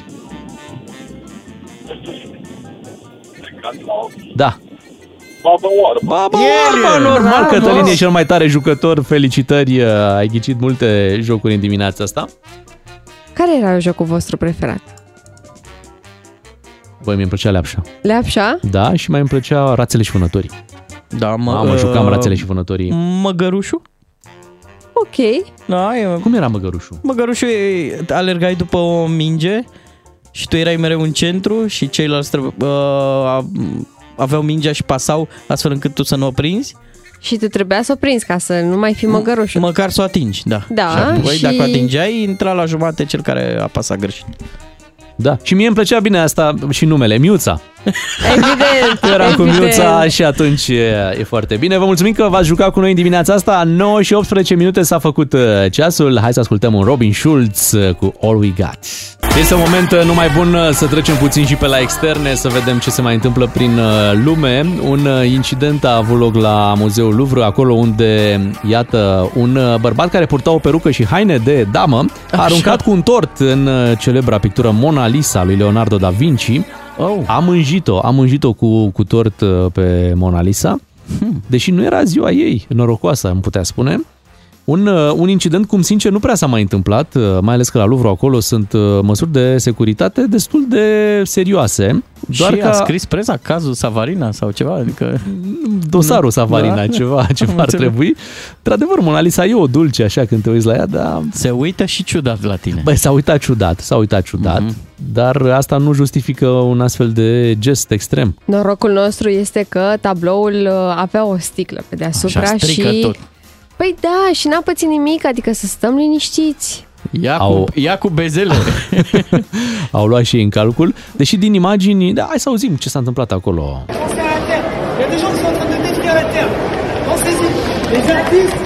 S2: Da.
S22: Baba oarbă.
S2: Baba oarbă, normal, Cătălin e cel mai tare jucător. Felicitări, uh, ai ghicit multe jocuri în dimineața asta.
S3: Care era jocul vostru preferat?
S2: Băi, mi-mi plăcea leapșa.
S3: Leapșa?
S2: Da, și mai îmi plăcea rațele și vânătorii.
S4: Da, mă...
S2: Mamă,
S4: uh,
S2: jucam rațele și vânătorii.
S4: Măgărușul?
S3: Ok.
S4: Da, e...
S2: Cum era măgărușul?
S4: Măgărușul, e, alergai după o minge și tu erai mereu în centru și ceilalți trebuie, uh, a- aveau mingea și pasau astfel încât tu să nu o prinzi.
S3: Și te trebuia să o prinzi ca să nu mai fii
S2: Mm.
S3: măgărușul.
S4: Măcar să o atingi, da.
S3: Da,
S4: și, apoi,
S3: și-
S4: dacă o atingeai, intra la jumate cel care a pasat greșit.
S2: Da. Și mie îmi plăcea bine asta și numele, Miuța.
S3: Evident,
S2: Era cu
S3: evident.
S2: Miuța și atunci e, e foarte bine. Vă mulțumim că v-ați jucat cu noi în dimineața asta. 9 și 18 minute s-a făcut uh, ceasul. Hai să ascultăm un Robin Schulz uh, cu All We Got. Este un moment uh, numai bun uh, să trecem puțin și pe la externe, să vedem ce se mai întâmplă prin uh, lume. Un uh, incident a avut loc la Muzeul Louvre, acolo unde, iată, un uh, bărbat care purta o perucă și haine de damă a
S4: Așa.
S2: aruncat cu un tort în uh, celebra pictură Mona Lisa lui Leonardo da Vinci. Oh. Am înjit-o, am înjit-o cu, cu tort uh, pe Mona Lisa, hmm. deși nu era ziua ei, norocoasă, am putea spune. Un, uh, un incident cum, sincer, nu prea s-a mai întâmplat, uh, mai ales că la Louvre acolo sunt uh, măsuri de securitate destul de serioase.
S4: Doar și că... a scris presa cazul Savarina sau ceva, adică...
S2: dosarul
S4: Nu.
S2: Savarina,
S4: Da?
S2: ceva, ceva
S4: Am
S2: ar
S4: înțeles.
S2: trebui. Într-adevăr, Mona Lisa e o dulce așa când te uiți la ea, dar... Se uită și ciudat la tine. Băi, s-a uitat ciudat, s-a uitat ciudat,
S4: Mhm.
S2: mm-hmm. dar asta nu justifică un astfel de gest extrem.
S3: Norocul nostru este că tabloul uh, avea o sticlă pe deasupra
S2: Așa, strică
S3: și...
S2: tot.
S3: Păi da, și n-a pățit nimic, adică să stăm liniștiți.
S4: Ia,
S2: Au-
S4: cu, ia cu bezele.
S2: Au luat și ei în calcul, deși din imagini... Da, hai să auzim ce s-a întâmplat acolo.
S17: Pensez à la terre. Il y a des gens qui sont en train de détruire la terre. Pensez-y. Les artistes.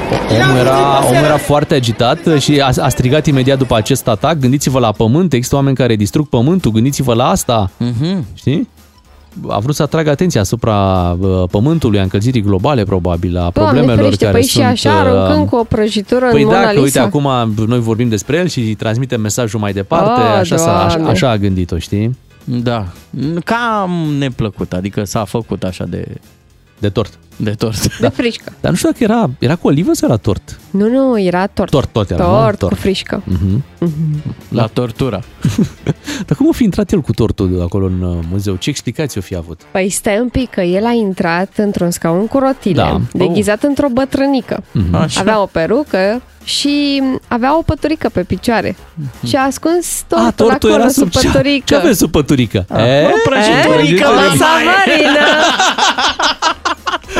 S2: Omul era, omul era foarte agitat și a, a strigat imediat după acest atac, gândiți-vă la pământ, există oameni care distrug pământul, gândiți-vă la asta,
S4: Mhm.
S2: știi? A vrut să atragă atenția asupra uh, pământului, a încălzirii globale, probabil, a
S3: Doamne
S2: problemelor
S3: ferește,
S2: care
S3: păi
S2: sunt...
S3: și așa
S2: uh,
S3: aruncând cu o prăjitură
S2: Păi
S3: în Mona
S2: da, că
S3: Lisa.
S2: uite, acum noi vorbim despre el și îi transmitem mesajul mai departe,
S3: Ah,
S2: așa, s-a, așa,
S3: Doamne.
S2: așa a gândit-o, știi?
S4: Da. Cam neplăcut, adică s-a făcut așa de...
S2: De tort.
S4: De tort.
S3: De frișcă.
S2: Dar nu știu dacă era, era cu olivă sau era tort?
S3: Nu, nu, era tort.
S2: Tort tot era, nu?
S3: Tort,
S2: Tort.
S3: cu frișcă.
S2: Mhm.
S4: Mm-hmm. La tortura.
S2: Dar cum o fi intrat el cu tortul acolo în uh, muzeu? Ce explicații o fi avut?
S3: Păi stai un pic, că el a intrat într-un scaun cu rotile,
S2: Da.
S3: deghizat într-o bătrânică.
S2: Mhm. Așa.
S3: Avea o perucă și avea o păturică pe picioare.
S2: Mhm.
S3: Și a ascuns tortul, acolo sub
S2: cea-
S3: păturică.
S2: Ce aveți sub păturică? E?
S3: Eh? Că la Savarina!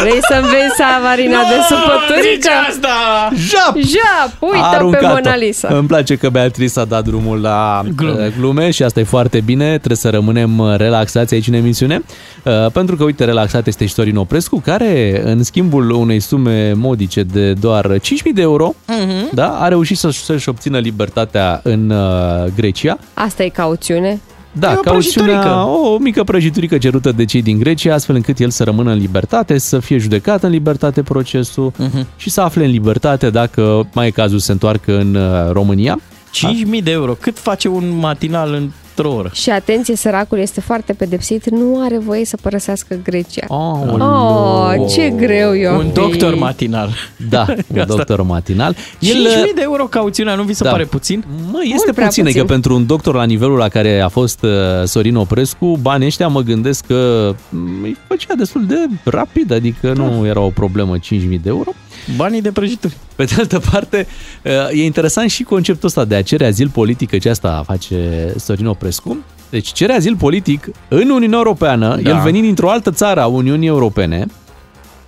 S3: Vrei să-mi vezi Savarina de sub păturică?
S4: asta!
S2: Jap!
S3: Jap!
S2: A
S3: Uită pe
S2: aruncat-o.
S3: Mona Lisa.
S2: Îmi place că Beatrice a dat drumul la
S4: Glume.
S2: glume, glume și asta e foarte bine. Trebuie să rămânem uh, relaxați aici în emisiune. Uh, Pentru că, uite, relaxat este și Sorin Oprescu, care, în schimbul unei sume modice de doar 5.000 de euro,
S3: Mhm.
S2: da, a reușit să- să-și obțină libertatea în uh, Grecia.
S3: Asta e cauțiune.
S2: Da,
S3: E o prăjiturică.
S2: cauțiunea, o, o mică prăjiturică cerută de cei din Grecia, astfel încât el să rămână în libertate, să fie judecat în libertate procesul
S3: Mhm.
S2: și să afle în libertate dacă mai e cazul să se întoarcă în uh, România.
S4: 5.000 de euro. Cât face un matinal într-o oră?
S3: Și atenție, săracul este foarte pedepsit, nu are voie să părăsească Grecia.
S2: Oh,
S3: oh ce greu eu
S4: Un doctor matinal.
S2: Da, un doctor matinal.
S4: 5.000
S2: El, uh,
S4: de euro cauțiunea, nu vi se
S2: Da.
S4: pare puțin?
S2: Mă, este puțin, adică pentru un doctor la nivelul la care a fost uh, Sorin Oprescu, banii ăștia mă gândesc că mm, îi făcea destul de rapid, adică nu era o problemă 5.000 de euro.
S4: Da. Banii de prăjituri.
S2: Pe de altă parte, uh, e interesant și conceptul ăsta de a cere azil politic, ce asta face Sorin Oprescu. Deci cere azil politic în Uniunea Europeană,
S4: Da.
S2: el venind dintr-o altă țară a Uniunii Europene,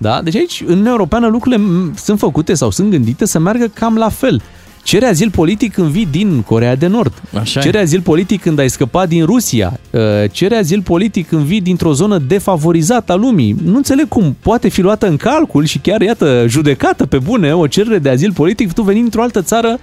S2: da? Deci aici, în Uniunea Europeană, lucrurile mm, sunt făcute sau sunt gândite să meargă cam la fel. Cere azil politic când vii din Corea de Nord.
S4: Așa e.
S2: cere azil politic când ai scăpat din Rusia. Uh, Cere azil politic când vii dintr-o zonă defavorizată a lumii. Nu înțeleg cum poate fi luată în calcul și chiar, iată, judecată pe bune o cerere de azil politic tu venind dintr-o altă țară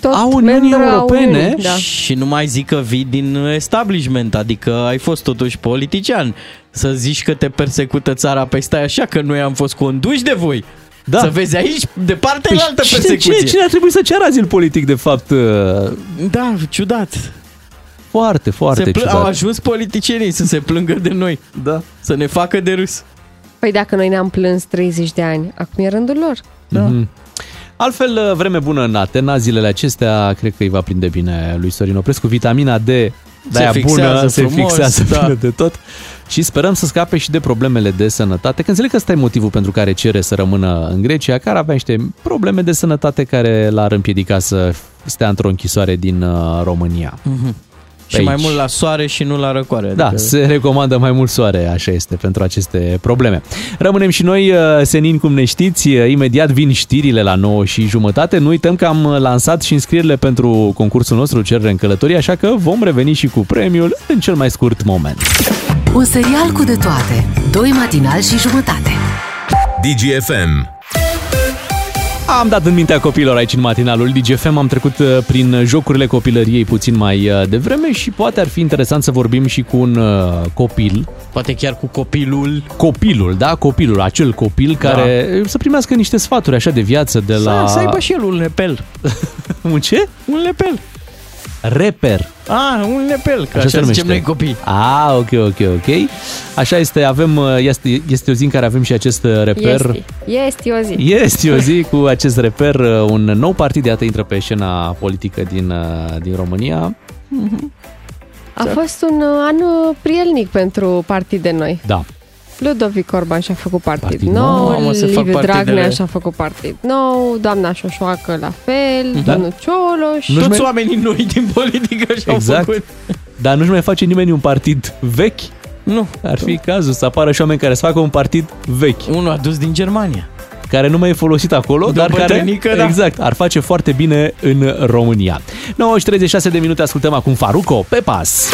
S3: tot
S2: a Uniunii
S3: membru a
S2: Europene.
S3: Uniunii, da.
S4: Și nu mai zic că vii din establishment, adică ai fost totuși politician. Să zici că te persecută țara, pe stai așa că noi am fost conduși de voi. Da. Să vezi aici, de partea păi altă
S2: cine,
S4: persecuție.
S2: cine, cine ar trebui să ceară azil politic, de fapt?
S4: Da, ciudat.
S2: Foarte, foarte
S4: se plâng-
S2: ciudat.
S4: Au ajuns politicienii să se plângă de noi.
S2: Da.
S4: Să ne facă de râs.
S3: Păi dacă noi ne-am plâns 30 de ani, acum e rândul lor.
S2: Da. Mm-hmm. Altfel, uh, vreme bună în Atena, zilele acestea, cred că îi va prinde bine lui Sorin Oprescu. Vitamina D, de
S4: fixează
S2: bună, se
S4: frumos,
S2: fixează
S4: da.
S2: bine de tot. Și sperăm să scape și de problemele de sănătate, că înțeleg că ăsta e motivul pentru care cere să rămână în Grecia, care avea niște probleme de sănătate care l-ar împiedica să stea într-o închisoare din uh, România.
S4: Mhm.
S2: Pe
S4: Și mai
S2: aici.
S4: mult la soare și nu la răcoare. adică-
S2: Da, se recomandă mai mult soare, așa este, pentru aceste probleme. Rămânem și noi uh, senin, cum ne știți. Uh, Imediat vin știrile la 9 și jumătate. Nu uităm că am uh, lansat și înscrierile pentru concursul nostru Cerere în călătorie, așa că vom reveni și cu premiul în cel mai scurt moment.
S1: Un serial cu de toate. Doi matinal și jumătate.
S24: DGFM.
S2: Am dat în mintea copiilor aici în matinalul DGFM, am trecut uh, prin jocurile copilăriei puțin mai uh, devreme și poate ar fi interesant să vorbim și cu un uh, copil.
S4: Poate chiar cu copilul.
S2: Copilul, da, copilul, acel copil care să primească niște sfaturi așa de viață de la...
S4: La... Să aibă și el un lepel.
S2: Un ce?
S4: Un lepel.
S2: Reper.
S4: Ah, un lepel, că așa,
S2: se
S4: așa
S2: numește.
S4: zicem noi copii.
S2: Ah, ok, ok, ok. Așa este, avem, uh, este, este o zi în care avem și acest uh, reper.
S3: Este. Este o zi.
S2: Este o zi cu acest reper, uh, un nou partid iată intră pe scena politică din, uh, din România.
S3: A fost un uh, an uh, prielnic pentru partide noi.
S2: Da.
S3: Ludovic Orban și-a făcut partid,
S2: Partid
S3: nou,
S2: nou, mamă, se fac
S3: Liviu Dragnea
S2: partidele.
S3: și-a făcut partid nou, doamna Șoșoacă la fel,
S2: Da.
S3: da. domnul Cioloș.
S2: Nu-și mai-
S4: Oamenii noi din politică și-au
S2: Exact.
S4: făcut.
S2: Dar nu-și mai face nimeni un partid vechi?
S4: Nu.
S2: Ar fi cazul să apară și oameni care să facă un partid vechi.
S4: Unul adus din Germania.
S2: Care nu mai e folosit acolo,
S4: De
S2: dar care
S4: bătrânică, da.
S2: exact, ar face foarte bine în România. 9 și 36 de minute ascultăm acum Faruco pe pas.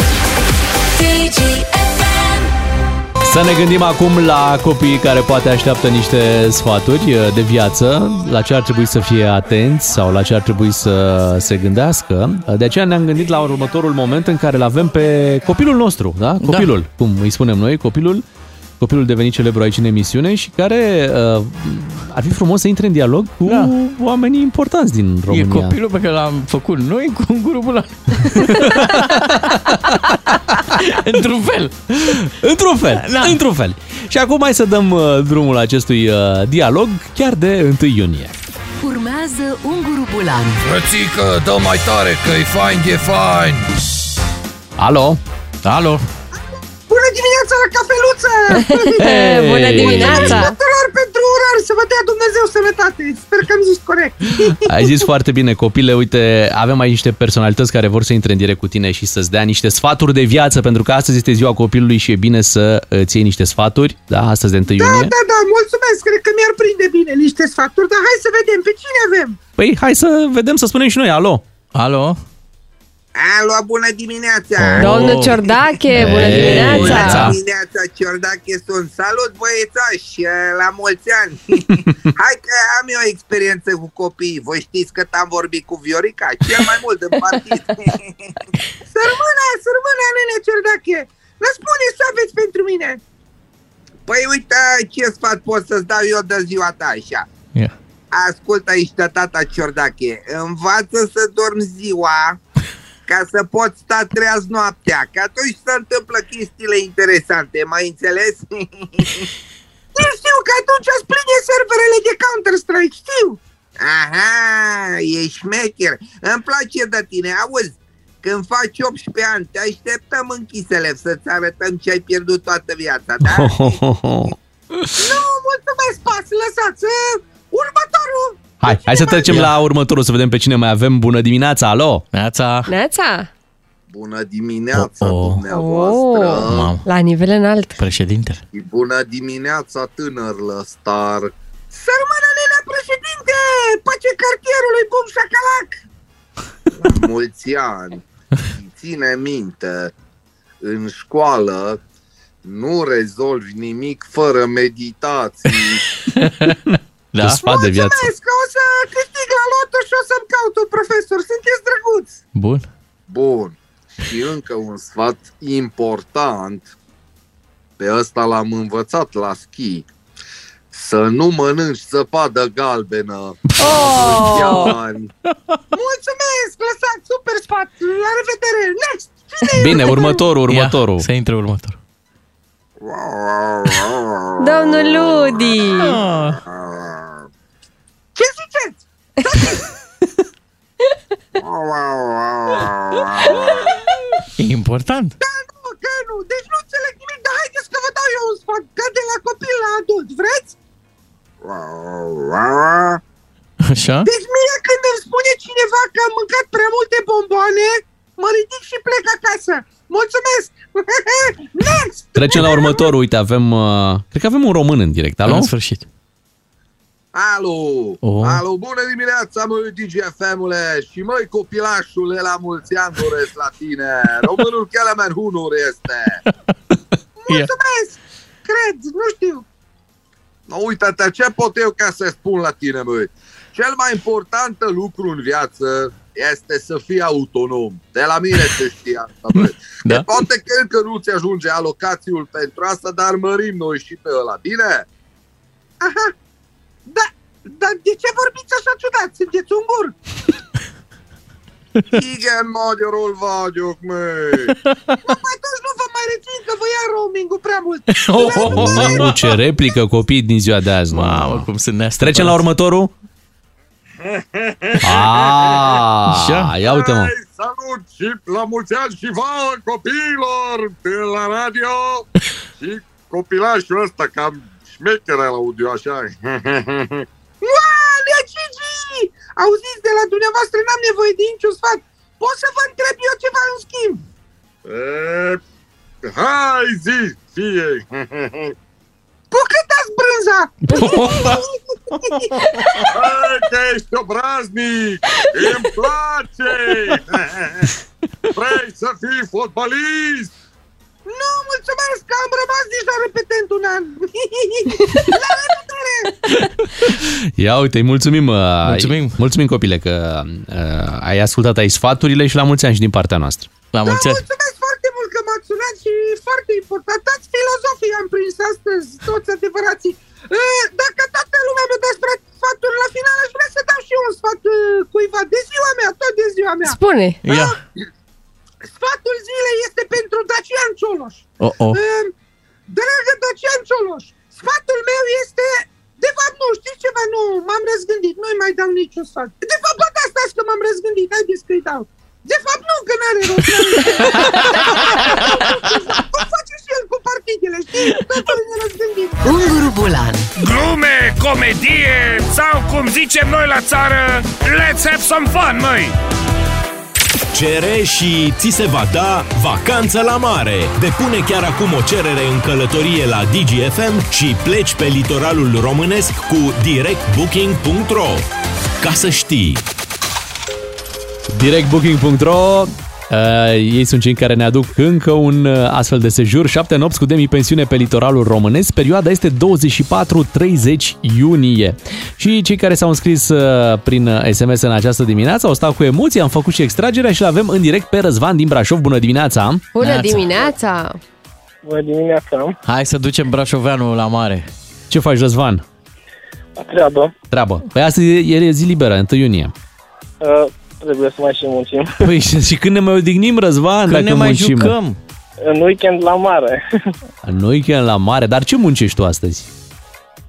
S2: Să ne gândim acum la copiii care poate așteaptă niște sfaturi eh, de viață, la ce ar trebui să fie atenți sau la ce ar trebui să se gândească. Uh, De aceea ne-am gândit la următorul moment în care îl avem pe copilul nostru, da? Copilul, da. cum îi spunem noi, copilul copilul devenit celebru aici în emisiune și care uh, ar fi frumos să intre în dialog cu da. oamenii importanți din România.
S4: E copilul pe care l-am făcut noi cu grupul ăla. Într-un fel.
S2: Într-un fel, da. într-un fel. Și acum hai să dăm uh, drumul acestui uh, dialog chiar de 1 iunie.
S1: Urmează Unguru Bulan.
S8: Frățică, dă mai tare că e fain, e fain
S2: Alo? Alo?
S12: Bună dimineața la cafeluță!
S2: Hei! Bună dimineața!
S12: Mulțumesc pentru urări, să vă dea Dumnezeu sănătate! Sper că am zis corect!
S2: Ai zis foarte bine, copile, uite, avem aici niște personalități care vor să intre în direct cu tine și să-ți dea niște sfaturi de viață, pentru că astăzi este ziua copilului și e bine să îți iei niște sfaturi, da, astăzi de 1
S12: Da,
S2: iunie.
S12: da, da, mulțumesc! Cred că mi-ar prinde bine niște sfaturi, dar hai să vedem pe cine avem!
S2: Păi, hai să vedem, să spunem și noi, alo! Alo?
S12: Alo, bună dimineața!
S3: Domnul Ciordache, bună
S2: Ei,
S12: Bună
S3: dimineața!
S12: dimineața, Ciordache sunt. Salut, băiețași, la mulți ani! Hai că am eu experiență cu copiii. Voi știți că am vorbit cu Viorica, cel mai mult în partid. să rămână, să rămână, nene Ciordache! Răspunde să aveți pentru mine! Păi uite ce sfat pot să-ți dau eu de ziua ta așa.
S4: Ia.
S12: Ascultă aici, tata Ciordache, învață să dormi ziua ca să poți sta treaz noaptea, că atunci se întâmplă chestiile interesante, mai înțeles? nu știu, că atunci îți pline serverele de Counter-Strike, știu! Aha, e șmecher. Îmi place de tine, auzi, când faci 18 ani, te așteptăm închisele să-ți arătăm ce ai pierdut toată viața, da?
S2: Ho, ho, ho, ho.
S12: nu, mulțumesc, pas, lăsați! eh, Următorul!
S2: Hai, hai să trecem la următorul, să vedem pe cine mai avem. Bună dimineața, alo! Neața!
S3: Neața!
S12: Bună dimineața
S2: Oh, oh.
S12: dumneavoastră
S2: Mamă.
S3: La nivel înalt.
S4: Președintele.
S12: și bună dimineața tânăr lăstar. Să rămână Nena președinte! Pace cartierului, bum șacalac! La mulți ani! Și ține minte, în școală nu rezolvi nimic fără meditații.
S2: Da? Sfat de viață.
S12: Mulțumesc că o să câștig la loto și o să-mi caut un profesor. Sunt
S2: Bun.
S11: Bun. Și încă un sfat important, pe ăsta l-am învățat la schi, să nu mănânci zăpadă galbenă.
S5: Oh!
S11: la mulți ani.
S5: Mulțumesc, lăsați super sfat. La revedere. Next. Cine e
S2: Bine, următorul, următorul. Ia,
S12: să intre următorul.
S3: Domnul Ludi!
S2: Ah.
S5: Ce ziceți?
S12: E important.
S5: Da, nu, că nu. Deci nu înțeleg nimic, dar haideți că vă dau eu un sfat. Că de la copil la adult, vreți?
S12: Așa?
S5: Deci mie când îmi spune cineva că am mâncat prea multe bomboane, mă ridic și plec acasă. Mulțumesc! Next!
S2: Trecem la următorul. Uite, avem... Uh, cred că avem un român în direct. Alo?
S12: În sfârșit.
S11: Alo!
S2: Oh.
S11: Oh. Alo, bună dimineața, măi, DGFM-ule! Și măi, copilașule, la mulți ani doresc la tine! Românul Kelemen Hunur este!
S5: Mulțumesc! Cred, nu știu.
S11: No, uite-te, ce pot eu ca să spun la tine, măi? Cel mai important lucru în viață este să fii autonom. De la mine se știe asta, băi.
S12: Da?
S11: Poate că încă nu ți ajunge alocațiul pentru asta, dar mărim noi și pe ăla, bine?
S5: Aha. Da, dar de ce vorbiți așa ciudat? Sunteți ungur?
S11: Igen, magyarul vagyok, măi!
S5: Atunci nu vă mai rețin că vă ia roaming-ul prea mult.
S2: Mamă, ce replică copiii din ziua de azi. Mamă,
S12: cum sunt neastă.
S2: Trecem la următorul?
S11: Așa.
S2: Ah, ia uite mă.
S11: Salut și la mulți ani și vouă copiilor de la radio și copilașul ăsta cam șmecher la audio așa.
S5: Oale, Gigi! Auziți, de la dumneavoastră n-am nevoie de niciun sfat. Pot să vă întreb eu ceva în schimb?
S11: E, hai zi, fie.
S5: Cu cât dați brânza?
S11: Hai că ești obraznic, îmi place. Vrei să fii fotbalist?
S5: nu, mulțumesc că am rămas deja repetent un an. Da, La revedere!
S2: Ia uite, îi mulțumim. uh,
S12: Mulțumim.
S2: Mulțumim copile că uh, ai ascultat, ai sfaturile și la mulți ani și din partea noastră.
S12: La mulți ani.
S5: Mulțumesc foarte mult că m-ați sunat și e foarte important. Toți filozofii am prins astăzi, toți adevărații. E, Dacă toată lumea mi-a dat sfat- sfaturi la final, aș vrea să dau și eu un sfat e, cuiva de ziua mea, tot de ziua mea.
S3: Spune.
S12: Ia.
S5: Sfatul zilei este pentru Dacian Cioloș.
S12: Oh, oh.
S5: Ehm, Dragă Dacian Cioloș, sfatul meu este... De fapt, nu, știi ceva? Nu, m-am răzgândit. Nu-i mai dau niciun sfat. De fapt, bă, da, stați că m-am răzgândit. Haideți că-i dau. De fapt, nu, că n-are rost. Cum face și el cu partidele, știi? Totul ne răzgândit.
S1: Unguru Bulan
S13: Glume, comedie sau cum zicem noi la țară Let's have some fun, măi!
S9: Cere și ți se va da vacanță la mare. Depune chiar acum o cerere în călătorie la DGFM și pleci pe litoralul românesc cu directbooking.ro. Ca să știi,
S2: Directbooking.ro Uh, ei sunt cei care ne aduc încă un uh, astfel de sejur, 7 nopți cu demi-pensiune pe litoralul românesc. Perioada este 24-30 iunie. Și cei care s-au înscris uh, prin uh, SMS în această dimineață au stat cu emoții, am făcut și extragerea și l-avem în direct pe Răzvan din Brașov. Bună dimineața!
S3: Bună dimineața!
S14: Bună dimineața.
S12: Hai să ducem brașoveanul la mare.
S2: Ce faci, Răzvan?
S14: Treabă.
S2: Treabă. Păi astăzi e, e zi liberă, 1 iunie.
S14: Uh, trebuie să mai și muncim.
S2: Păi și, și când ne mai odihnim, Răzvan,
S12: Când
S2: dacă
S12: ne mai
S2: muncim?
S12: jucăm?
S14: În weekend la mare.
S2: Noi chiar la mare, dar ce muncești tu astăzi?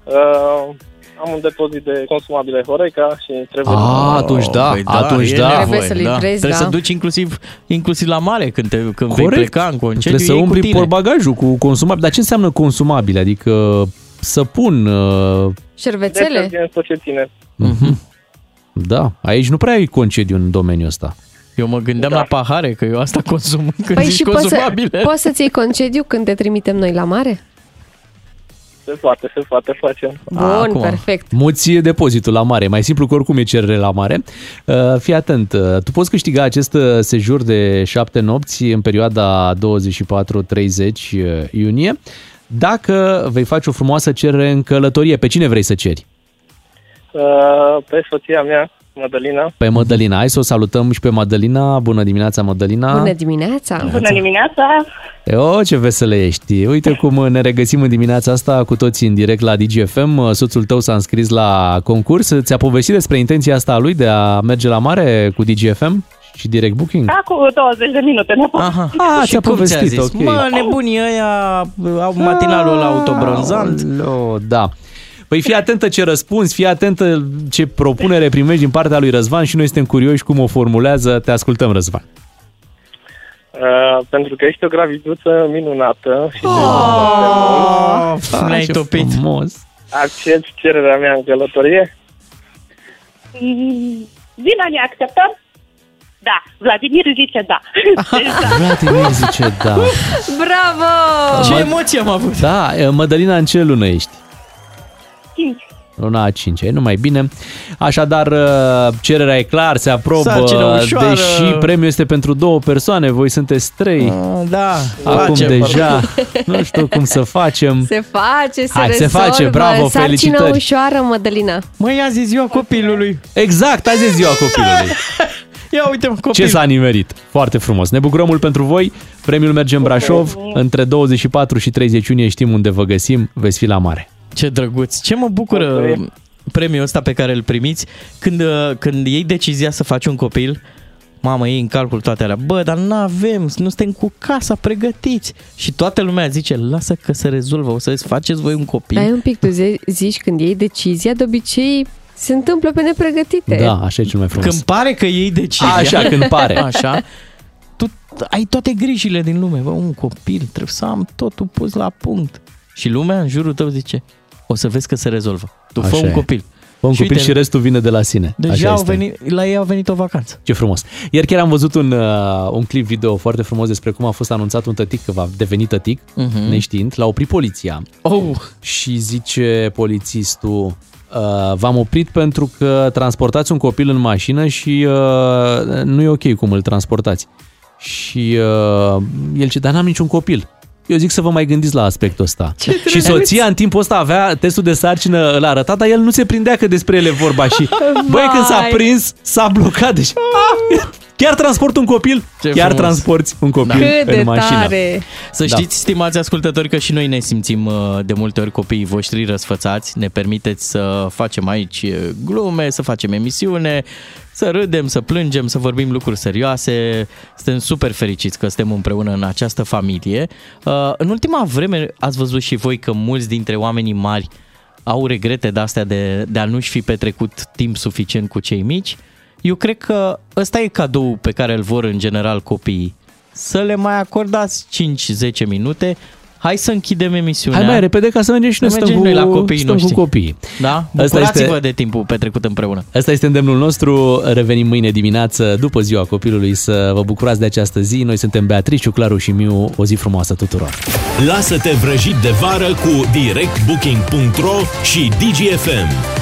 S14: Uh, am un depozit de consumabile Horeca și trebuie...
S2: Ah,
S14: să-
S2: atunci da,
S12: Păi
S2: atunci
S12: e
S2: da.
S12: nevoie,
S3: Trebuie să livrezi,
S12: Trebuie
S3: da.
S12: să duci inclusiv, inclusiv la mare când, te, când vei pleca în concediu.
S2: Trebuie să
S12: iei cu
S2: umpli
S12: tine.
S2: porbagajul cu consumabil. Dar ce înseamnă consumabil? Adică săpun, uh,
S3: Șervețele?
S14: Detergent, tot ce ține.
S2: da, aici nu prea ai concediu în domeniul ăsta.
S12: Eu mă gândeam da. la pahare, că eu asta consum când
S3: Păi
S12: zici
S3: și poți, să,
S12: consumabile.
S3: poți să-ți iei concediu când te trimitem noi la mare?
S14: Se poate, se poate, facem.
S12: Ah.
S3: Bun, perfect.
S2: Muți depozitul la mare, mai simplu că oricum e cerere la mare. Uh, Fii atent, uh, tu poți câștiga acest uh, sejur de șapte nopți în perioada 24-30 uh, iunie dacă vei face o frumoasă cerere în călătorie. Pe cine vrei să ceri?
S14: Uh, pe soția mea, Madalina.
S2: Pe Mădălina. Hai să o salutăm și pe Mădălina. Bună dimineața, Mădălina.
S3: Bună dimineața!
S6: Bună dimineața!
S2: O, ce vesele ești! Uite cum ne regăsim în dimineața asta cu toții în direct la DGFM. Soțul tău s-a înscris la concurs. Ți-a povestit despre intenția asta a lui de a merge la mare cu DGFM și direct booking?
S6: Da, cu 20 de minute ne
S2: Aha. A,
S4: Și
S2: Ah, ți-a
S4: cum ți-a
S2: povestit,
S4: zis?
S2: ok. Ah.
S4: Mă, nebunii ăia au matinalul ăla autobronzant.
S2: Aoleo, da. Păi fii atentă ce răspunzi, fii atentă ce propunere primești din partea lui Răzvan și noi suntem curioși cum o formulează. Te ascultăm, Răzvan.
S14: Uh, pentru că ești o graviduță minunată
S12: Ah.
S14: și
S4: oh, ne-ai
S2: ce
S4: topit.
S2: Frumos.
S14: accepti cererea mea în călătorie.
S6: Bine, ne acceptăm? Da, Vladimir zice da. Deci, da.
S2: Vladimir zice da.
S3: Bravo!
S4: Ce emoție am avut!
S2: Da, Mădălina, în ce lună ești?
S6: Cinci.
S2: Luna a 5 e numai bine. Așadar, uh, cererea e clar, se aprobă,
S4: Sarcină ușoară.
S2: deși premiul este pentru două persoane, voi sunteți trei.
S4: Da,
S2: Acum
S4: facem,
S2: deja,
S4: parcă.
S2: nu știu cum să facem.
S3: Se face, se
S2: Hai, se
S3: rezolvă.
S2: face, bravo,
S3: Sarcina
S2: felicitări.
S3: ușoară, Mădălina.
S4: Măi, azi e ziua copilului.
S2: Exact, azi e ziua copilului.
S4: Ia uite copil.
S2: Ce s-a nimerit? Foarte frumos. Ne bucurăm mult pentru voi. Premiul merge în Brașov. Între 24 și 30 iunie știm unde vă găsim. Veți fi la mare.
S4: Ce drăguț. Ce mă bucură premiul ăsta pe care îl primiți când, uh, când iei decizia să faci un copil Mamă, ei în calcul toate alea. Bă, dar nu avem, nu suntem cu casa pregătiți. Și toată lumea zice, lasă că se rezolvă, o să faceți voi un copil.
S3: Dai un pic, tu zi- zici când iei decizia, de obicei se întâmplă pe nepregătite.
S2: Da, așa e cel mai frumos.
S4: Când pare că ei decizia.
S2: Așa, când pare.
S4: Așa. Tu ai toate grijile din lume. Bă, un copil, trebuie să am totul pus la punct. Și lumea în jurul tău zice, o să vezi că se rezolvă. Tu fă
S2: Așa
S4: un
S2: e.
S4: copil.
S2: Fă un
S4: Și
S2: copil
S4: uite,
S2: și restul vine de la sine.
S4: Deja
S2: Așa
S4: au
S2: este.
S4: venit, la ei au venit o vacanță.
S2: Ce frumos. Ieri chiar am văzut un, uh, un clip video foarte frumos despre cum a fost anunțat un tătic că va deveni tătic,
S4: Mhm.
S2: uh-huh. neștiind. L-a oprit poliția
S4: oh.
S2: și zice polițistul uh, v-am oprit pentru că transportați un copil în mașină și uh, nu e ok cum îl transportați. Și uh, el zice, dar n-am niciun copil. Eu zic să vă mai gândiți la aspectul ăsta. și soția în timpul ăsta avea testul de sarcină, l-a arătat, dar el nu se prindea că despre ele e vorba și băi când s-a
S4: Vai.
S2: prins, s-a blocat. Deci, ah, chiar transport un copil?
S4: Ce
S2: chiar
S4: frumos. Da.
S2: transporti un copil
S3: Cât
S2: în
S3: de
S2: mașină.
S3: tare!
S4: Să
S2: Da.
S4: știți, stimați ascultători, că și noi ne simțim uh, de multe ori copiii voștri răsfățați. Ne permiteți să facem aici uh, glume, să facem emisiune, să râdem, să plângem, să vorbim lucruri serioase. Suntem super fericiți că suntem împreună în această familie. Uh, În ultima vreme ați văzut și voi că mulți dintre oamenii mari au regrete de astea de, de a nu-și fi petrecut timp suficient cu cei mici. Eu cred că ăsta e cadou pe care îl vor în general copiii. Să le mai acordați 5-10 minute. Hai să închidem emisiunea.
S2: Hai mai repede ca să mergem și noi
S4: Să
S2: stăm cu,
S4: mergem noi la copiii
S2: stăm
S4: noștri.
S2: cu copiii.
S4: Da?
S2: Asta
S4: Bucurați-vă
S2: este,
S4: de timpul petrecut împreună.
S2: asta este îndemnul nostru. Revenim mâine dimineață, după ziua copilului, să vă bucurați de această zi. Noi suntem Beatrice, Claru și Miu. O zi frumoasă tuturor!
S9: Lasă-te vrăjit de vară cu directbooking.ro și DGFM.